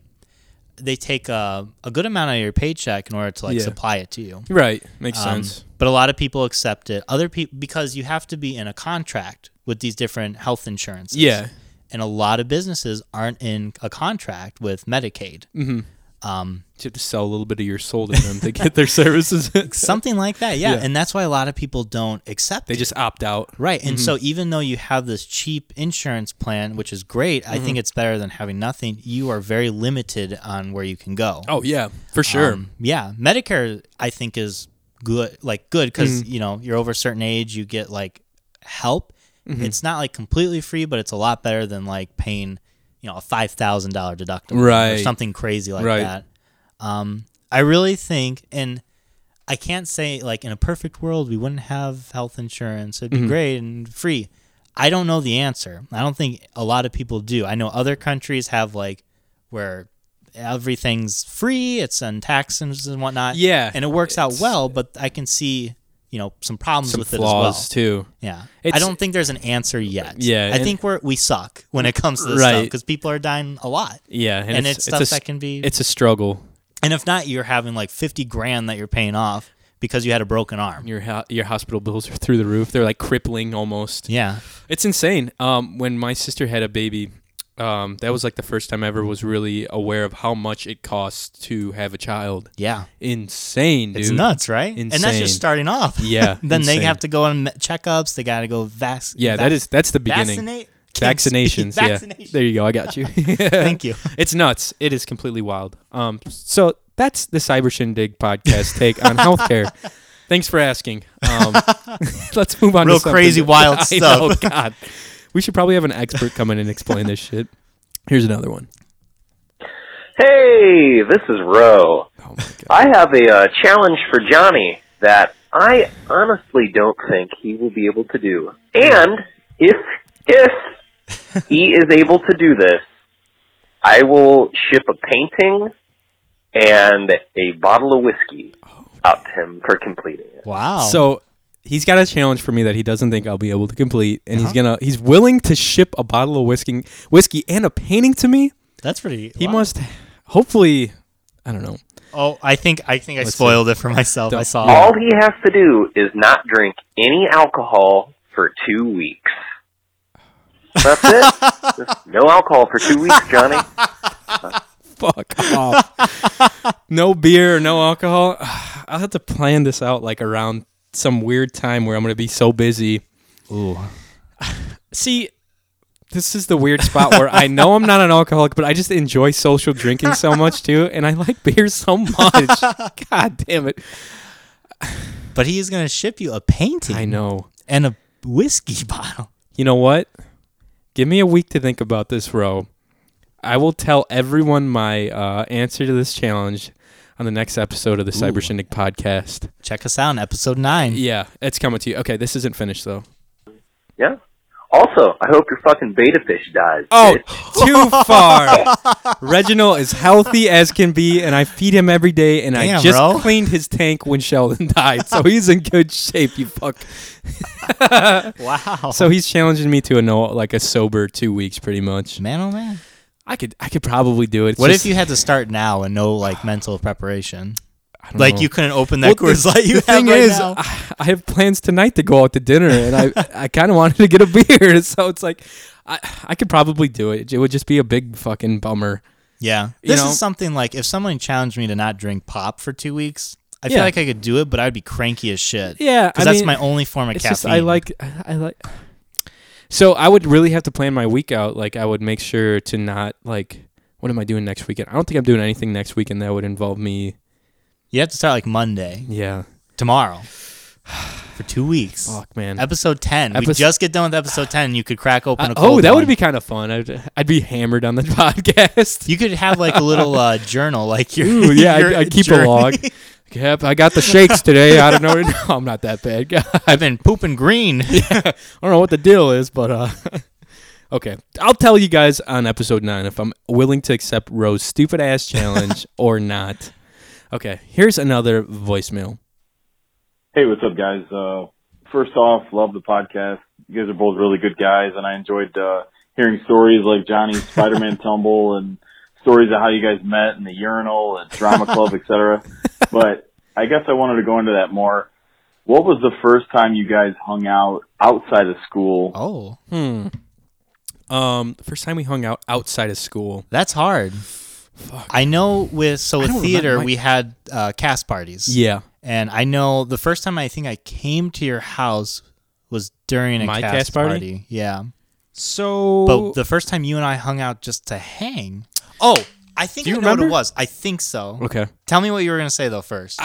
Speaker 2: they take a, a good amount of your paycheck in order to like
Speaker 1: Yeah.
Speaker 2: supply it to you.
Speaker 1: right makes
Speaker 2: Um,
Speaker 1: sense
Speaker 2: but a lot of people accept it. Other people because you have to be in a contract with these different health insurances.
Speaker 1: Yeah.
Speaker 2: And a lot of businesses aren't in a contract with Medicaid.
Speaker 1: you have to sell a little bit of your soul to them to get their *laughs* services.
Speaker 2: Something like that. Yeah.
Speaker 1: Yeah.
Speaker 2: And that's why a lot of people don't accept
Speaker 1: they
Speaker 2: it.
Speaker 1: just opt out.
Speaker 2: Right. And so
Speaker 1: Mm-hmm.
Speaker 2: even though you have this cheap insurance plan, which is great, I
Speaker 1: Mm-hmm.
Speaker 2: think it's better than having nothing. You are very limited on where you can go.
Speaker 1: Oh yeah, for sure.
Speaker 2: Um, yeah. Medicare I think is good like good cuz
Speaker 1: Mm-hmm.
Speaker 2: you know, you're over a certain age, you get like help.
Speaker 1: Mm-hmm.
Speaker 2: It's not like completely free, but it's a lot better than like paying, you know, a $5,000 deductible or
Speaker 1: Right.
Speaker 2: something crazy like
Speaker 1: Right.
Speaker 2: that. Um I really think and
Speaker 1: Mm-hmm.
Speaker 2: I can't say like in a perfect world we wouldn't have health insurance. It'd be great and free. I don't know the answer. I don't think a lot of people do. I know other countries have like where everything's free, it's on taxes and whatnot.
Speaker 1: Yeah,
Speaker 2: and it works out
Speaker 1: it's-
Speaker 2: well, but I can see you know some problems
Speaker 1: Some
Speaker 2: with
Speaker 1: flaws
Speaker 2: it as well.
Speaker 1: too.
Speaker 2: Yeah, I
Speaker 1: It's-
Speaker 2: don't think there's an answer yet.
Speaker 1: Yeah,
Speaker 2: I
Speaker 1: and-
Speaker 2: think we're we suck when it comes to this
Speaker 1: Right.
Speaker 2: because people are dying a lot.
Speaker 1: Yeah, and,
Speaker 2: and, it's, stuff
Speaker 1: a, s-
Speaker 2: that can be.
Speaker 1: it's a struggle.
Speaker 2: and if not, you're having like fifty grand that you're paying off because you had a broken arm.
Speaker 1: Your ho- your hospital bills are through the roof. They're like crippling almost.
Speaker 2: Yeah,
Speaker 1: It's insane. Um, when my sister had a baby, um, that was like the first time I ever was really aware of how much it costs to have a child.
Speaker 2: yeah.
Speaker 1: Insane, dude.
Speaker 2: It's nuts, right? And that's just
Speaker 1: Insane.
Speaker 2: starting
Speaker 1: *laughs*
Speaker 2: off.
Speaker 1: Yeah,
Speaker 2: *laughs* then they
Speaker 1: insane.
Speaker 2: have to go on me- checkups. They got to go vac.
Speaker 1: Yeah, that
Speaker 2: vac-
Speaker 1: is that's the beginning.
Speaker 2: Vaccinate. *laughs* Can't speak.
Speaker 1: Vaccinations, yeah.
Speaker 2: Vaccination.
Speaker 1: There you go. I got you.
Speaker 2: Thank you.
Speaker 1: *laughs* It's nuts. It is completely wild. Um, so that's the Cyber Shindig podcast take
Speaker 2: *laughs*
Speaker 1: on healthcare. Thanks for asking. Um, let's move on.
Speaker 2: Real
Speaker 1: to something-
Speaker 2: crazy, wild
Speaker 1: *laughs* I know, God, we should probably have an expert come in and explain this shit. Here's another one.
Speaker 7: Hey, this is
Speaker 1: Oh
Speaker 7: Ro.
Speaker 1: my god.
Speaker 7: I have a uh, challenge for Johnny that I honestly don't think he will be able to do. And if if
Speaker 1: *laughs*
Speaker 7: he is able to do this, I will ship a painting and a bottle of whiskey
Speaker 1: Oh.
Speaker 7: out to him for completing it.
Speaker 2: *laughs* Wow.
Speaker 1: *laughs* So he's got a challenge for me that he doesn't think I'll be able to complete, and
Speaker 2: Uh-huh.
Speaker 1: he's gonna he's willing to ship a bottle of whiskey, whiskey and a painting to me.
Speaker 2: that's pretty.
Speaker 1: He
Speaker 2: wow.
Speaker 1: must hopefully. I don't know.
Speaker 2: Oh, I think I think I
Speaker 1: Let's
Speaker 2: spoiled it for myself. I
Speaker 1: Don't-
Speaker 2: saw.
Speaker 7: All he has to do is not drink any alcohol for two weeks. That's
Speaker 1: *laughs*
Speaker 7: it. Just no alcohol for two weeks, Johnny.
Speaker 1: *laughs* Fuck off. no beer, no alcohol. *sighs* I'll have to plan this out like around some weird time where I'm gonna be so busy.
Speaker 2: Ooh.
Speaker 1: *sighs* See, this is the weird spot where I know I'm not an alcoholic, but I just enjoy social drinking so much too, and I like beer so *laughs* much. God damn it!
Speaker 2: But he is going to ship you a painting
Speaker 1: I know.
Speaker 2: and a whiskey *laughs* bottle.
Speaker 1: You know what? Give me a week to think about this, Ro. I will tell everyone my uh, answer to this challenge on the next episode of the Cyber Shindig podcast.
Speaker 2: Check us out in episode nine.
Speaker 1: Yeah, it's coming to you. Okay, this isn't finished though.
Speaker 7: Yeah. Also, I hope your fucking beta fish dies.
Speaker 1: Oh,
Speaker 7: bitch.
Speaker 1: too
Speaker 2: *laughs*
Speaker 1: far. Reginald is healthy as can be, and I feed him every day, and I
Speaker 2: Damn,
Speaker 1: just
Speaker 2: bro.
Speaker 1: cleaned his tank when Sheldon *laughs* died, so he's in good shape. You fuck.
Speaker 2: Wow.
Speaker 1: So he's challenging me to a no, like a sober two weeks, pretty much.
Speaker 2: man, oh man.
Speaker 1: I could, I could probably do it. It's
Speaker 2: What
Speaker 1: just-
Speaker 2: if you had to start now and no like mental preparation?
Speaker 1: I don't
Speaker 2: Like
Speaker 1: know.
Speaker 2: you couldn't open that
Speaker 1: Well, the-
Speaker 2: Coors Light *laughs* you
Speaker 1: the
Speaker 2: have
Speaker 1: thing
Speaker 2: right
Speaker 1: is, uh,
Speaker 2: now.
Speaker 1: I, I have plans tonight to go out to dinner, and
Speaker 2: *laughs*
Speaker 1: I I kind of wanted to get a beer, *laughs* so it's like I I could probably do it. It would just be a big fucking bummer.
Speaker 2: Yeah.
Speaker 1: You
Speaker 2: This
Speaker 1: know?
Speaker 2: is something like if someone challenged me to not drink pop for two weeks, I feel
Speaker 1: Yeah.
Speaker 2: like I could do it, but I'd be cranky as shit.
Speaker 1: Yeah,
Speaker 2: Because
Speaker 1: I
Speaker 2: that's
Speaker 1: mean,
Speaker 2: my only form of
Speaker 1: It's
Speaker 2: caffeine.
Speaker 1: just I like I like. So I would really have to plan my week out. Like I would make sure to not like. What am I doing next weekend? I don't think I'm doing anything next weekend that would involve me.
Speaker 2: you have to start like Monday,
Speaker 1: Yeah,
Speaker 2: tomorrow,
Speaker 1: *sighs*
Speaker 2: for two weeks.
Speaker 1: fuck, man.
Speaker 2: Episode ten. we
Speaker 1: Epis-
Speaker 2: just get done with episode ten. You could crack open a.
Speaker 1: I-
Speaker 2: cold
Speaker 1: oh, that
Speaker 2: one.
Speaker 1: would be kind of fun. I'd I'd be hammered on the *laughs*
Speaker 2: *laughs*
Speaker 1: podcast.
Speaker 2: You could have like a
Speaker 1: *laughs*
Speaker 2: little uh, journal, like your.
Speaker 1: Ooh, yeah,
Speaker 2: *laughs* your
Speaker 1: I, I keep
Speaker 2: journey.
Speaker 1: a log. Yep, I got the shakes today. I don't
Speaker 2: *laughs*
Speaker 1: know. *laughs* No, I'm not that bad. guy. I
Speaker 2: I've been pooping green.
Speaker 1: *laughs* don't know what the deal is, but uh, *laughs* okay. I'll tell you guys on episode nine if I'm willing to accept Rose's stupid ass
Speaker 2: *laughs*
Speaker 1: challenge or not. Okay, here's another voicemail.
Speaker 10: Hey, what's up, guys? Uh, first off, love the podcast. You guys are both really good guys, and I enjoyed uh, hearing stories like Johnny's
Speaker 7: *laughs*
Speaker 10: Spider-Man tumble and stories of how you guys met in the urinal and drama club, etc. But I guess I wanted to go into that more. What was the first time you guys hung out outside of school?
Speaker 2: Oh,
Speaker 1: Um, first time we hung out outside of school.
Speaker 2: that's hard. I know with so with
Speaker 1: don't
Speaker 2: theater
Speaker 1: remember my-
Speaker 2: we had uh, cast parties.
Speaker 1: Yeah,
Speaker 2: And I know the first time I think I came to your house was during a
Speaker 1: My
Speaker 2: cast,
Speaker 1: cast
Speaker 2: party.
Speaker 1: party?
Speaker 2: Yeah.
Speaker 1: so
Speaker 2: But the first time you and I hung out just to hang. Oh, I think
Speaker 1: Do you
Speaker 2: I know what it
Speaker 1: remember?
Speaker 2: was. I think so.
Speaker 1: okay.
Speaker 2: Tell me what you were going to say though first.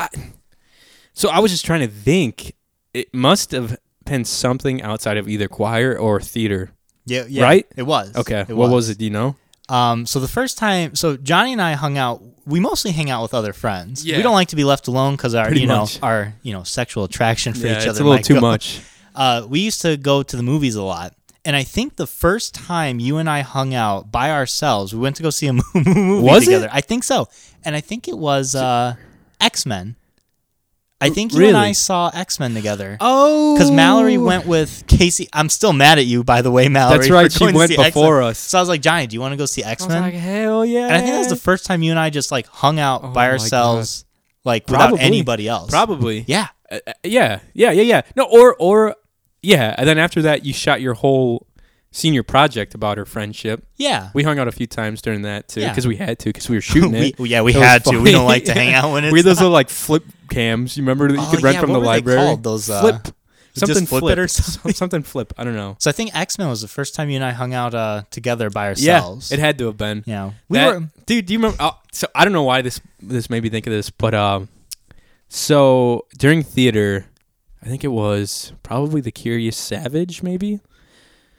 Speaker 1: So I was just trying to think. It must have been something outside of either choir or theater.
Speaker 2: yeah, yeah.
Speaker 1: right?
Speaker 2: It was.
Speaker 1: Okay,
Speaker 2: It
Speaker 1: what was it? Do you know?
Speaker 2: Um, so the first time, so Johnny and I hung out. We mostly hang out with other friends.
Speaker 1: Yeah.
Speaker 2: We don't like to be left alone because our,
Speaker 1: Pretty
Speaker 2: you know,
Speaker 1: much.
Speaker 2: our, you know, sexual attraction for each
Speaker 1: yeah,
Speaker 2: other.
Speaker 1: it's a little
Speaker 2: might
Speaker 1: too
Speaker 2: go-
Speaker 1: much.
Speaker 2: Uh, we used to go to the movies a lot, and I think the first time you and I hung out by ourselves, we went to go see a *laughs* mo- movie
Speaker 1: Was it?
Speaker 2: together. I think so, and I think it was uh, X Men. I think you and
Speaker 1: really?
Speaker 2: I saw X Men together.
Speaker 1: Oh,
Speaker 2: Because Mallory went with Casey. I'm still mad at you, by the way, Mallory.
Speaker 1: That's right,
Speaker 2: for
Speaker 1: she
Speaker 2: going to
Speaker 1: went
Speaker 2: see X-Men.
Speaker 1: before us.
Speaker 2: So I was "Eh." like, Johnny, do you want to go see X Men?
Speaker 1: like, hell yeah!
Speaker 2: and I think that was the first time you and I just like hung out by
Speaker 1: Oh my
Speaker 2: ourselves, like
Speaker 1: Probably.
Speaker 2: without anybody else.
Speaker 1: Probably.
Speaker 2: Yeah.
Speaker 1: Uh, uh, yeah. Yeah. Yeah. Yeah. No. Or or yeah. And then after that, you shot your whole senior project about her friendship.
Speaker 2: Yeah.
Speaker 1: We hung out a few times during that too,
Speaker 2: Yeah.
Speaker 1: because we had to, because we were shooting
Speaker 2: *laughs* We-
Speaker 1: it.
Speaker 2: yeah, we
Speaker 1: It was
Speaker 2: had to. We
Speaker 1: funny. *laughs*
Speaker 2: don't like to hang out when
Speaker 1: we
Speaker 2: it's
Speaker 1: had those little like flip cams. You remember that you
Speaker 2: Oh,
Speaker 1: could rent
Speaker 2: yeah,
Speaker 1: from
Speaker 2: what
Speaker 1: the
Speaker 2: were they
Speaker 1: library.
Speaker 2: called? Those, uh,
Speaker 1: flip.
Speaker 2: just
Speaker 1: Something
Speaker 2: flip
Speaker 1: flip,
Speaker 2: it
Speaker 1: *laughs*
Speaker 2: or
Speaker 1: or something. something flip. I don't know.
Speaker 2: So I think X Men was the first time you and I hung out uh, together by
Speaker 1: Yeah,
Speaker 2: ourselves.
Speaker 1: it had to have been.
Speaker 2: You know,
Speaker 1: we
Speaker 2: we
Speaker 1: that,
Speaker 2: were.
Speaker 1: dude. Do you remember? Uh, so I don't know why this this made me think of this, but um, so during theater, I think it was probably the Curious Savage, maybe.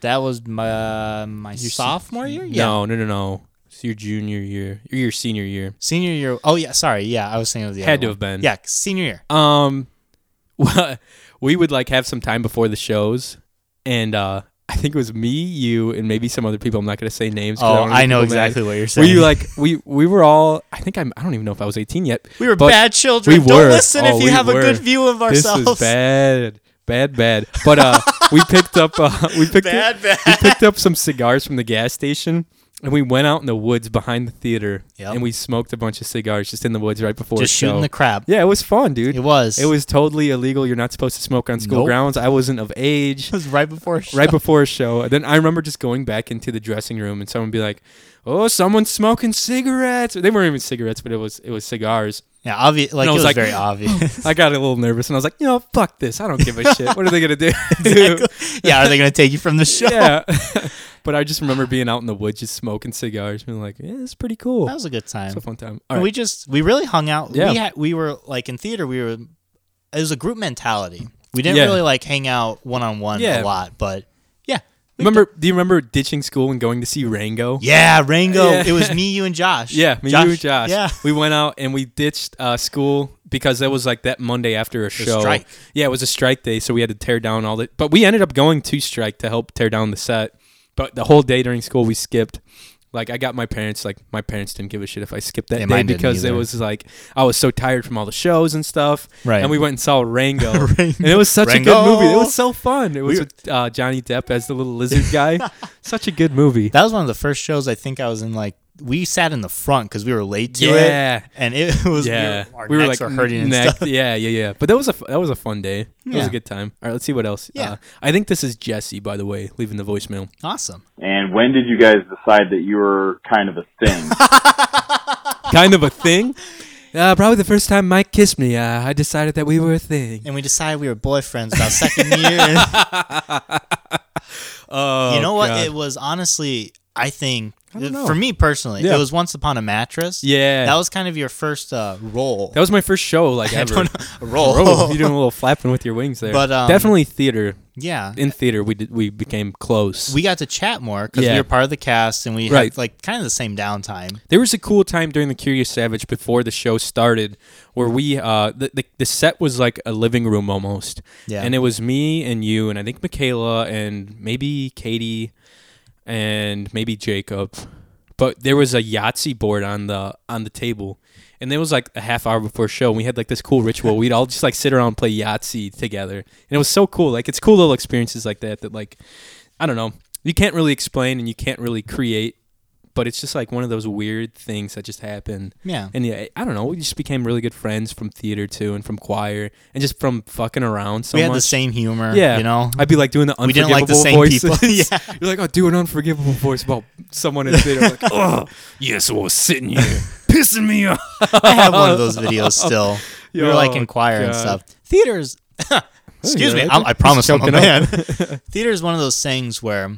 Speaker 2: That was my my sophomore year. Yeah.
Speaker 1: No, no, no, no. It's your junior year. Or your senior year.
Speaker 2: Senior year. Oh yeah. Sorry. Yeah, I was thinking of the
Speaker 1: Had
Speaker 2: other
Speaker 1: to
Speaker 2: one.
Speaker 1: have been.
Speaker 2: Yeah, senior year.
Speaker 1: Um, we would like have some time before the shows, and uh, I think it was me, you, and maybe some other people. I'm not gonna say names. 'cause
Speaker 2: Oh,
Speaker 1: don't wanna
Speaker 2: I
Speaker 1: get
Speaker 2: know
Speaker 1: people mad.
Speaker 2: exactly what you're
Speaker 1: Were you
Speaker 2: saying.
Speaker 1: like we we were all? I think I'm. I don't even know if I was 18 yet.
Speaker 2: We were
Speaker 1: but
Speaker 2: bad children.
Speaker 1: We
Speaker 2: Don't
Speaker 1: were.
Speaker 2: listen if
Speaker 1: Oh,
Speaker 2: you
Speaker 1: we
Speaker 2: have a good
Speaker 1: were.
Speaker 2: view of
Speaker 1: This is
Speaker 2: ourselves.
Speaker 1: bad, bad, bad. But
Speaker 2: *laughs*
Speaker 1: uh, we picked up uh, we picked
Speaker 2: Bad,
Speaker 1: up,
Speaker 2: bad.
Speaker 1: we picked up some cigars from the gas station. And we went out in the woods behind the theater,
Speaker 2: Yep.
Speaker 1: and we smoked a bunch of cigars just in the woods right before.
Speaker 2: Just
Speaker 1: a show.
Speaker 2: shooting the crap.
Speaker 1: Yeah, it was fun, dude.
Speaker 2: It was.
Speaker 1: It was totally illegal. You're not supposed to smoke on school
Speaker 2: Nope.
Speaker 1: grounds. I wasn't of age.
Speaker 2: *laughs* It was right before. a show.
Speaker 1: Right before a show, and then I remember just going back into the dressing room, and someone be like, "Oh, someone's smoking cigarettes." They weren't even cigarettes, but it was it was cigars.
Speaker 2: Yeah, obvious.
Speaker 1: And
Speaker 2: Like it
Speaker 1: I
Speaker 2: was
Speaker 1: was like, *laughs*
Speaker 2: very obvious.
Speaker 1: I got a little nervous, and I was like, "You know, fuck this. I don't give a shit. What are they gonna
Speaker 2: *laughs*
Speaker 1: do?" *laughs*
Speaker 2: yeah, are they gonna take you from the show? *laughs*
Speaker 1: yeah. *laughs* but I just remember being out in the woods, just smoking cigars, being like, "Yeah, it's pretty cool.
Speaker 2: That was a good time.
Speaker 1: it's a fun time." All
Speaker 2: And
Speaker 1: right.
Speaker 2: We just we really hung out.
Speaker 1: Yeah.
Speaker 2: We had, we were like in theater. We were it was a group mentality. We didn't
Speaker 1: Yeah.
Speaker 2: really like hang out one on one
Speaker 1: Yeah.
Speaker 2: a lot, but yeah,
Speaker 1: remember? Do you remember ditching school and going to see Rango?
Speaker 2: yeah, Rango.
Speaker 1: Yeah.
Speaker 2: It was me, you, and
Speaker 1: *laughs*
Speaker 2: Josh.
Speaker 1: Yeah, me, you, and Josh.
Speaker 2: Yeah,
Speaker 1: we went out and we ditched uh, school because that was like that Monday after a show.
Speaker 2: strike.
Speaker 1: Yeah, it was a strike day, so we had to tear down all the. But we ended up going to strike to help tear down the set. But the whole day during school, we skipped. Like I got my parents. Like my parents didn't give a shit if I skipped that
Speaker 2: Yeah,
Speaker 1: day
Speaker 2: mine didn't
Speaker 1: because it
Speaker 2: either.
Speaker 1: was like I was so tired from all the shows and stuff.
Speaker 2: Right.
Speaker 1: And we went and saw
Speaker 2: *laughs*
Speaker 1: Rango, and it was such a
Speaker 2: Rango.
Speaker 1: good movie. It was so fun. It was with, uh, Johnny Depp as the little lizard
Speaker 2: *laughs*
Speaker 1: guy. such a good movie.
Speaker 2: that was one of the first shows I think I was in. Like we sat in the front because we were late to
Speaker 1: Yeah.
Speaker 2: it, and it *laughs* was
Speaker 1: Yeah,
Speaker 2: we were, our necks were hurting and
Speaker 1: neck-
Speaker 2: stuff. *laughs*
Speaker 1: Yeah, yeah, yeah. But that was a f- that was a fun day. It was
Speaker 2: Yeah.
Speaker 1: a good time. All right, let's see what else.
Speaker 2: Yeah.
Speaker 1: Uh, I think this is Jesse, by the way, leaving the voicemail. *laughs*
Speaker 2: Awesome.
Speaker 10: And when did you guys decide that you were kind of a thing?
Speaker 1: kind of a thing. Uh, probably the first time Mike kissed me, uh, I decided that we were a thing.
Speaker 2: And we decided we were boyfriends about second year. *laughs* And-
Speaker 1: *laughs* Oh,
Speaker 2: you know what?
Speaker 1: God.
Speaker 2: It was honestly, I think,
Speaker 1: don't know.
Speaker 2: for me personally,
Speaker 1: Yeah.
Speaker 2: it was Once Upon a Mattress.
Speaker 1: Yeah.
Speaker 2: That was kind of your first uh, role.
Speaker 1: that was my first show,
Speaker 2: *laughs*
Speaker 1: like ever.
Speaker 2: role. *laughs*
Speaker 1: Roll. You're doing a little flapping with your wings there.
Speaker 2: But, um,
Speaker 1: definitely theater.
Speaker 2: yeah.
Speaker 1: In theater, we did, we became close.
Speaker 2: we got to chat more because
Speaker 1: Yeah.
Speaker 2: we were part of the cast and we
Speaker 1: Right.
Speaker 2: had like kind of the same downtime.
Speaker 1: There was a cool time during the Curious Savage before the show started, where we uh the the, the set was like a living room almost,
Speaker 2: Yeah.
Speaker 1: And it was me and you and I think Michaela and maybe Katie, and maybe Jacob, but there was a Yahtzee board on the on the table, and it was like a half hour before show. And we had like this cool ritual. We'd all just like sit around and play Yahtzee together, and it was so cool. Like it's cool little experiences like that that like I don't know you can't really explain and you can't really create but it's just like one of those weird things that just happened.
Speaker 2: Yeah.
Speaker 1: And yeah, I don't know. We just became really good friends from theater too, and from choir, and just from fucking around so
Speaker 2: we had
Speaker 1: much.
Speaker 2: the same humor.
Speaker 1: yeah,
Speaker 2: You know?
Speaker 1: I'd be like doing the unforgivable
Speaker 2: We didn't like the same people. *laughs*
Speaker 1: voices.
Speaker 2: Yeah.
Speaker 1: *laughs* You're like, oh, do an unforgivable voice about someone in theater.
Speaker 2: *laughs*
Speaker 1: like, oh, yes, we're sitting here, pissing me off.
Speaker 2: I have one of
Speaker 1: *laughs*
Speaker 2: those videos still. we were like
Speaker 1: Yo,
Speaker 2: in choir and
Speaker 1: Oh, God.
Speaker 2: stuff. Theaters. *laughs* Excuse me.
Speaker 1: right
Speaker 2: I'm,
Speaker 1: there.
Speaker 2: I promise I'm a
Speaker 1: Choking up. *laughs*
Speaker 2: man. *laughs* Theater is one of those things where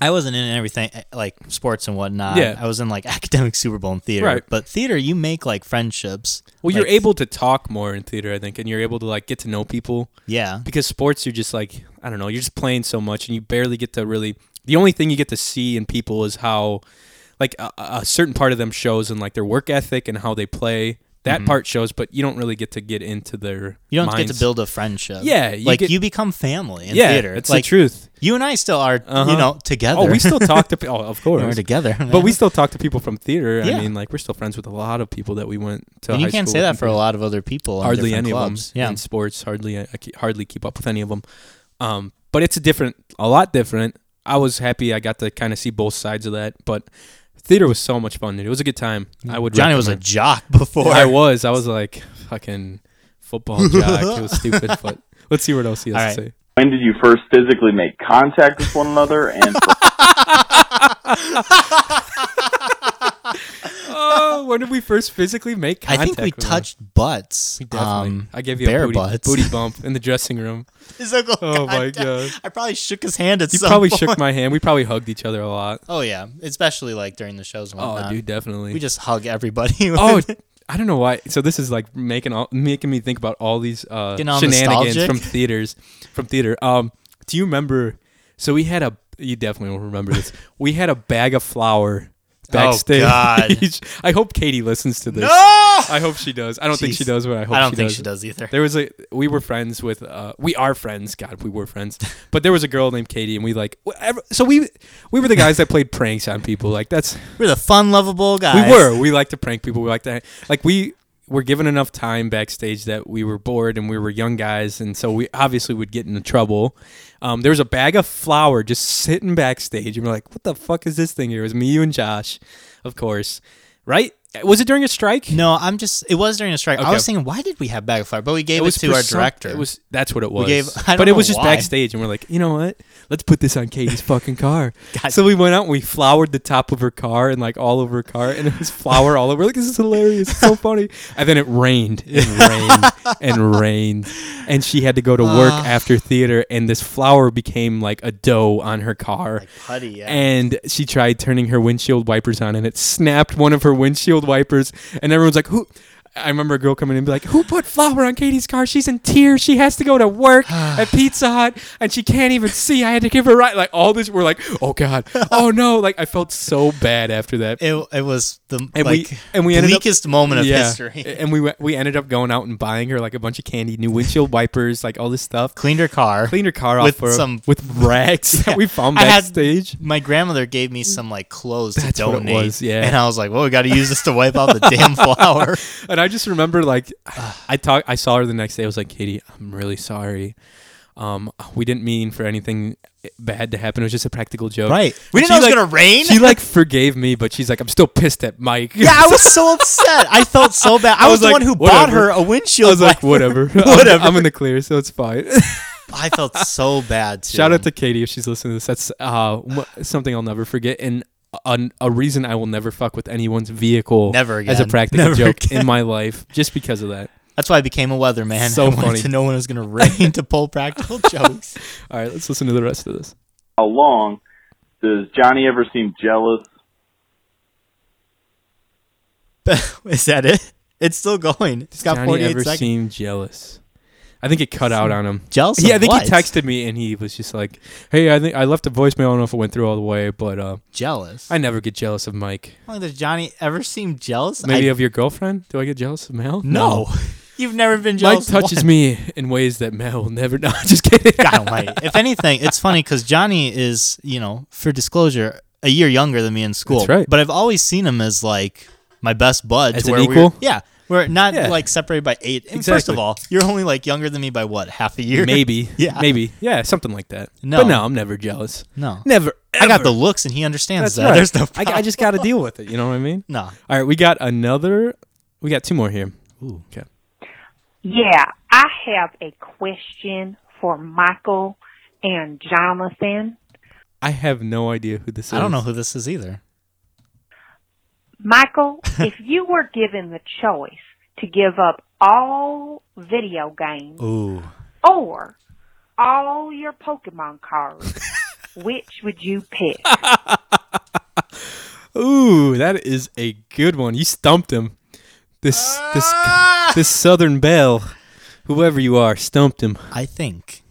Speaker 2: I wasn't in everything eh, like sports and whatnot.
Speaker 1: Yeah.
Speaker 2: I was in like *laughs* academic Super Bowl and theater.
Speaker 1: Right.
Speaker 2: But theater, you make like friendships.
Speaker 1: Well,
Speaker 2: Like,
Speaker 1: you're able to talk more in theater, I think, and you're able to like get to know people.
Speaker 2: Yeah.
Speaker 1: because sports you're just like i don't know you're just playing so much and you barely get to really the only thing you get to see in people is how like a, a certain part of them shows and like their work ethic and how they play that part shows but you don't really get to get into their
Speaker 2: Mm-hmm. You don't get
Speaker 1: minds.
Speaker 2: to build a friendship.
Speaker 1: Yeah, you
Speaker 2: like
Speaker 1: get-
Speaker 2: you become family in
Speaker 1: yeah
Speaker 2: theater.
Speaker 1: it's
Speaker 2: like,
Speaker 1: the truth
Speaker 2: You and I still are,
Speaker 1: Uh-huh.
Speaker 2: you know, together.
Speaker 1: Oh, we
Speaker 2: *laughs*
Speaker 1: still talk to. pe- Oh, of course,
Speaker 2: We're together,
Speaker 1: But we
Speaker 2: man.
Speaker 1: still talk to people from theater. I
Speaker 2: Yeah.
Speaker 1: mean, like we're still friends with a lot of people that we went to.
Speaker 2: and
Speaker 1: high
Speaker 2: you can't
Speaker 1: school
Speaker 2: say
Speaker 1: with
Speaker 2: that
Speaker 1: and
Speaker 2: for a
Speaker 1: things.
Speaker 2: lot of other people. in
Speaker 1: Hardly
Speaker 2: different
Speaker 1: any
Speaker 2: clubs.
Speaker 1: of them. in sports. Hardly uh, I ke- hardly keep up with any of them. Um, but it's a different, a lot different. I was happy I got to kind of see both sides of that. But theater was so much fun. Dude. It was a good time. I would.
Speaker 2: Johnny was a *laughs*
Speaker 1: recommend. *laughs*
Speaker 2: jock before.
Speaker 1: I was. I was like fucking
Speaker 2: *laughs*
Speaker 1: football jock. It was stupid. But let's see what else he has to say.
Speaker 10: When did you first physically make contact with one
Speaker 2: *laughs*
Speaker 10: another? And
Speaker 1: *laughs* Oh, when did we first physically make
Speaker 2: I
Speaker 1: contact?
Speaker 2: think we
Speaker 1: with him?
Speaker 2: touched butts.
Speaker 1: We definitely.
Speaker 2: Um,
Speaker 1: I gave you
Speaker 2: bare
Speaker 1: a booty, *laughs*
Speaker 2: butts. *laughs*
Speaker 1: booty bump in the dressing room.
Speaker 2: Physical
Speaker 1: *laughs* Oh my
Speaker 2: contact.
Speaker 1: God.
Speaker 2: I probably shook his hand at
Speaker 1: You
Speaker 2: some
Speaker 1: probably
Speaker 2: point.
Speaker 1: shook my hand. We probably hugged each other a lot.
Speaker 2: Oh yeah, especially like during the shows and
Speaker 1: Oh,
Speaker 2: whatnot.
Speaker 1: dude, definitely.
Speaker 2: we just hug everybody. *laughs*
Speaker 1: *laughs* oh, I don't know why. So this is like making all making me think about all these uh,
Speaker 2: Getting all
Speaker 1: shenanigans
Speaker 2: nostalgic.
Speaker 1: from theaters, from theater. Um, do you remember? So we had a. You definitely will remember this. We had a bag of flour backstage.
Speaker 2: God.
Speaker 1: *laughs* I hope Katie listens to this.
Speaker 2: No!
Speaker 1: I hope she does. I don't think she
Speaker 2: Jeez.
Speaker 1: does, but I hope
Speaker 2: I don't
Speaker 1: she
Speaker 2: think
Speaker 1: does.
Speaker 2: she does either.
Speaker 1: There was a we were friends with uh we are friends. God, we were friends. But there was a girl named Katie, and we like whatever- so we we were the guys that played pranks on people. Like that's
Speaker 2: We're the fun, lovable guys.
Speaker 1: we were. We like to prank people. We like to like we were given enough time backstage that we were bored and we were young guys, and so we obviously would get into trouble. Um, there was a bag of flour just sitting backstage, and we're like, "What the fuck is this thing here?" It was me, you, and Josh, of course, right? Was it during a strike?
Speaker 2: No, I'm just. It was during a strike. I
Speaker 1: Okay.
Speaker 2: was thinking, why did we have bag of flour? But we gave it, to
Speaker 1: for
Speaker 2: our
Speaker 1: some-
Speaker 2: director.
Speaker 1: It was that's what it was.
Speaker 2: gave- *laughs* I don't
Speaker 1: but it
Speaker 2: know
Speaker 1: was just
Speaker 2: why.
Speaker 1: backstage, and we're like, you know what? Let's put this on
Speaker 2: *laughs*
Speaker 1: Katie's fucking car. so we went out and we floured the top of her car and like all over her car, and it was flour all over. We're Like this is hilarious. It's
Speaker 2: *laughs*
Speaker 1: so funny. And then it rained and rained
Speaker 2: *laughs*
Speaker 1: and rained, and she had to go to work after theater, and this flour became like a dough on her car.
Speaker 2: putty. Yeah.
Speaker 1: And she tried turning her windshield wipers on, and it snapped one of her windshield wipers. And everyone's like, "Who?" I remember a girl coming in and be like, "Who put flour on Katie's car? She's in tears. She has to go to
Speaker 2: *sighs*
Speaker 1: work at Pizza Hut, and she can't even see. I had to give her right." Like all this, we're like, "Oh God, oh no!" Like I felt so bad after that.
Speaker 2: it, it was the
Speaker 1: And
Speaker 2: like
Speaker 1: we and we ended up-
Speaker 2: bleakest moment of
Speaker 1: Yeah.
Speaker 2: history.
Speaker 1: And we went, we ended up going out and buying her like a bunch of candy, new windshield wipers, like all this stuff.
Speaker 2: Cleaned her car.
Speaker 1: Cleaned her car off
Speaker 2: With
Speaker 1: for,
Speaker 2: some-
Speaker 1: with rags
Speaker 2: *laughs*
Speaker 1: that *laughs* we found
Speaker 2: I had-
Speaker 1: backstage.
Speaker 2: My grandmother gave me some like clothes
Speaker 1: That's
Speaker 2: to
Speaker 1: what it
Speaker 2: donate.
Speaker 1: was, yeah.
Speaker 2: And I was like, well, we got to use this to wipe out the *laughs* damn flour.
Speaker 1: and I just remember
Speaker 2: *sighs*
Speaker 1: like I talk I saw her the next day. I was like, Katie, I'm really sorry. Um, we didn't mean for anything bad to happen. It was just a practical joke.
Speaker 2: Right. We
Speaker 1: And
Speaker 2: didn't know it was
Speaker 1: like-
Speaker 2: gonna rain.
Speaker 1: She like forgave me, but she's like, I'm still pissed at Mike.
Speaker 2: Yeah, I was so upset. I felt so bad. I,
Speaker 1: I
Speaker 2: was,
Speaker 1: was like,
Speaker 2: the one who bought
Speaker 1: whatever.
Speaker 2: her a
Speaker 1: *laughs* I
Speaker 2: windshield.
Speaker 1: was like,
Speaker 2: wiper. *laughs*
Speaker 1: whatever,
Speaker 2: Whatever.
Speaker 1: I'm, I'm in the clear, so it's fine. *laughs*
Speaker 2: I felt so bad. *laughs* Too.
Speaker 1: Shout out to Katie if she's listening to this. That's uh, wh- something I'll never forget, and a, a reason I will never fuck with anyone's vehicle
Speaker 2: Never
Speaker 1: as a
Speaker 2: again.
Speaker 1: practical
Speaker 2: Never
Speaker 1: joke
Speaker 2: again.
Speaker 1: in my life, just because of that.
Speaker 2: That's why I became a weatherman.
Speaker 1: So
Speaker 2: *laughs* I wanted
Speaker 1: funny.
Speaker 2: to know when it was going to rain to pull *laughs* practical jokes.
Speaker 1: All right, let's listen to the rest of this.
Speaker 10: how long does Johnny ever seem jealous?
Speaker 2: *laughs* Is that it? It's still going. It's got
Speaker 1: Johnny
Speaker 2: 48
Speaker 1: ever
Speaker 2: seconds.
Speaker 1: seemed jealous? I think it cut out on him.
Speaker 2: jealous
Speaker 1: Yeah, I
Speaker 2: of
Speaker 1: think
Speaker 2: what?
Speaker 1: he texted me and he was just like, "Hey, I think I left a voicemail. I don't know if it went through all the way, but uh,
Speaker 2: jealous.
Speaker 1: I never get jealous of Mike.
Speaker 2: How long does Johnny ever seem jealous?
Speaker 1: Maybe
Speaker 2: I-
Speaker 1: of your girlfriend? Do I get jealous of Mel?
Speaker 2: *laughs* no. You've never been
Speaker 1: Mike
Speaker 2: jealous.
Speaker 1: touches
Speaker 2: once.
Speaker 1: me in ways that Mel will never. *laughs* No, just kidding.
Speaker 2: God
Speaker 1: *laughs*
Speaker 2: almighty. If anything, it's funny because Johnny is, you know, for disclosure, a year younger than me in school.
Speaker 1: That's right.
Speaker 2: But I've always seen him as like my best bud.
Speaker 1: As
Speaker 2: to
Speaker 1: an
Speaker 2: where we
Speaker 1: equal?
Speaker 2: yeah. We're not
Speaker 1: Yeah.
Speaker 2: like separated by eight. And first
Speaker 1: Exactly.
Speaker 2: of all, you're only like younger than me by what, half a year?
Speaker 1: Maybe.
Speaker 2: *laughs* Yeah.
Speaker 1: Maybe. Yeah. Something like that.
Speaker 2: No.
Speaker 1: But no, I'm never jealous.
Speaker 2: No.
Speaker 1: Never.
Speaker 2: I got
Speaker 1: ever.
Speaker 2: the looks and he understands
Speaker 1: That's
Speaker 2: that.
Speaker 1: right.
Speaker 2: There's no
Speaker 1: I, I just got to deal with it. You know what I mean?
Speaker 2: No.
Speaker 1: All right, we got another. We got two more here. Ooh. Okay.
Speaker 11: Yeah, I have a question for Michael and Jonathan.
Speaker 1: I have no idea who this is.
Speaker 2: I don't know who this is either.
Speaker 11: Michael, if you were given the choice to give up all video games
Speaker 2: Ooh.
Speaker 11: or all your Pokemon cards, which would you pick?
Speaker 1: Ooh, that is a good one. You stumped him. This this this Southern Belle, whoever you are, stumped him.
Speaker 2: I think.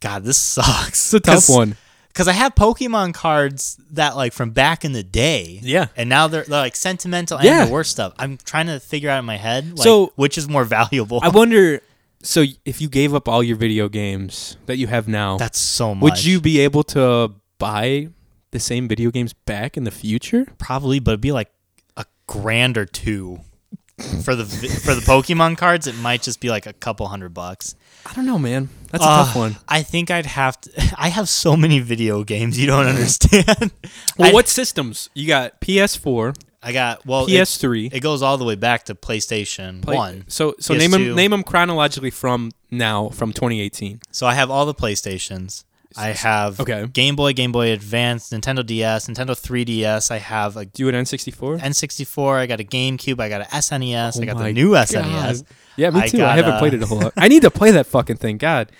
Speaker 2: God, this sucks.
Speaker 1: It's
Speaker 2: *laughs*
Speaker 1: a tough one.
Speaker 2: Because I have Pokemon cards that like from back in the day.
Speaker 1: Yeah.
Speaker 2: And now they're, they're like sentimental
Speaker 1: Yeah.
Speaker 2: and the worst stuff. I'm trying to figure out in my head like,
Speaker 1: So-
Speaker 2: which is more valuable.
Speaker 1: I wonder. So y- if you gave up all your video games that you have now,
Speaker 2: *laughs* That's so
Speaker 1: Would
Speaker 2: much.
Speaker 1: you be able to buy the same video games back in the future?
Speaker 2: Probably, but it'd be like a grand or two for the vi- for the Pokemon cards. It might just be like a couple hundred bucks.
Speaker 1: I don't know, man. That's a tough
Speaker 2: Uh,
Speaker 1: one.
Speaker 2: I think I'd have to. *laughs* I have so many video games you don't *laughs* understand.
Speaker 1: Well,
Speaker 2: I-
Speaker 1: what systems? You got PS4,
Speaker 2: I got well it-
Speaker 1: PS3.
Speaker 2: It, goes all the way back to PlayStation
Speaker 1: play-
Speaker 2: One.
Speaker 1: So so
Speaker 2: PS2.
Speaker 1: name them name them chronologically from now from 2018.
Speaker 2: So I have all the PlayStations. I have
Speaker 1: Okay.
Speaker 2: Game Boy, Game Boy Advance, Nintendo DS, Nintendo 3DS. I have a
Speaker 1: Do you an N64?
Speaker 2: N64. I got a GameCube. I got a SNES. I got
Speaker 1: Oh my
Speaker 2: the new
Speaker 1: God.
Speaker 2: SNES.
Speaker 1: Yeah, me too. I,
Speaker 2: got uh,
Speaker 1: haven't played it a whole lot. I need to play that fucking thing. God.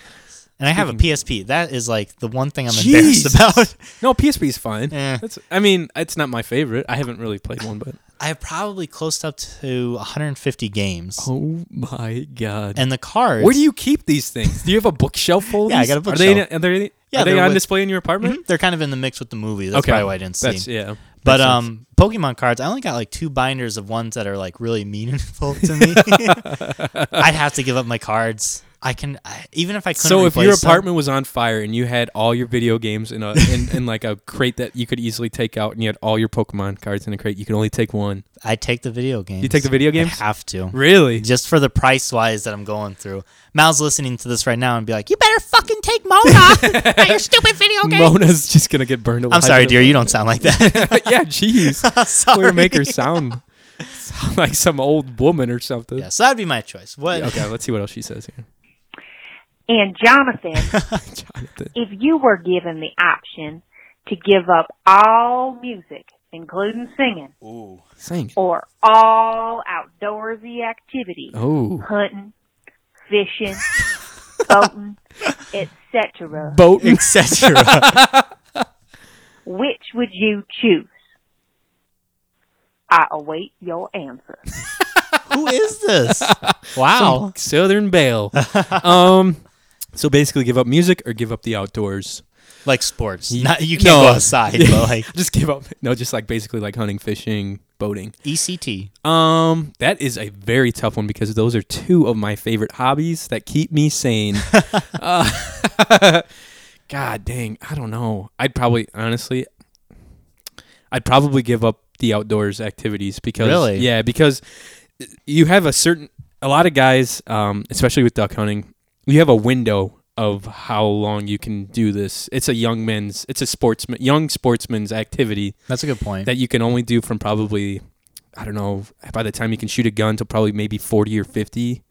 Speaker 2: And I have a PSP. That is like the one thing *laughs* I'm
Speaker 1: Jesus.
Speaker 2: embarrassed
Speaker 1: *laughs*
Speaker 2: about.
Speaker 1: No, PSP is fine.
Speaker 2: Eh.
Speaker 1: That's, I mean, it's not my favorite. I haven't really played one, but
Speaker 2: I have probably close up to 150 games.
Speaker 1: oh my god!
Speaker 2: And the cards.
Speaker 1: Where do you keep these things? Do you have a bookshelf full? of
Speaker 2: Yeah, I
Speaker 1: these?
Speaker 2: got a
Speaker 1: Are they,
Speaker 2: bookshelf.
Speaker 1: are they,
Speaker 2: Yeah,
Speaker 1: are they
Speaker 2: they're
Speaker 1: on
Speaker 2: with-
Speaker 1: display in your apartment?
Speaker 2: Mhm. They're kind of in the mix with the movie. That's probably why I didn't see.
Speaker 1: That's, yeah,
Speaker 2: But
Speaker 1: Makes sense.
Speaker 2: um, Pokemon cards, I only got like two binders of ones that are like really *laughs* meaningful to me.
Speaker 1: *laughs*
Speaker 2: I'd have to give up my cards. I can I, even if I couldn't.
Speaker 1: so if your
Speaker 2: replace them-
Speaker 1: apartment was on fire and you had all your video games in a in, in like a crate that you could easily take out, and you had all your Pokemon cards in a crate, you could only take one.
Speaker 2: I'd take the video games.
Speaker 1: You take the video games?
Speaker 2: I have to.
Speaker 1: Really?
Speaker 2: Just for the price wise that I'm going through. Mal's listening to this right now and be like, "You better fucking
Speaker 1: *laughs*
Speaker 2: take Mona, not your stupid video game."
Speaker 1: Mona's just gonna get burned alive.
Speaker 2: I'm sorry,
Speaker 1: in a- *laughs*
Speaker 2: dear. You don't sound like that. *laughs*
Speaker 1: yeah, jeez.
Speaker 2: Sorry.
Speaker 1: Way to make her sound, sound like some old woman or something.
Speaker 2: yeah, so that'd be my choice. What?
Speaker 1: Okay, let's see what else she says here.
Speaker 11: And Jonathan,
Speaker 1: Jonathan.
Speaker 11: if you were given the option to give up all music, including singing,
Speaker 1: Sing.
Speaker 11: or all outdoorsy activities,
Speaker 1: Oh.
Speaker 11: hunting, fishing, boating, etc.,
Speaker 1: Boat. *laughs*
Speaker 2: Etc.
Speaker 11: *laughs* which would you choose? I await your answer.
Speaker 2: *laughs* Who is
Speaker 1: *laughs*
Speaker 2: this? Wow.
Speaker 1: Southern Belle. um, so basically, give up music or give up the *laughs* outdoors.
Speaker 2: like sports.
Speaker 1: *laughs*
Speaker 2: Not, you
Speaker 1: No.
Speaker 2: can't go outside,
Speaker 1: *laughs*
Speaker 2: but like
Speaker 1: just give up. No, just like basically like hunting, fishing, boating.
Speaker 2: E ECT.
Speaker 1: Um, that is a very tough one because those are two of my favorite hobbies that keep me sane. uh, *laughs* God dang, I don't know. I'd probably honestly, I'd probably give up the outdoors activities because
Speaker 2: Really?
Speaker 1: yeah, because you have a certain a lot of guys, um, especially with duck hunting, you have a window of how long you can do this. It's a young men's, it's a sportsman, young sportsman's activity
Speaker 2: That's a good point.
Speaker 1: that you can only do from probably I don't know by the time you can shoot a gun to probably maybe 40 or 50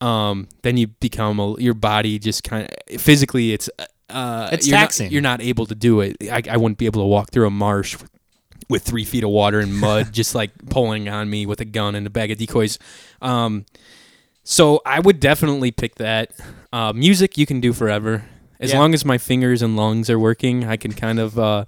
Speaker 1: um then you become a, your body just kind of physically it's uh
Speaker 2: It's
Speaker 1: you're not-
Speaker 2: taxing.
Speaker 1: you're not able to do it I, I wouldn't be able to walk through a marsh with, with three feet of water and
Speaker 2: *laughs*
Speaker 1: mud just like pulling on me with a gun and a bag of decoys um so I would definitely pick that. Uh, music you can do forever. As
Speaker 2: Yeah.
Speaker 1: long as my fingers and lungs are working, I can kind of uh,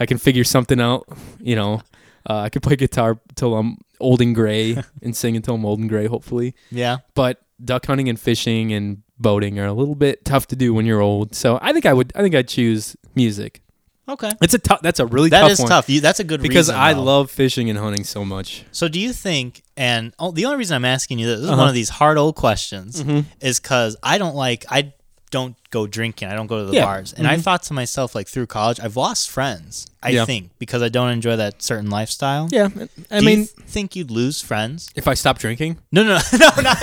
Speaker 1: I can figure something out. You know, uh, I could play guitar till I'm old and
Speaker 2: *laughs*
Speaker 1: gray and sing until I'm old and gray, hopefully.
Speaker 2: yeah.
Speaker 1: But duck hunting and fishing and boating are a little bit tough to do when you're old. So I think I would I think I'd choose music.
Speaker 2: Okay.
Speaker 1: It's a tough. That's a really
Speaker 2: That
Speaker 1: tough
Speaker 2: is
Speaker 1: one
Speaker 2: tough. You, that's a good
Speaker 1: because
Speaker 2: reason,
Speaker 1: I
Speaker 2: though.
Speaker 1: love fishing and hunting so much.
Speaker 2: So do you think? And oh, the only reason I'm asking you this, this is
Speaker 1: Uh-huh. Mm-hmm.
Speaker 2: one of these hard old questions, is because I don't like I don't go drinking. I don't go to the
Speaker 1: Yeah. Mm-hmm.
Speaker 2: bars, and I thought to myself like through college, I've lost friends. I
Speaker 1: Yeah.
Speaker 2: think because I don't enjoy that certain lifestyle.
Speaker 1: Yeah, I
Speaker 2: Do you
Speaker 1: mean,
Speaker 2: th- think you'd lose
Speaker 1: *laughs*
Speaker 2: friends?
Speaker 1: if I stop drinking,
Speaker 2: No, no, no, no, not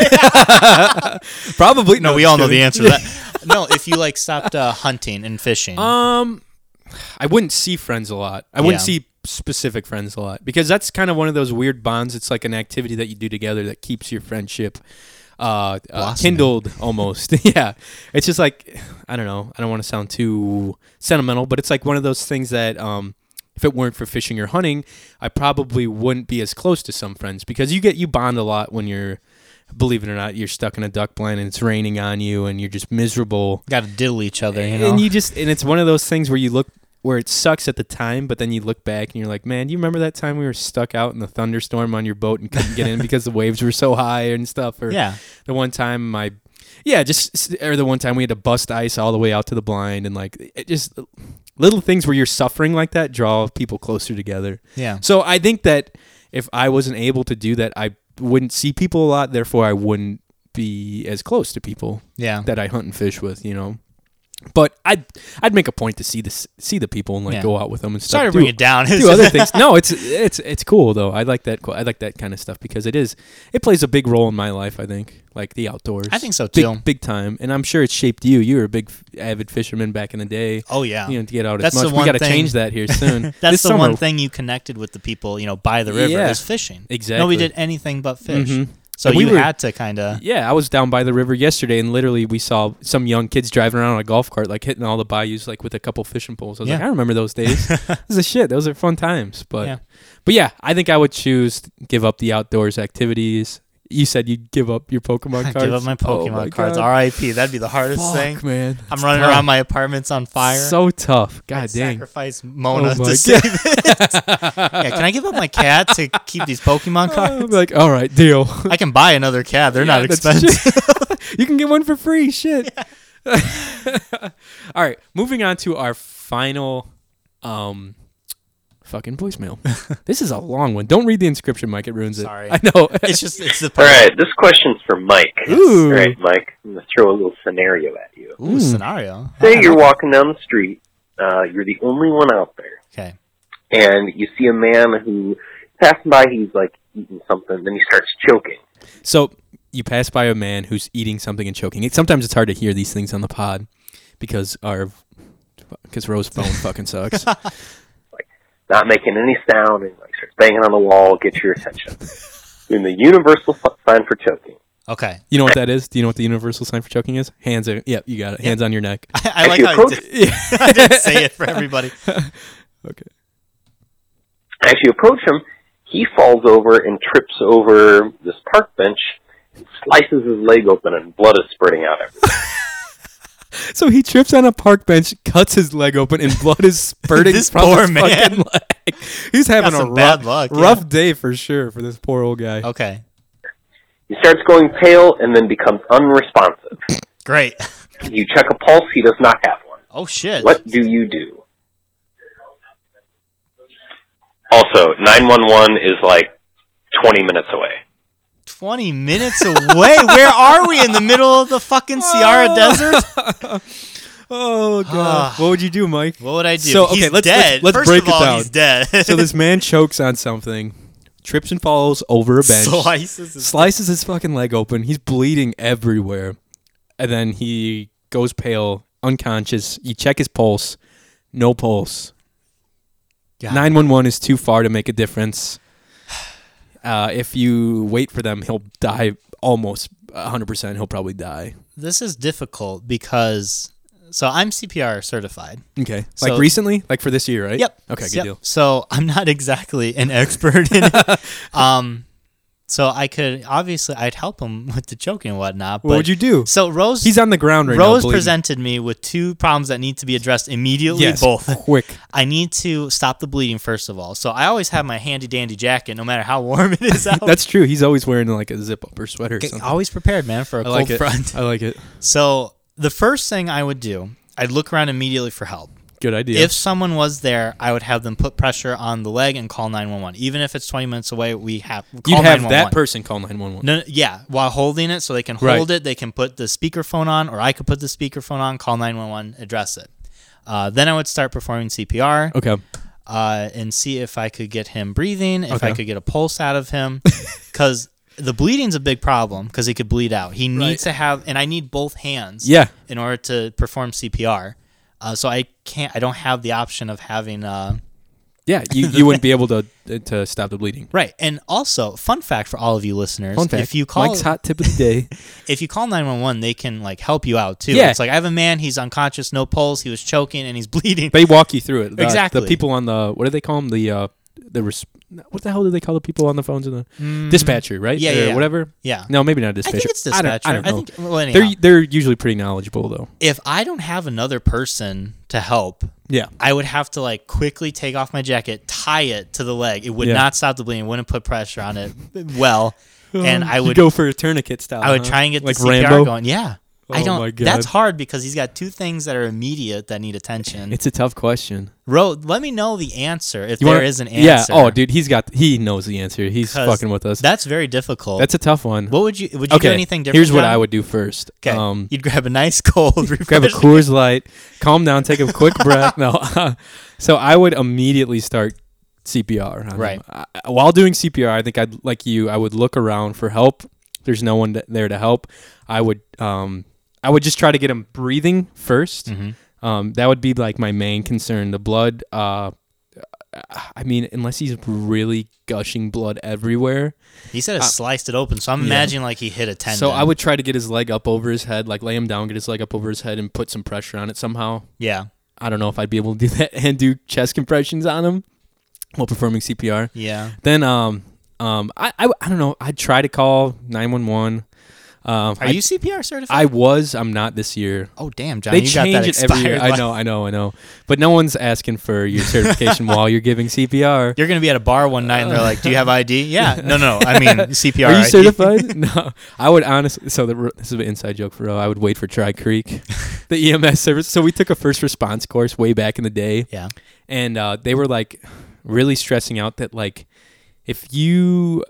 Speaker 1: probably
Speaker 2: *laughs* no, we all know the answer
Speaker 1: *laughs*
Speaker 2: to that. No, if you like stopped uh, hunting and fishing,
Speaker 1: Um, I wouldn't see friends a lot. I wouldn't
Speaker 2: Yeah.
Speaker 1: see specific friends a lot because that's kind of one of those weird bonds. It's like an activity that you do together that keeps your friendship uh, uh
Speaker 2: Blossoming.
Speaker 1: kindled almost. *laughs* yeah, it's just like I don't know. I don't want to sound too sentimental, but it's like one of those things that um. If it weren't for fishing or hunting, I probably wouldn't be as close to some friends because you get you bond a lot when you're, believe it or not, you're stuck in a duck blind and it's raining on you and you're just miserable
Speaker 2: got to diddle each other. You know,
Speaker 1: and you just and it's one of those things where you look where it sucks at the time, but then you look back and you're like, man, you remember that time we were stuck out in the thunderstorm on your boat and couldn't get
Speaker 2: *laughs*
Speaker 1: in because the waves were so high and stuff? Or
Speaker 2: Yeah.
Speaker 1: the one time my yeah, just s- or the one time we had to bust ice all the way out to the blind and like it just little things where you're suffering like that draw people closer together.
Speaker 2: Yeah.
Speaker 1: So I think that if I wasn't able to do that, I wouldn't see people a lot. Therefore, I wouldn't be as close to people
Speaker 2: Yeah.
Speaker 1: that I hunt and fish with, you know. But I'd I'd make a point to see this see the people and like
Speaker 2: Yeah.
Speaker 1: go out with them and stuff.
Speaker 2: Sorry to bring it down.
Speaker 1: do
Speaker 2: *laughs*
Speaker 1: other things. No, it's it's it's cool though. I like that. co- I like that kind of stuff because it is it plays a big role in my life. I think like the outdoors.
Speaker 2: I think so,
Speaker 1: Big-
Speaker 2: too.
Speaker 1: Big, time, and I'm sure it shaped you. You were a big f- avid fisherman back in the day.
Speaker 2: Oh yeah,
Speaker 1: you know to get out as much. We got to
Speaker 2: thing-
Speaker 1: change that here *laughs* soon.
Speaker 2: *laughs* That's
Speaker 1: This
Speaker 2: the
Speaker 1: summer,
Speaker 2: one thing you connected with the people, you know, by the river
Speaker 1: Yeah.
Speaker 2: is fishing.
Speaker 1: Exactly.
Speaker 2: Nobody did anything but fish,
Speaker 1: Mhm.
Speaker 2: so
Speaker 1: And
Speaker 2: we
Speaker 1: we
Speaker 2: you
Speaker 1: were-
Speaker 2: had to kind of.
Speaker 1: Yeah, I was down by the river yesterday, and literally we saw some young kids driving around on a golf cart, like hitting all the bayous, like with a couple fishing poles. I was
Speaker 2: Yeah.
Speaker 1: like, I remember those days.
Speaker 2: *laughs*
Speaker 1: this is shit. Those are fun times. But,
Speaker 2: Yeah.
Speaker 1: but yeah, I think I would choose to give up the outdoors activities. You said you'd give up your Pokemon cards.
Speaker 2: *laughs* Give up my
Speaker 1: Oh
Speaker 2: Pokemon
Speaker 1: my
Speaker 2: cards.
Speaker 1: God.
Speaker 2: R.I.P. That'd be the hardest
Speaker 1: Fuck,
Speaker 2: thing,
Speaker 1: man.
Speaker 2: I'm
Speaker 1: It's
Speaker 2: running
Speaker 1: tough.
Speaker 2: around my apartment's on fire.
Speaker 1: So tough. God
Speaker 2: I'd
Speaker 1: dang.
Speaker 2: Sacrifice Mona
Speaker 1: Oh my
Speaker 2: to *laughs* save it. yeah, can I give up my cat to keep
Speaker 1: *laughs*
Speaker 2: these Pokemon
Speaker 1: *laughs*
Speaker 2: cards?
Speaker 1: I'm like, all right, deal.
Speaker 2: I can buy another cat. They're not
Speaker 1: Yeah, that's
Speaker 2: expensive.
Speaker 1: shit. *laughs* you can get one for free. *laughs* Shit. All right, moving on to our final um fucking *laughs* voicemail. this is a long one. Don't read the inscription, Mike. It ruins it.
Speaker 2: Sorry.
Speaker 1: *laughs* I know.
Speaker 2: *laughs* it's just it's the
Speaker 7: All right, this question's for Mike.
Speaker 1: Ooh.
Speaker 7: All right, Mike, I'm going to throw a little scenario at you.
Speaker 2: Ooh, scenario.
Speaker 7: Say you're walking down the street, uh, you're the only one out there,
Speaker 2: Okay.
Speaker 7: and you see a man who passing by, he's like eating something, then he starts choking.
Speaker 1: So you pass by a man who's eating something and choking. It, sometimes it's hard to hear these things on the pod because our because Rose phone fucking *laughs* sucks.
Speaker 7: not making any sound and like starts banging on the wall, get your attention. Doing the universal f- sign for choking.
Speaker 2: Okay.
Speaker 1: You know what that is? Do you know what the universal sign for choking is? Hands. Are, yep, you got it. Hands on your neck.
Speaker 2: *laughs* I, I like
Speaker 7: you
Speaker 2: how I
Speaker 7: approach-
Speaker 2: did, *laughs* I did say it for everybody.
Speaker 1: Okay.
Speaker 7: As you approach him, he falls over and trips over this park bench, and slices his leg open, and blood is spurting out everywhere.
Speaker 1: So he trips on a park bench, cuts his leg open, and blood
Speaker 2: *laughs*
Speaker 1: is spurting
Speaker 2: This
Speaker 1: from
Speaker 2: poor
Speaker 1: his fucking
Speaker 2: *laughs* man.
Speaker 1: leg. He's having a
Speaker 2: Got some
Speaker 1: rough,
Speaker 2: bad luck, yeah.
Speaker 1: rough day for sure for this poor old guy.
Speaker 2: Okay.
Speaker 7: He starts going pale and then becomes unresponsive.
Speaker 2: Great.
Speaker 7: You check a pulse, he does not have one.
Speaker 2: Oh shit.
Speaker 7: What do you do?
Speaker 9: Also, 911 is like 20 minutes away.
Speaker 2: Twenty minutes away. Where are we in the middle of the
Speaker 1: *laughs*
Speaker 2: fucking Sierra Desert?
Speaker 1: Oh
Speaker 2: Ah.
Speaker 1: god, what would you do, Mike?
Speaker 2: What would I do?
Speaker 1: So, okay,
Speaker 2: he's
Speaker 1: let's- let's-
Speaker 2: dead.
Speaker 1: let's
Speaker 2: First
Speaker 1: break
Speaker 2: of
Speaker 1: it
Speaker 2: all,
Speaker 1: down.
Speaker 2: he's dead.
Speaker 1: So this man chokes on something, trips and falls
Speaker 2: *laughs*
Speaker 1: over a bench,
Speaker 2: slices. His-
Speaker 1: slices his fucking leg open. He's bleeding everywhere, and then he goes pale, unconscious. You check his pulse, no pulse.
Speaker 2: God.
Speaker 1: Nine one one is too far to make a difference. Uh, if you wait for them, he'll die almost hundred percent. He'll probably die.
Speaker 2: this is difficult because so I'm CPR certified.
Speaker 1: Okay,
Speaker 2: So-
Speaker 1: like recently, like for this year, right?
Speaker 2: Yep.
Speaker 1: Okay, good
Speaker 2: Yep.
Speaker 1: deal.
Speaker 2: So I'm not exactly an expert in
Speaker 1: *laughs*
Speaker 2: it. um, so I could obviously I'd help him with the choking and whatnot. But
Speaker 1: What would you do?
Speaker 2: So Rose,
Speaker 1: He's on the ground right now.
Speaker 2: Rose
Speaker 1: bleeding.
Speaker 2: presented me with two problems that need to be addressed immediately.
Speaker 1: Yes,
Speaker 2: Both.
Speaker 1: *laughs* quick.
Speaker 2: I need to stop the bleeding first of all. So I always have my handy dandy jacket, no matter how warm it is out.
Speaker 1: That's true. He's always wearing like a zip up or sweater. Or
Speaker 2: Okay,
Speaker 1: something.
Speaker 2: always prepared, man, for a
Speaker 1: I
Speaker 2: cold
Speaker 1: like it.
Speaker 2: front.
Speaker 1: I like it.
Speaker 2: *laughs* So the first thing I would do, I'd look around immediately for help.
Speaker 1: Good idea.
Speaker 2: If someone was there, I would have them put pressure on the leg and call 911. Even if it's 20 minutes away, we have call
Speaker 1: You'd have
Speaker 2: 911.
Speaker 1: that person call 911.
Speaker 2: No, no, yeah, while holding it, so they can
Speaker 1: Right.
Speaker 2: hold it, they can put the speakerphone on, or I could put the speakerphone on, call 911, address it. Uh, then I would start performing CPR
Speaker 1: Okay.
Speaker 2: uh, and see if I could get him breathing, if I
Speaker 1: Okay.
Speaker 2: could get a pulse out
Speaker 1: *laughs*
Speaker 2: of him, because the bleeding's a big problem because he could bleed out. He needs to have, and I need both hands,
Speaker 1: Yeah.
Speaker 2: in order to perform CPR. Uh, so I can't, I don't have the option of having. Uh,
Speaker 1: Yeah. You, you wouldn't be able to uh, to stop the bleeding.
Speaker 2: Right, and also, fun fact for all of you listeners:
Speaker 1: Fun fact.
Speaker 2: if you call
Speaker 1: Mike's hot tip of the day.
Speaker 2: *laughs* if you call 911 they can like help you out too
Speaker 1: Yeah.
Speaker 2: it's like i have a man he's unconscious no pulse he was choking and he's *laughs* bleeding
Speaker 1: they walk you through it. The-
Speaker 2: Exactly.
Speaker 1: The people on the what do they call them? The uh, the res- what the hell do they call the people on the phones in the dispatcher? Right.
Speaker 2: Mm. Yeah,
Speaker 1: Or
Speaker 2: yeah, yeah.
Speaker 1: whatever.
Speaker 2: Yeah.
Speaker 1: No, maybe not dispatcher.
Speaker 2: i think it's
Speaker 1: I
Speaker 2: dispatcher
Speaker 1: don't- I don't, know.
Speaker 2: think well, anyhow,
Speaker 1: they're they're usually pretty knowledgeable though.
Speaker 2: if i don't have another person to help
Speaker 1: Yeah.
Speaker 2: i would have to like quickly take off my jacket tie it to the leg it would
Speaker 1: Yeah.
Speaker 2: not stop the bleeding wouldn't put pressure on it well and i
Speaker 1: You *laughs*
Speaker 2: would
Speaker 1: Mm. go for a tourniquet style.
Speaker 2: i would
Speaker 1: huh?
Speaker 2: try and get
Speaker 1: like
Speaker 2: the cpr
Speaker 1: Rambo.
Speaker 2: going yeah I
Speaker 1: Oh
Speaker 2: don't.
Speaker 1: my God.
Speaker 2: That's hard because he's got two things that are immediate that need attention.
Speaker 1: It's a tough question.
Speaker 2: Ro, let me know the answer if
Speaker 1: You
Speaker 2: there
Speaker 1: wanna-
Speaker 2: is an
Speaker 1: Yeah.
Speaker 2: answer.
Speaker 1: Oh, dude, he's got. He knows the answer. He's
Speaker 2: 'Cause
Speaker 1: fucking with us.
Speaker 2: That's very difficult.
Speaker 1: That's a tough one.
Speaker 2: What would you- would you do
Speaker 1: Okay,
Speaker 2: anything different,
Speaker 1: Here's what
Speaker 2: John?
Speaker 1: I would do first.
Speaker 2: Okay.
Speaker 1: Um,
Speaker 2: You'd grab a nice
Speaker 1: *laughs*
Speaker 2: cold.
Speaker 1: grab a
Speaker 2: refreshing-
Speaker 1: Coors Light, calm down, take a
Speaker 2: *laughs*
Speaker 1: quick breath. No, *laughs* so I would immediately start CPR. on him.
Speaker 2: Right.
Speaker 1: I- while doing CPR, I think I'd like you. I would look around for help. There's no one th- there to help. I would, um, I would just try to get him breathing 1st
Speaker 2: Mhm.
Speaker 1: Um, that would be like my main concern. The blood. Uh, I mean, unless he's really gushing blood everywhere.
Speaker 2: He said it
Speaker 1: I-
Speaker 2: sliced it open, so I'm
Speaker 1: Uh, Yeah.
Speaker 2: imagining like he hit a tendon.
Speaker 1: So I would try to get his leg up over his head, like lay him down, get his leg up over his head, and put some pressure on it somehow.
Speaker 2: Yeah.
Speaker 1: I don't know if I'd be able to do *laughs* that and do chest compressions on him while performing CPR.
Speaker 2: Yeah.
Speaker 1: Then um um I I, I don't know. I'd try to call nine one one. Um,
Speaker 2: Are
Speaker 1: I-
Speaker 2: you CPR certified?
Speaker 1: I was. I'm not this year.
Speaker 2: Oh damn, John!
Speaker 1: they
Speaker 2: you
Speaker 1: change
Speaker 2: got that
Speaker 1: it every year.
Speaker 2: expired
Speaker 1: I
Speaker 2: license.
Speaker 1: know, I know, I know. But no one's asking for your certification while you're giving CPR.
Speaker 2: *laughs* You're gonna be at a bar one night and they're like, "Do you
Speaker 1: *laughs*
Speaker 2: have ID?" Yeah. No, no. I mean CPR.
Speaker 1: Are you
Speaker 2: ID.
Speaker 1: certified? *laughs* no, I would honestly. So the, this is an inside joke for real. I would wait for Tri
Speaker 2: *laughs*
Speaker 1: Creek, the EMS service. So we took a first response course way back in the day.
Speaker 2: Yeah.
Speaker 1: and uh, they were like really stressing out that like if you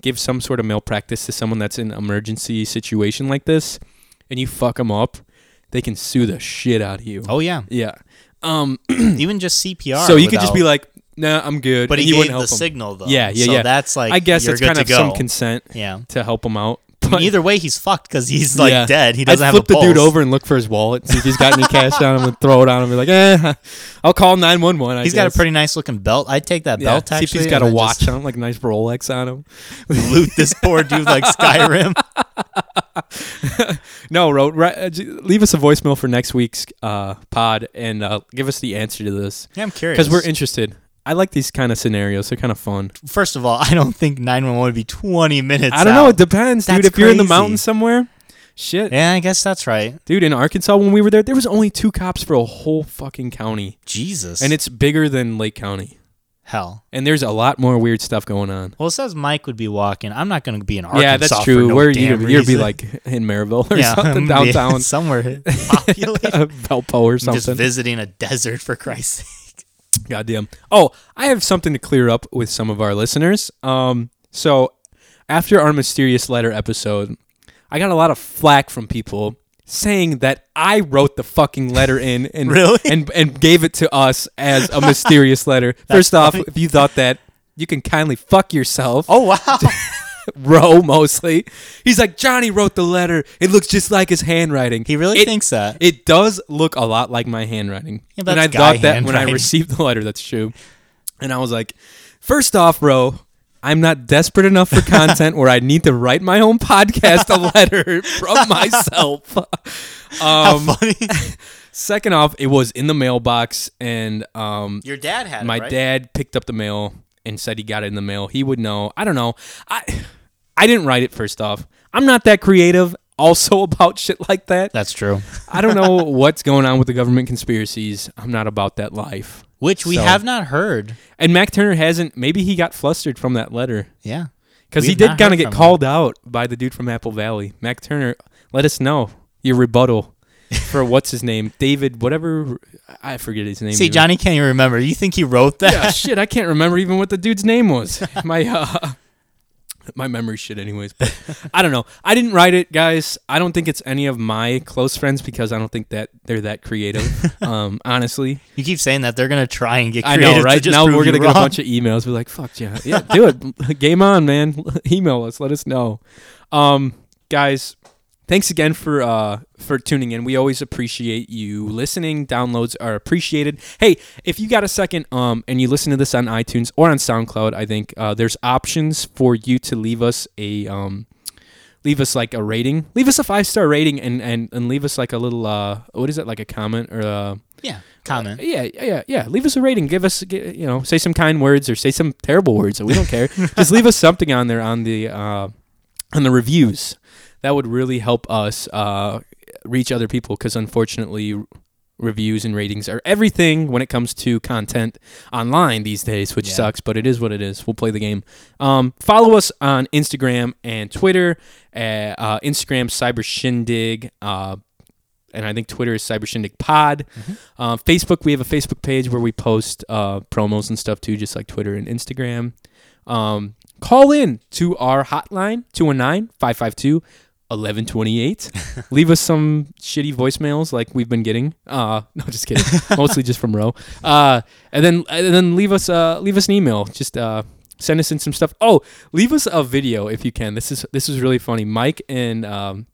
Speaker 1: give some sort of malpractice to someone that's in an emergency situation like this, and you fuck them up, they can sue the shit out of you. *clears throat*
Speaker 2: Oh yeah.
Speaker 1: yeah. Um,
Speaker 2: Even just CPR.
Speaker 1: so you could just
Speaker 2: without-
Speaker 1: be like, "Nah, I'm good,"
Speaker 2: But
Speaker 1: and
Speaker 2: he
Speaker 1: wouldn't
Speaker 2: gave
Speaker 1: help
Speaker 2: the
Speaker 1: 'em.
Speaker 2: signal, though.
Speaker 1: Yeah, yeah,
Speaker 2: So
Speaker 1: yeah.
Speaker 2: that's like,
Speaker 1: I guess
Speaker 2: you're
Speaker 1: it's
Speaker 2: good
Speaker 1: kind
Speaker 2: to
Speaker 1: of some
Speaker 2: go.
Speaker 1: consent. *laughs*
Speaker 2: Yeah.
Speaker 1: to help him out.
Speaker 2: And either way, he's fucked because he's like
Speaker 1: Yeah.
Speaker 2: dead. He doesn't
Speaker 1: I'd
Speaker 2: have
Speaker 1: flip
Speaker 2: a pulse.
Speaker 1: the dude over and look for his wallet, see if he's got any cash on him, and throw it on him. Be like, eh, *laughs* I'll call nine one one.
Speaker 2: He's got a pretty nice looking belt. I'd take that
Speaker 1: Yeah,
Speaker 2: belt.
Speaker 1: see
Speaker 2: Actually,
Speaker 1: if he's got a
Speaker 2: and then
Speaker 1: watch
Speaker 2: just
Speaker 1: on him, like a nice Rolex on him.
Speaker 2: Loot this poor
Speaker 1: *laughs*
Speaker 2: dude like Skyrim.
Speaker 1: No, Ro, ri- uh, j- leave us a voicemail for next week's uh, pod and uh, give us the answer to this. *laughs*
Speaker 2: Yeah, I'm curious.
Speaker 1: Because we're interested. I like these kind of scenarios. They're kind of fun.
Speaker 2: First of all, I don't think 911 would be 20 minutes.
Speaker 1: I don't know.
Speaker 2: out.
Speaker 1: It depends, dude.
Speaker 2: That's
Speaker 1: If you're in the
Speaker 2: crazy.
Speaker 1: mountains somewhere, shit.
Speaker 2: Yeah, I guess that's right.
Speaker 1: Dude, in Arkansas, when we were there, there was only two cops for a whole fucking county.
Speaker 2: Jesus.
Speaker 1: And it's bigger than Lake County.
Speaker 2: hell.
Speaker 1: And there's a lot more weird stuff going on.
Speaker 2: Well, it says Mike would be walking. I'm not going to be in Arkansas.
Speaker 1: yeah, that's true.
Speaker 2: For no
Speaker 1: Where
Speaker 2: damn
Speaker 1: you'd, you'd be
Speaker 2: reason. *laughs*
Speaker 1: like in Maryville or
Speaker 2: Yeah,
Speaker 1: something,
Speaker 2: I'm gonna be *laughs*
Speaker 1: downtown *laughs*
Speaker 2: somewhere populated.
Speaker 1: Valpo or
Speaker 2: I'm just
Speaker 1: something.
Speaker 2: visiting a desert for Christ's
Speaker 1: *laughs*
Speaker 2: sake.
Speaker 1: Goddamn. Oh, I have something to clear up with some of our listeners. Um, so after our mysterious letter episode, I got a lot of flack from people saying that I wrote the fucking letter in and
Speaker 2: *laughs* Really?
Speaker 1: and and gave it to us as
Speaker 2: *laughs*
Speaker 1: a mysterious letter. First off, if you thought that, you can kindly fuck yourself.
Speaker 2: Oh
Speaker 1: *laughs*
Speaker 2: wow.
Speaker 1: Roe mostly. He's like Johnny wrote the letter. It looks just like his handwriting.
Speaker 2: He really
Speaker 1: It-
Speaker 2: thinks that.
Speaker 1: It does look a lot like my handwriting.
Speaker 2: Yeah, but
Speaker 1: and I
Speaker 2: that's
Speaker 1: thought
Speaker 2: guy
Speaker 1: that when I
Speaker 2: handwriting.
Speaker 1: received the letter, that's true. And I was like, first off, Roe, I'm not desperate enough for content where I need to write my own podcast
Speaker 2: *laughs*
Speaker 1: a letter from myself. Um,
Speaker 2: How funny.
Speaker 1: second off, it was in the mailbox, and um,
Speaker 2: Your dad had it,
Speaker 1: my
Speaker 2: right?
Speaker 1: dad picked up the mail and said he got it in the mail. He would know. I don't know. I I didn't write it. First off, I'm not that creative. Also *laughs* about shit like that.
Speaker 2: That's true.
Speaker 1: I don't know what's going on with the government conspiracies. I'm not about that life.
Speaker 2: Which we
Speaker 1: So-
Speaker 2: have not heard.
Speaker 1: And Mac Turner hasn't. Maybe he got flustered from that letter
Speaker 2: Yeah.
Speaker 1: because
Speaker 2: We
Speaker 1: he
Speaker 2: have
Speaker 1: did
Speaker 2: not
Speaker 1: kind of
Speaker 2: heard
Speaker 1: get
Speaker 2: from
Speaker 1: called out by the dude from Apple Valley. Mac Turner, let us know your rebuttal
Speaker 2: *laughs*
Speaker 1: for what's his name, David, whatever. I forget his name.
Speaker 2: See,
Speaker 1: even.
Speaker 2: Johnny can't even remember. You think he wrote that?
Speaker 1: Yeah, shit, I can't remember even what the dude's name was. *laughs* My uh, my memory shit, anyways.
Speaker 2: *laughs*
Speaker 1: But I don't know. I didn't write it, guys. I don't think it's any of my close friends because I don't think that they're that
Speaker 2: *laughs*
Speaker 1: creative. Um, honestly,
Speaker 2: You keep saying that they're gonna try and get
Speaker 1: I
Speaker 2: creative.
Speaker 1: know,
Speaker 2: to
Speaker 1: right?
Speaker 2: just
Speaker 1: Now
Speaker 2: prove
Speaker 1: we're
Speaker 2: you
Speaker 1: gonna get a
Speaker 2: wrong.
Speaker 1: bunch of emails. Be like, fuck yeah, yeah, do it. *laughs* Game on, man. Email us. Let us know, um, guys. Thanks again for uh, for tuning in. We always appreciate you listening. Downloads are appreciated. Hey, if you got a second um, and you listen to this on iTunes or on SoundCloud, I think uh, there's options for you to leave us a um, leave us like a rating, leave us a five star rating, and, and and leave us like a little uh, what is it like a comment or uh,
Speaker 2: yeah. Comment.
Speaker 1: yeah, yeah, yeah, yeah. Leave us a rating. Give us, g- you know, say some kind words or say some terrible words. We don't care. Just leave us something on there on the uh, on the reviews. That would really help us uh, reach other people because unfortunately, reviews and ratings are everything when it comes to content online these days, which sucks, but it is what it is. We'll play the game. Um, follow us on Instagram and Twitter. Uh, uh, Instagram Cyber Shindig. Uh, and I think Twitter is Cyber Shindig Pod. Uh, Facebook, we have a Facebook page where we post uh, promos and stuff too, just like Twitter and Instagram. Um, call in to our hotline, 219 552 1128. Leave us some shitty voicemails like we've been getting. Uh, *laughs* no, just kidding. Mostly just from Roe. Uh, and then and then leave us uh, leave us an email. Just uh, send us in some stuff. Oh, leave us a video if you can. This is this is really funny. Mike and um,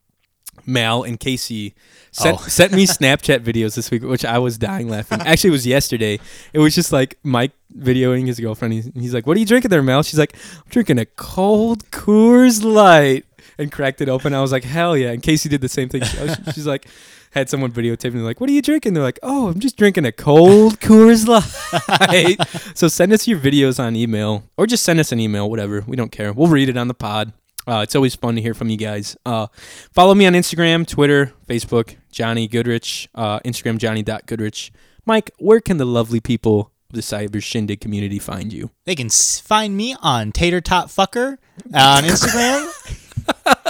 Speaker 1: Mal and Casey sent,
Speaker 2: Oh.
Speaker 1: sent me Snapchat videos this week, which I was dying laughing. Actually, it was yesterday. It was just like Mike videoing his girlfriend. He's, he's like, "What are you drinking there, Mal?" She's like, "I'm drinking a cold Coors Light." And cracked it open. I was like, "Hell yeah!" And Casey did the same thing. She- she- She's like, had someone videotaping. They're like, "What are you drinking?" They're like, "Oh, I'm just drinking a cold Coors Light." *laughs* so send us your videos on email, or just send us an email. Whatever, we don't care. We'll read it on the pod. Uh, it's always fun to hear from you guys. Uh, follow me on Instagram, Twitter, Facebook, Johnny Goodrich, uh, Instagram, Johnny.Goodrich. Mike, where can the lovely people of the Cyber Shindig community find you?
Speaker 2: They can s- find me on Tater Tot Fucker uh, on Instagram.
Speaker 1: *laughs*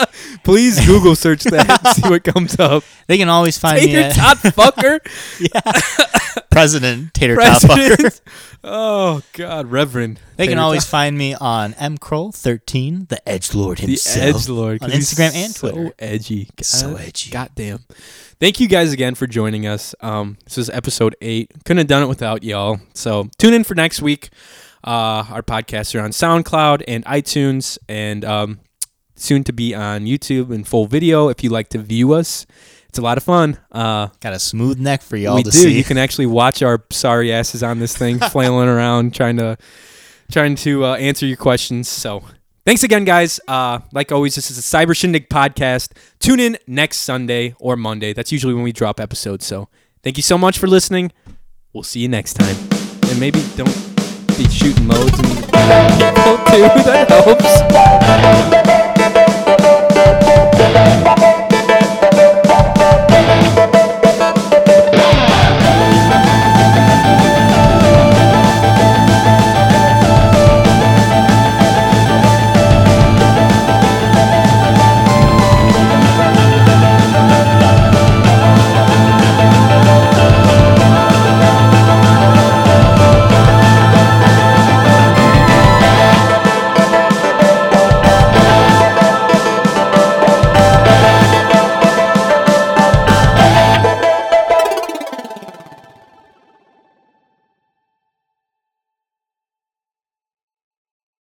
Speaker 2: *laughs*
Speaker 1: Please Google search that and see what comes up.
Speaker 2: They can always find me
Speaker 1: Tater
Speaker 2: at
Speaker 1: Tot
Speaker 2: *laughs*
Speaker 1: Fucker.
Speaker 2: President Tater Tot Fucker.
Speaker 1: President. Oh, God, Reverend.
Speaker 2: They can
Speaker 1: Tater
Speaker 2: always
Speaker 1: Tot.
Speaker 2: find me on mcroll13, the Edge Lord
Speaker 1: the
Speaker 2: himself,
Speaker 1: edge lord
Speaker 2: on Instagram and
Speaker 1: so
Speaker 2: Twitter.
Speaker 1: edgy, God,
Speaker 2: So edgy.
Speaker 1: Goddamn! Thank you guys again for joining us. Um, this is episode eight. Couldn't have done it without y'all. So tune in for next week. Uh, our podcasts are on SoundCloud and iTunes, and um, soon to be on YouTube in full video. If you like to view us, it's a lot of fun. Uh,
Speaker 2: Got a smooth neck for y'all
Speaker 1: we
Speaker 2: to
Speaker 1: do.
Speaker 2: see.
Speaker 1: You can actually watch our sorry asses on this
Speaker 2: *laughs*
Speaker 1: thing flailing around trying to trying to uh, answer your questions. So thanks again, guys. Uh, like always, this is a Cyber Shindig podcast. Tune in next Sunday or Monday. That's usually when we drop episodes. So thank you so much for listening. We'll see you next time, and maybe *laughs* don't be shooting loads and people too. That helps.